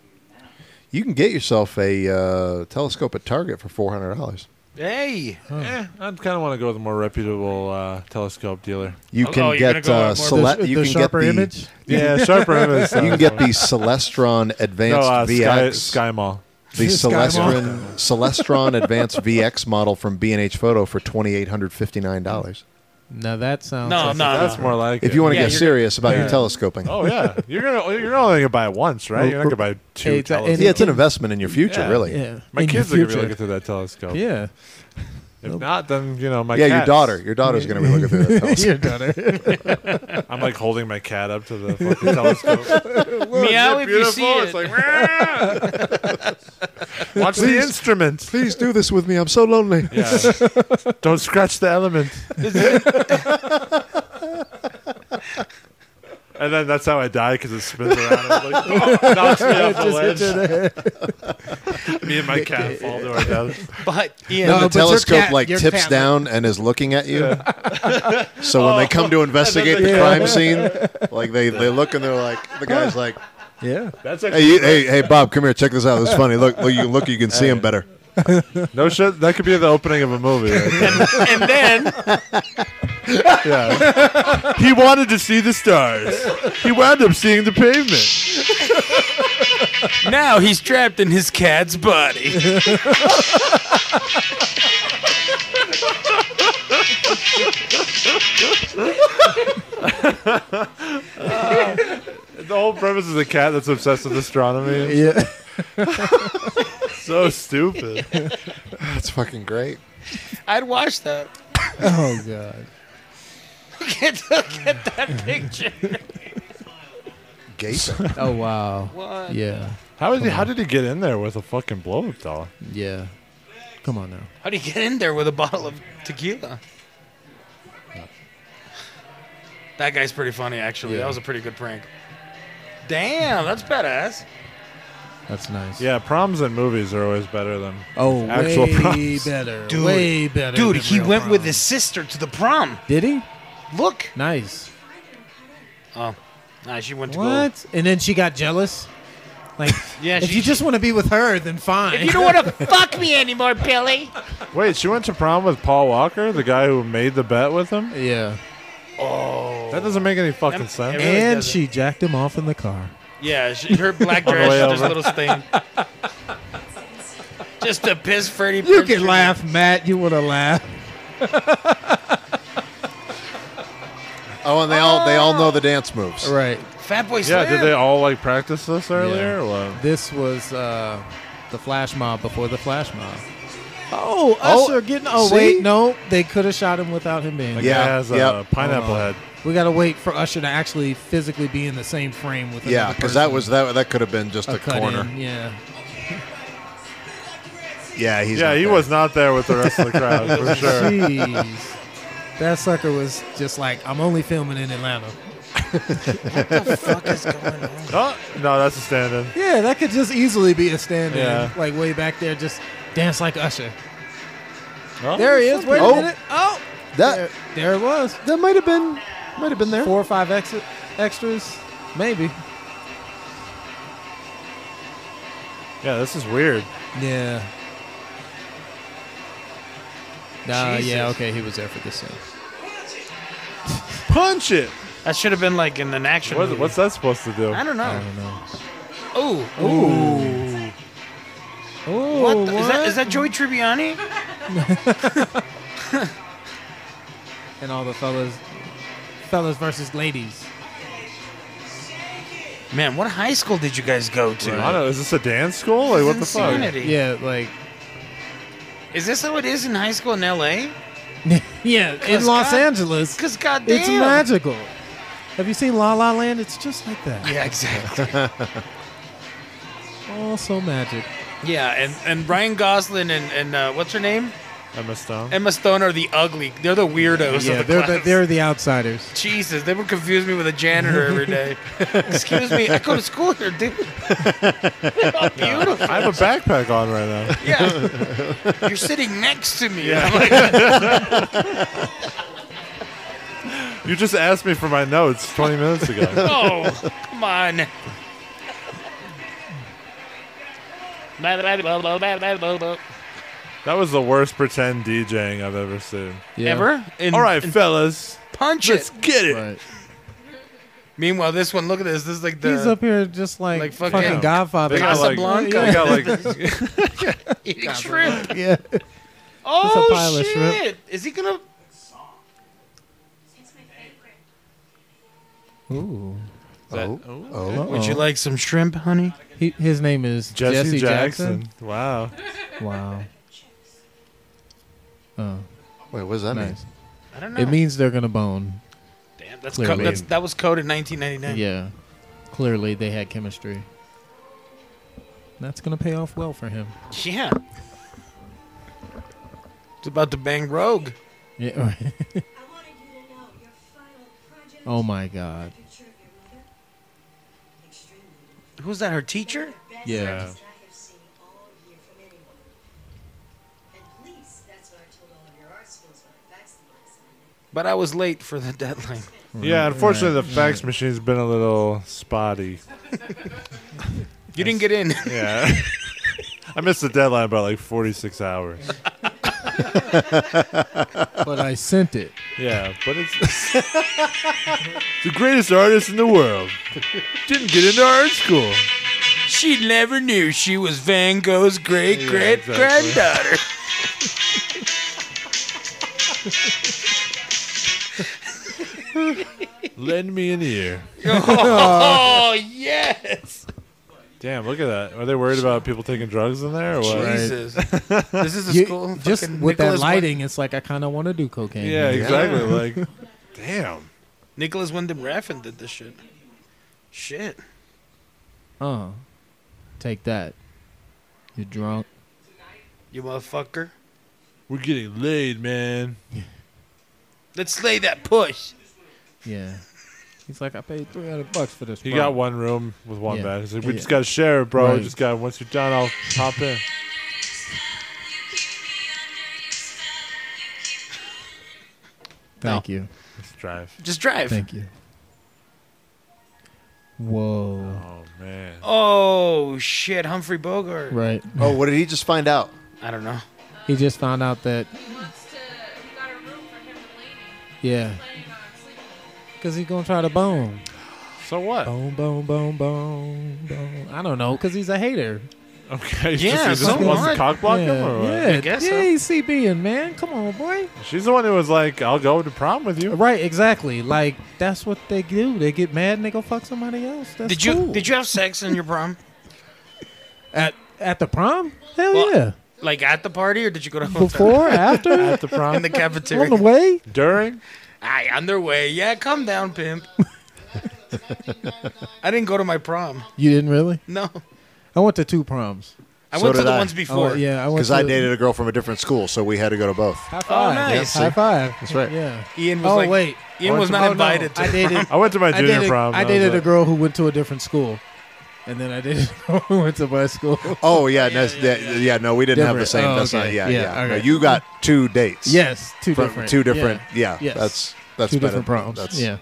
S7: You can get yourself a uh, telescope at Target for four hundred dollars.
S5: Hey.
S6: Eh, I kind of want to go with a more reputable uh, telescope
S8: [laughs]
S6: dealer.
S7: You
S5: Oh,
S7: can
S5: oh, you're gonna
S7: get
S5: go
S7: uh,
S5: out more-
S7: cele-
S8: the,
S7: you
S8: the
S7: can get
S8: sharper
S7: the
S8: image.
S6: [laughs] Yeah, sharper image.
S7: you can get the Celestron
S6: no,
S7: Advanced
S6: uh, Sky,
S7: VX
S6: Sky Mall.
S7: the
S8: Skywalker.
S7: Celestron Celestron Advanced VX model from B&H Photo for twenty eight hundred fifty nine dollars.
S8: Now that sounds.
S5: No,
S8: like
S5: no.
S6: That's more like
S7: If
S6: it.
S7: you want to
S5: Yeah,
S7: get
S5: you're-
S7: serious about your
S6: yeah.
S7: telescoping,
S6: Oh yeah, you're gonna you're only gonna buy it once, right? You're not gonna buy two.
S8: Hey, it's a- and-
S6: telescopes.
S7: yeah, it's an investment in your future,
S6: Yeah.
S7: really. Yeah,
S8: [laughs] Yeah.
S6: my
S8: In your
S6: kids are gonna be
S8: future.
S6: looking through that telescope.
S8: Yeah. [laughs]
S6: If not, then you know my
S7: your
S6: cats.
S7: daughter, your daughter's going to be looking through that telescope.
S8: Your daughter.
S6: I'm like holding my cat up to
S8: [laughs]
S6: the fucking telescope.
S5: Meow if you see it.
S6: It's like watch the instrument.
S7: Please do this with me. I'm so lonely.
S6: Yeah. Don't scratch the element. and then that's how I die because it spins around. And like, oh, [laughs] knocks me off the ledge. me and my cat fall to our death.
S5: but Ian,
S7: And
S8: No,
S7: the
S8: but your
S7: telescope
S8: cat-
S7: like
S8: your
S7: tips
S8: cat-
S7: down and is looking at you. so when they come to investigate the crime
S8: [laughs]
S7: scene, like they, they look and they're like the guy's like,
S8: yeah.
S6: That's
S7: "Hey, you, hey, hey, Bob, come here, check this out. This is funny. Look, look, you look, you can see him
S8: [laughs]
S7: better."
S6: no shit. That could be the opening of a movie. right?
S5: and then
S6: yeah. He wanted to see the stars. [laughs] He wound up seeing the pavement.
S5: now he's trapped in his cat's body.
S6: [laughs] The whole premise is a cat that's obsessed with astronomy. It's
S8: [laughs] Yeah.
S6: so stupid.
S7: That's fucking great.
S5: I'd watch that. [laughs]
S8: Oh god.
S5: Get, get that
S6: [laughs]
S5: picture.
S7: Gaping.
S8: [laughs] Oh wow. Yeah.
S6: How is he? How did he get in there with a fucking blow up doll?
S8: Yeah. Come on now.
S5: How do you get in there with a bottle of tequila? That guy's pretty funny, actually. That was a pretty good prank. Damn, that's badass.
S8: That's nice.
S6: Yeah, proms and movies are always better than
S8: Oh,
S6: Actual
S8: way
S6: props.
S8: better.
S5: Dude.
S8: way better.
S5: Dude,
S8: than
S5: he
S8: real
S5: went with
S8: proms.
S5: his sister to the prom.
S8: Did he?
S5: Look.
S8: Nice.
S5: Oh, nah, she went to go.
S8: What? And then she got jealous. Like,
S5: Yeah,
S8: if
S5: she-
S8: you just want to be with her, then
S5: [laughs]
S8: fine.
S5: If you don't want to fuck me anymore, Billy.
S6: Wait, she went to prom with Paul Walker, the guy who made the bet with him?
S8: yeah.
S6: That doesn't make any fucking sense.
S5: It really
S8: and
S5: doesn't.
S8: she jacked him off in the car.
S5: Yeah, she, her black dress
S6: way
S5: is just a
S6: over.
S5: little stain. [laughs] just to piss Freddie.
S8: You
S5: Prinze.
S8: can laugh, Matt. You want to laugh?
S7: Oh, and they all they all know the dance moves.
S8: Ah. Right.
S5: Fat Boy
S6: Yeah,
S5: Slim.
S6: did they all like practice this earlier?
S8: Yeah.
S6: or what?
S8: This was uh, the flash mob before the flash mob. Oh, Usher getting. Oh
S7: see?
S8: wait, no, they could have shot him without him being.
S6: The
S8: there.
S7: Yeah,
S6: guy has a
S7: yep. Oh,
S6: pineapple
S8: Hold on.
S6: head.
S8: We gotta wait for Usher to actually physically be in the same frame with.
S7: Yeah,
S8: another
S7: because that
S8: person.
S7: was that that could have been just a,
S8: a cut
S7: corner.
S8: in, Yeah.
S7: Yeah, he's
S6: yeah,
S7: not
S6: he
S7: there.
S6: was not there with the rest of the crowd
S7: [laughs]
S6: for sure.
S8: Jeez. That sucker was just like, I'm only filming in Atlanta.
S6: Oh, no, that's a stand in.
S8: Yeah, that could just easily be a stand-in.
S6: Yeah.
S8: Like way back there, just dance like Usher.
S6: Oh.
S8: There he is. Wait
S7: Oh.
S8: a minute. Oh, there,
S7: That
S8: there it was.
S7: that might have been might have been there.
S8: Four or five exi- extras, maybe.
S6: Yeah, this is weird.
S8: Yeah. Nah, yeah,
S5: Jesus.
S8: okay, he was there for this scene.
S6: Punch it.
S5: That should have been like in an action.
S6: What,
S5: movie.
S6: what's that supposed to do?
S5: I don't
S8: I
S5: know.
S8: don't know.
S5: Oh, ooh.
S8: Oh,
S5: What, the- is that? Is that Joey Tribbiani?
S8: and all the fellas, fellas versus ladies.
S5: Man, what high school did you guys go to?
S6: I don't know. Is this a dance school? Like, what the fuck?
S5: Insanity.
S8: Yeah, like [laughs]
S5: Is this how it is in high school in L.A.?
S8: yeah, in
S5: Cause
S8: Los
S5: God-
S8: Angeles,
S5: Because goddamn.
S8: it's magical. Have you seen La La Land? It's just like that.
S5: Yeah, exactly.
S8: All so magic.
S5: yeah, and, and Ryan Gosling and, and uh, what's her name?
S6: Emma Stone.
S5: Emma Stone are the ugly. They're the weirdos
S8: Yeah,
S5: of the
S8: they're
S5: class.
S8: the, they're the outsiders.
S5: Jesus, they would confuse me with a janitor every day. Excuse me, I go to school here, dude. How beautiful.
S6: I have a backpack on right now.
S5: Yeah. You're sitting next to me.
S6: Yeah.
S5: I'm like,
S6: You just asked me for my notes 20 minutes ago.
S5: [laughs] oh, come on. Blah, blah, blah, blah, blah, blah, blah, blah.
S6: That was the worst pretend DJing I've ever seen.
S8: Yeah.
S5: Ever? In,
S6: All right, fellas,
S5: punch
S6: let's
S5: it.
S6: get it.
S8: Right.
S5: Meanwhile, this one, look at this. This is like the [laughs]
S8: He's up here just like,
S5: Like fucking-
S8: fucking, Godfather.
S6: They got like,
S5: Casablanca.
S6: they got like
S5: eating shrimp.
S8: yeah.
S5: Oh
S8: pile of
S5: shit!
S8: shrimp.
S5: Is he gonna?
S9: It's my
S8: [laughs]
S9: favorite.
S8: Ooh.
S7: Oh, oh,
S5: Would you like some shrimp, honey?
S8: He, his name is
S6: [laughs] Jesse,
S8: Jesse,
S6: Jackson. Wow.
S8: Jackson. Wow. Oh,
S7: wait, what does that mean?
S8: nice.
S5: I don't know.
S8: It means they're gonna bone.
S5: Damn, that's,
S8: Clearly.
S5: co- that's that was coded 1999.
S8: Yeah. Clearly, they had chemistry. That's gonna pay off well for him.
S5: Yeah. It's about to bang Rogue.
S8: Yeah. [laughs]
S9: I wanted you to know your final project.
S8: oh my God.
S9: Picture of your mother. Extremely.
S5: Who's that? Her teacher?
S9: Best
S8: Yeah.
S9: artist I have seen all year from anyone. And please, that's what I told all of your art schools when I faxed them last Monday.
S5: But I was late for the [laughs] deadline.
S6: Yeah, unfortunately, the fax machine's been a little spotty.
S5: You didn't get in. [laughs]
S6: Yeah. [laughs] I missed the deadline by like 46 hours.
S8: But I sent
S5: [laughs]
S8: it.
S6: Yeah, but it's [laughs] the greatest artist in the world. Didn't get into art school.
S5: she never knew she was Van Gogh's great
S6: Yeah,
S5: great
S6: exactly.
S8: [laughs]
S5: granddaughter.
S6: Lend me an ear.
S5: oh yes.
S6: Damn, look at that. Are they worried about people taking drugs in there or what?
S5: Jesus. This is a
S8: You-
S5: school.
S8: just
S5: fucking
S8: with
S5: Nicholas
S8: that lighting, it's like I kind of want to do cocaine.
S6: Yeah,
S8: now.
S6: exactly.
S8: [laughs]
S6: Like, damn.
S5: Wynd- Nicholas Wyndham Refn did this shit. Shit.
S8: Uh, take that. You're drunk.
S5: You motherfucker.
S6: We're getting laid, man.
S5: Let's slay that push.
S8: Yeah. He's like, I paid three hundred bucks for this.
S6: He
S8: bro."
S6: got one room with one
S8: Yeah.
S6: bed. He's like, we
S8: Yeah.
S6: just got to share it, bro. We
S8: Right.
S6: just got once you're done, I'll hop in.
S8: Thank you.
S6: Let's drive.
S5: Just drive.
S8: Thank you. Whoa.
S6: Oh man.
S5: Oh shit, Humphrey Bogart.
S8: Right.
S7: Oh, what did he just find out?
S5: I don't know.
S8: He just found out that
S10: He wants to. He got a room for him and Lainey.
S8: yeah,
S10: Planning on sleeping.
S8: because he's gonna try to bone,
S6: So what?
S8: bone, bone, bone, bone, bone. I don't know, because he's a hater.
S6: [laughs] Okay.
S5: Yeah,
S6: just, he just
S5: so
S6: wants to
S5: what?
S6: cock block
S8: yeah,
S6: him or what?
S8: yeah,
S5: I guess
S8: yeah.
S5: so.
S8: He's CBing, man. Come on, boy.
S6: She's the one who was like, I'll go to prom with
S8: [laughs]
S6: you.
S8: Right, exactly. Like that's what they do. They get mad and they go fuck somebody else. That's
S5: did you
S8: cool.
S5: did you have sex in your prom?
S8: at at the prom? Hell
S5: Well,
S8: yeah.
S5: Like at the party, or did you go to hotel? [laughs]
S8: Before, after,
S6: At the prom.
S5: in the
S8: on
S5: cafeteria?
S8: the way.
S6: During?
S5: Aye, on their way. Yeah, come down, pimp. I didn't go to my prom.
S8: You didn't really.
S5: No,
S8: I went to two proms.
S5: I
S7: So
S5: went to
S7: did
S5: the
S7: I.
S5: ones before.
S8: Oh, yeah, I went
S7: Because I
S8: to-
S7: dated a girl from a different school, so we had to go to both.
S8: High five.
S5: nice.
S8: High five.
S7: That's right.
S8: Yeah.
S5: Ian was
S8: oh
S5: like,
S8: wait,
S5: Ian was not
S8: Oh, no.
S5: invited.
S8: I
S5: to
S7: [laughs]
S8: dated.
S6: I went to my
S8: I
S6: junior
S8: dated,
S6: prom.
S8: I
S6: and was
S8: dated a
S6: like-
S8: girl who went to a different school, and then I dated a girl who went to my school.
S7: [laughs] Oh yeah, no, yeah, yeah, no, we didn't have the
S8: Different.
S7: same.
S8: Oh,
S7: that's
S8: okay.
S7: not. Yeah,
S8: Yeah,
S7: yeah. No,
S8: okay.
S7: you got two dates.
S8: Yes, two
S7: from
S8: different.
S7: two different. Yeah,
S8: Yes.
S7: that's that's
S8: two
S7: better.
S8: different proms.
S7: That's,
S8: yeah.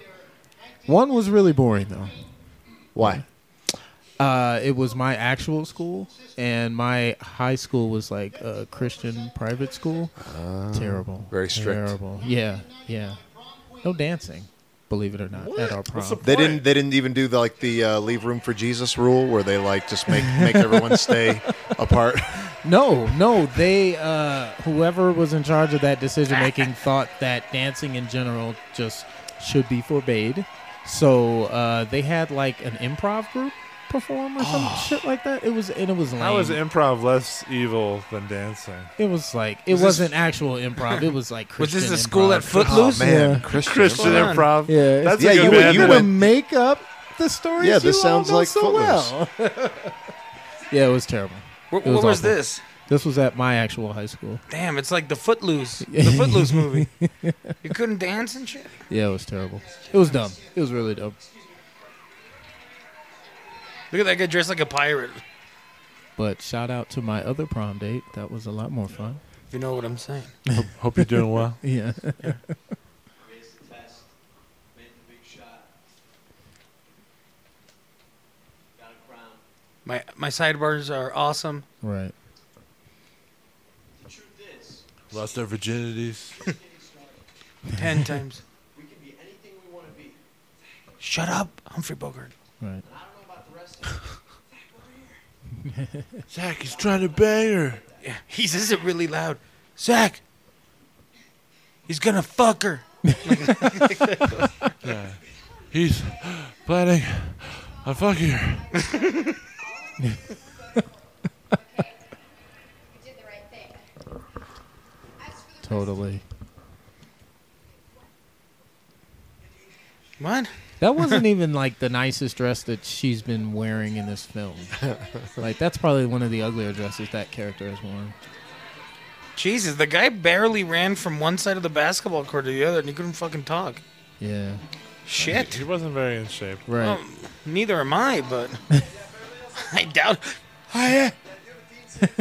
S8: One was really boring though.
S7: Why?
S8: Uh, it was my actual school, and my high school was like a Christian private school. terrible.
S7: very strict.
S8: Terrible. Yeah, yeah. No dancing, believe it or not, at our prom.
S7: They didn't. They didn't even do the, like the uh, leave room for Jesus rule, where they like just make make
S8: [laughs]
S7: everyone stay apart.
S8: No, no. They, uh, whoever was in charge of that decision making, thought that dancing in general just should be forbade. So uh, they had like an improv group perform or some shit like that. It was and it was lame.
S6: How is improv less evil than dancing?
S8: it was like it
S5: this-
S8: wasn't actual improv. It was like
S5: Was
S8: Christian
S5: this the school at
S8: improv. [laughs]
S5: Footloose?
S7: Oh man,
S8: Yeah.
S7: Christian.
S6: Christian
S5: Hold on.
S6: improv.
S8: Yeah, it's-
S6: that's
S7: Yeah,
S6: a good
S7: you
S6: band
S7: went-
S6: name.
S7: you
S8: You
S7: went-
S8: would make up the stories.
S7: Yeah, this
S8: you
S7: sounds
S8: all know
S7: like
S8: so
S7: Footloose.
S8: well. yeah, it was terrible.
S5: Wh- What,
S8: It was
S5: was,
S8: awful.
S5: this?
S8: This was at my actual high school.
S5: Damn, it's like the Footloose, the
S8: [laughs]
S5: Footloose movie. You couldn't dance and shit.
S8: Yeah, it was terrible. It was dumb. It was really dumb.
S5: Look at that guy dressed like a pirate.
S8: But shout out to my other prom date. That was a lot more fun.
S5: If you know what I'm saying.
S6: Hope you're doing well. [laughs]
S8: Yeah.
S5: My my sidebars are awesome.
S8: [laughs] right.
S6: Lost their virginities.
S8: [laughs]
S5: Ten times. Shut up, Humphrey Bogart.
S8: Right.
S6: Zach, he's trying to bang her.
S5: Yeah, he says it really loud. Zach, he's gonna fuck her.
S6: He's planning on fucking her.
S9: You did the right thing. As for the
S8: Totally.
S5: What?
S8: That wasn't even like the nicest dress that she's been wearing in this film. like that's probably one of the uglier dresses that character has worn.
S5: Jesus, the guy barely ran from one side of the basketball court to the other, and he couldn't fucking talk.
S8: Yeah.
S5: Shit.
S6: He wasn't very in shape.
S8: Right.
S5: Um, neither am I, but [laughs] I doubt.
S6: He's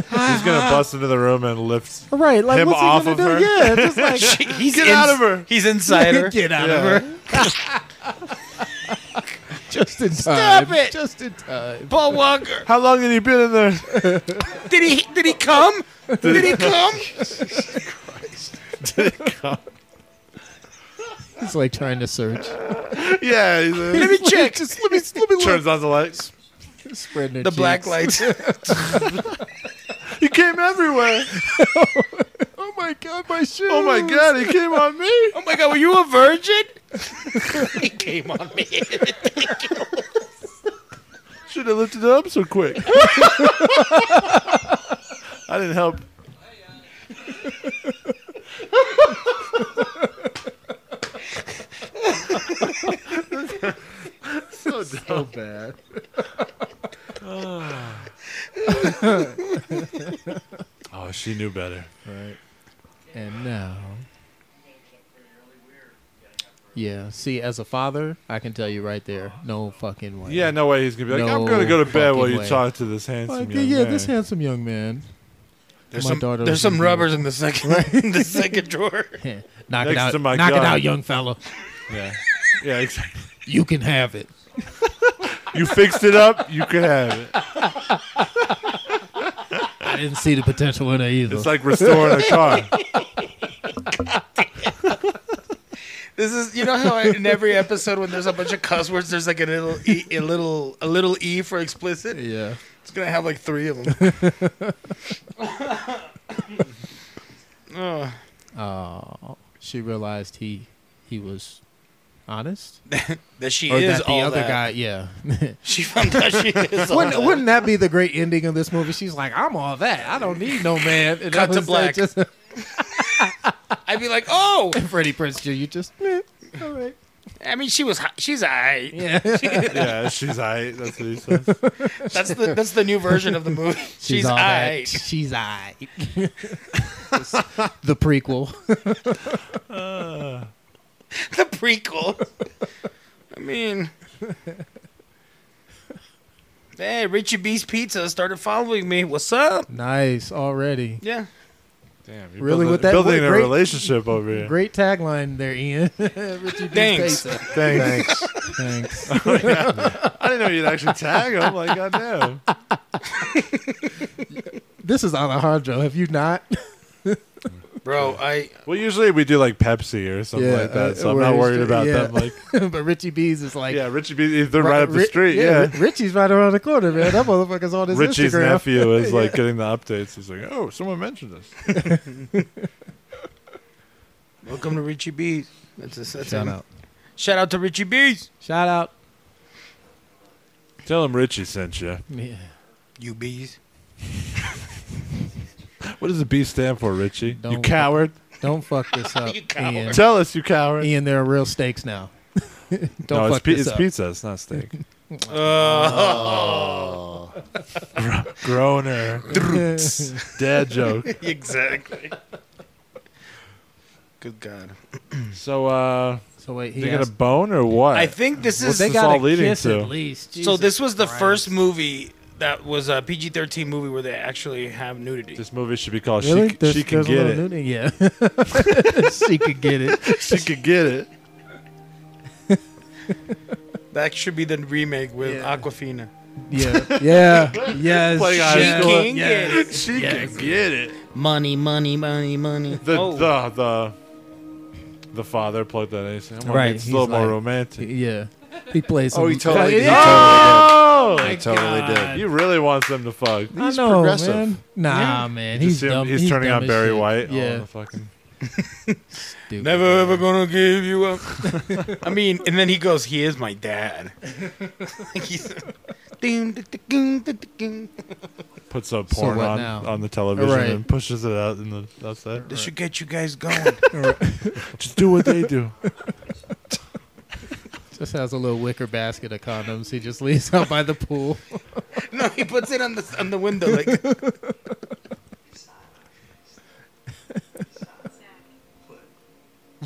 S6: gonna bust into the room and lift.
S8: right. Like
S6: him
S8: what's he
S6: off
S8: gonna
S6: of
S8: do?
S6: her?
S8: Yeah. Just
S5: [laughs]
S8: like
S5: He's
S6: Get out of her.
S5: He's insider.
S8: get out
S6: Yeah.
S8: of her. Just in time.
S5: [laughs]
S8: Stop
S5: it.
S8: Just in time.
S5: Paul Walker.
S6: How long had he been in there?
S5: Did he? Did he come? Did he come?
S8: He's like trying to search.
S6: yeah. [laughs] He's,
S5: Let
S6: uh,
S8: [laughs]
S5: me check. Just let me. Let me
S6: turns on the lights.
S8: Spreading her
S5: The black
S8: cheeks.
S5: lights.
S6: He came [laughs] everywhere.
S8: Oh my god, my shoe.
S6: Oh my god, he came on me.
S5: Oh my god, were you a
S6: [laughs]
S5: virgin? he came on me.
S6: Should have lifted it up so quick. [laughs] I didn't help.
S8: So bad.
S6: Oh, she knew better.
S8: And now. Yeah, see, as a father, I can tell you right there, no fucking way.
S6: Yeah, no way he's gonna be like, I'm
S8: No
S6: gonna go to bed while
S8: fucking
S6: you
S8: way.
S6: talk to this handsome
S8: Like,
S6: young
S8: yeah,
S6: man.
S8: this handsome young man.
S5: There's
S8: My
S5: some,
S8: daughter
S5: there's
S8: was
S5: some
S8: in
S5: rubbers in the second [laughs] in the second drawer.
S8: knock it
S6: Next
S8: out,
S6: to my
S8: knock
S6: gun.
S8: it out, young fella.
S6: yeah, yeah, exactly.
S8: You can have it.
S6: You fixed it up. You can have it.
S8: I didn't see the potential in it either.
S6: It's like restoring a
S8: [laughs]
S6: car.
S5: This is you know how I, in every episode when there's a bunch of cuss words, there's like a little e, a little a little e for explicit.
S8: yeah,
S5: It's gonna have like three of them.
S8: she realized he he was honest.
S5: That she
S8: or
S5: is
S8: that the
S5: all
S8: other
S5: that.
S8: guy, yeah. [laughs]
S5: She found out she is all
S8: wouldn't,
S5: that.
S8: wouldn't that be the great ending of this movie? She's like, I'm all that. I don't need no man. And
S5: Cut
S8: I
S5: to
S8: was
S5: black.
S8: like, Just,
S5: I'd be like, oh,
S8: Freddie Prinze Jr., you just, meh, all right.
S5: I mean, she was. hi- She's alright.
S8: [laughs] Yeah.
S6: yeah, she's I. That's what he says.
S5: That's the that's the new version of the
S8: [laughs]
S5: movie. She's,
S8: all that-
S5: aight. [laughs]
S8: She's [laughs] I. the prequel.
S5: the prequel. I
S8: [laughs]
S5: mean, hey, Richie B's Pizza started following me. What's up?
S8: [laughs] Nice already.
S5: Yeah,
S6: Damn, you're
S8: Really,
S6: building,
S8: with that
S6: building
S8: one
S6: a
S8: great-
S6: relationship over here.
S8: Great tagline there, Ian. [laughs] Richie B's
S5: Thanks.
S8: Pizza.
S6: Thanks.
S8: Thanks.
S6: I didn't know you'd actually tag him. Like, goddamn.
S8: this is Alejandro. Have you not? [laughs]
S5: bro. I
S6: Well, usually we do like Pepsi or something
S8: Yeah,
S6: like that,
S8: uh,
S6: so I'm
S8: where
S6: not
S8: he's
S6: worried
S8: tra-
S6: about
S8: yeah.
S6: them. Like,
S8: but Richie B's is [laughs] like
S6: yeah, Richie, B, they're right up the
S8: Ri-
S6: street. Yeah,
S8: Ri- Richie's right around the corner, man. That motherfucker's on his
S6: Richie's
S8: Instagram. [laughs]
S6: nephew is like getting the updates. He's like, oh, someone mentioned us.
S5: welcome to Richie B's. That's a, that's
S8: Shout
S5: a-
S8: out.
S5: Shout out to Richie B's.
S8: Shout out.
S6: Tell him Richie sent you.
S8: Yeah.
S5: You bees.
S6: What does the B stand for, Richie? you
S8: Don't-
S6: coward.
S8: Don't fuck this up,
S5: You coward.
S8: Ian.
S6: Tell us, you coward.
S8: Ian, there are real stakes now. [laughs] Don't
S6: no,
S8: fuck
S6: it's, pi-
S8: this
S6: it's
S8: up.
S6: pizza. It's not
S8: [laughs]
S6: steak.
S5: Uh,
S7: Oh,
S6: Groaner. Dad joke.
S5: exactly. Good God.
S6: So, uh,
S8: So wait,
S6: you
S8: he
S6: gonna
S8: asked,
S6: bone or what?
S5: I think this
S6: Well,
S5: is
S8: they
S6: this
S8: got
S6: all leading
S8: kiss
S6: to?
S8: at least.
S5: so.
S8: Jesus
S5: This was the
S8: Christ.
S5: first movie that was a PG thirteen movie where they actually have nudity.
S6: this movie should be called
S8: Really?
S6: She,
S8: There's-
S6: she Can
S8: there's a
S6: Get
S8: little
S6: It.
S8: nudity? Yeah. [laughs] she could get it.
S6: she Can Get It.
S5: that should be the remake with
S8: Yeah.
S5: Aquafina.
S8: Yeah. Yeah. Yes.
S6: Playing high
S8: yeah.
S6: school.
S5: King
S8: yes.
S5: is-
S6: She
S8: Yes.
S6: Can Get It.
S5: Money, money, money, money.
S6: The,
S5: Oh.
S6: the, the, the father plugged that in. He's like, "I'm gonna
S8: Right,
S6: make It's a
S8: he's
S6: little more
S8: like-
S6: romantic.
S8: Yeah. He plays. Some,
S7: Oh, he totally did. He
S6: Oh!
S7: totally did. He totally
S6: He
S7: did.
S6: really wants them to fuck.
S8: I
S7: He's
S8: know,
S7: progressive.
S8: man. Nah, man.
S6: You
S8: He's
S6: see him-
S8: dumb.
S6: he's, turning
S8: dumb
S6: on
S8: as
S6: Barry
S8: shit.
S6: White. Oh, Yeah.
S8: Yeah.
S6: the
S8: [laughs]
S6: fucking.
S8: stupid.
S5: Never ever gonna give you up. [laughs] I mean, and then he goes, "He is my dad." [laughs] Like [laughs] he's- Ding, ding, ding, ding, ding.
S6: puts a
S8: So
S6: porn
S8: what
S6: on,
S8: now?
S6: on the television
S8: Right.
S6: and pushes it out in the outside.
S5: This should get you guys going.
S6: Just do what they
S8: [laughs]
S6: do.
S8: Just has a little wicker basket of condoms. He just leaves [laughs] out by the pool.
S5: [laughs] no, he puts it on the on the window. Like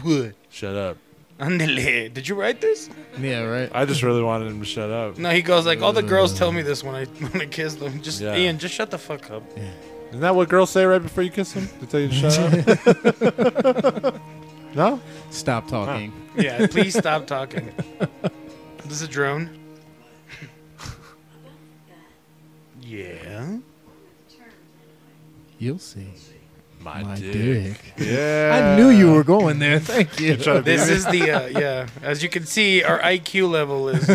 S8: Wood.
S6: shut up.
S5: Andale. Did you write this?
S8: Yeah. Right.
S6: I just really wanted him to shut up.
S5: No, he goes like, "All the girls tell me this when I [laughs] when I kiss them." Just
S6: Yeah.
S5: Ian, just shut the fuck up.
S6: Isn't that what girls say right before you kiss them? They tell you to shut up.
S8: [laughs]
S6: no.
S8: Stop talking.
S5: Yeah, please stop talking. This is a drone. [laughs] Yeah.
S8: You'll see.
S6: My,
S8: My
S6: dick.
S8: dick.
S6: Yeah.
S8: I knew you were going there. Thank you.
S5: This is the uh, yeah. As you can see, our IQ level is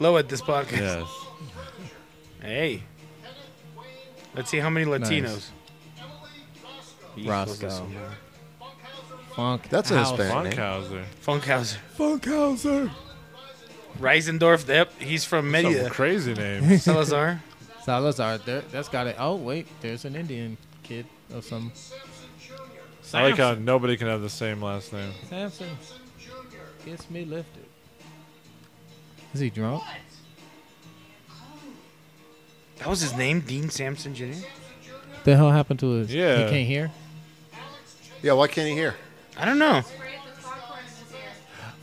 S5: low at this podcast.
S6: Yes.
S5: Hey, let's see how many Latinos.
S8: Roscoe. Funk.
S7: That's a
S8: house.
S7: Hispanic.
S6: Funkhauser.
S5: Funkhauser,
S6: Funkhauser.
S5: Reisendorf. Yep, he's from
S6: Some
S5: Merida.
S6: crazy name.
S8: [laughs]
S5: Salazar.
S8: Salazar. There, that's got it. Oh wait, there's an Indian kid of some.
S6: I like how nobody can have the same last name.
S8: Samson gets me lifted. Is he drunk?
S5: That was his name, Dean Sampson Jr.
S8: The hell happened to his?
S6: Yeah.
S8: He can't hear.
S7: Yeah, why can't he hear?
S5: I don't know.
S8: Oh.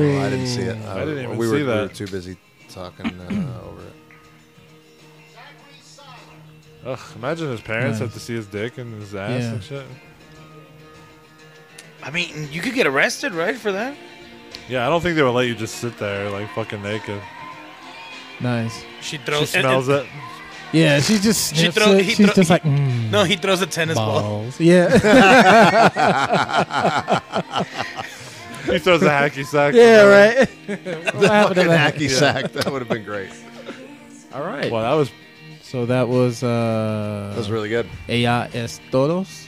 S7: Oh, I didn't see it.
S6: I didn't even
S7: we were,
S6: see
S7: We were
S6: that.
S7: too busy talking uh, over it.
S6: Ugh, imagine his parents
S8: Yeah.
S6: have to see his dick and his ass
S8: Yeah.
S6: and shit.
S5: I mean, you could get arrested, right, for that?
S6: Yeah, I don't think they would let you just sit there like fucking naked.
S8: Nice.
S5: She
S6: She
S5: throws. and-
S6: smells
S5: and-
S6: it.
S8: Yeah, she just
S5: She
S8: sniffs
S5: throw-
S8: it.
S5: he
S8: She's
S5: throw-
S8: just like mm,
S5: No, he throws a tennis ball.
S8: balls. Yeah. [laughs]
S6: He throws a hacky sack.
S8: yeah. Right. what
S7: [laughs]
S8: happened to
S7: Fucking
S8: that?
S7: hacky sack. That would have been great.
S8: All right.
S6: Well, that was
S8: So that was. Uh,
S7: That was really good.
S8: Ella es todos.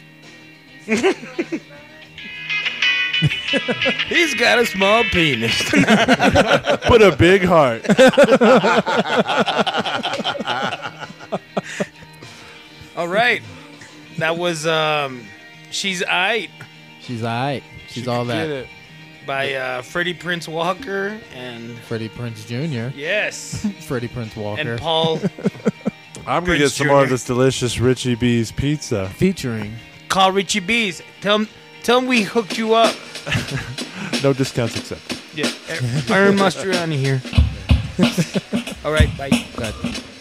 S5: He's got a small penis.
S6: But a
S5: [laughs]
S6: big heart.
S5: All right. That was um. She's I.
S8: She's alright. She's all
S6: Get
S8: that.
S6: it.
S5: by uh, Freddie Prince Walker and
S8: Freddie Prince
S5: [laughs]
S8: Jr.
S5: yes,
S8: Freddie Prince Walker.
S5: and Paul
S6: I'm gonna
S5: Prince
S6: get some more of
S5: Jr.
S6: this delicious Richie B's pizza.
S8: featuring
S5: call Richie B's. Tell him, tell him we hooked you up.
S6: No discounts accepted.
S5: er, Yeah, Aaron Mustard on here. All right, bye.
S8: God,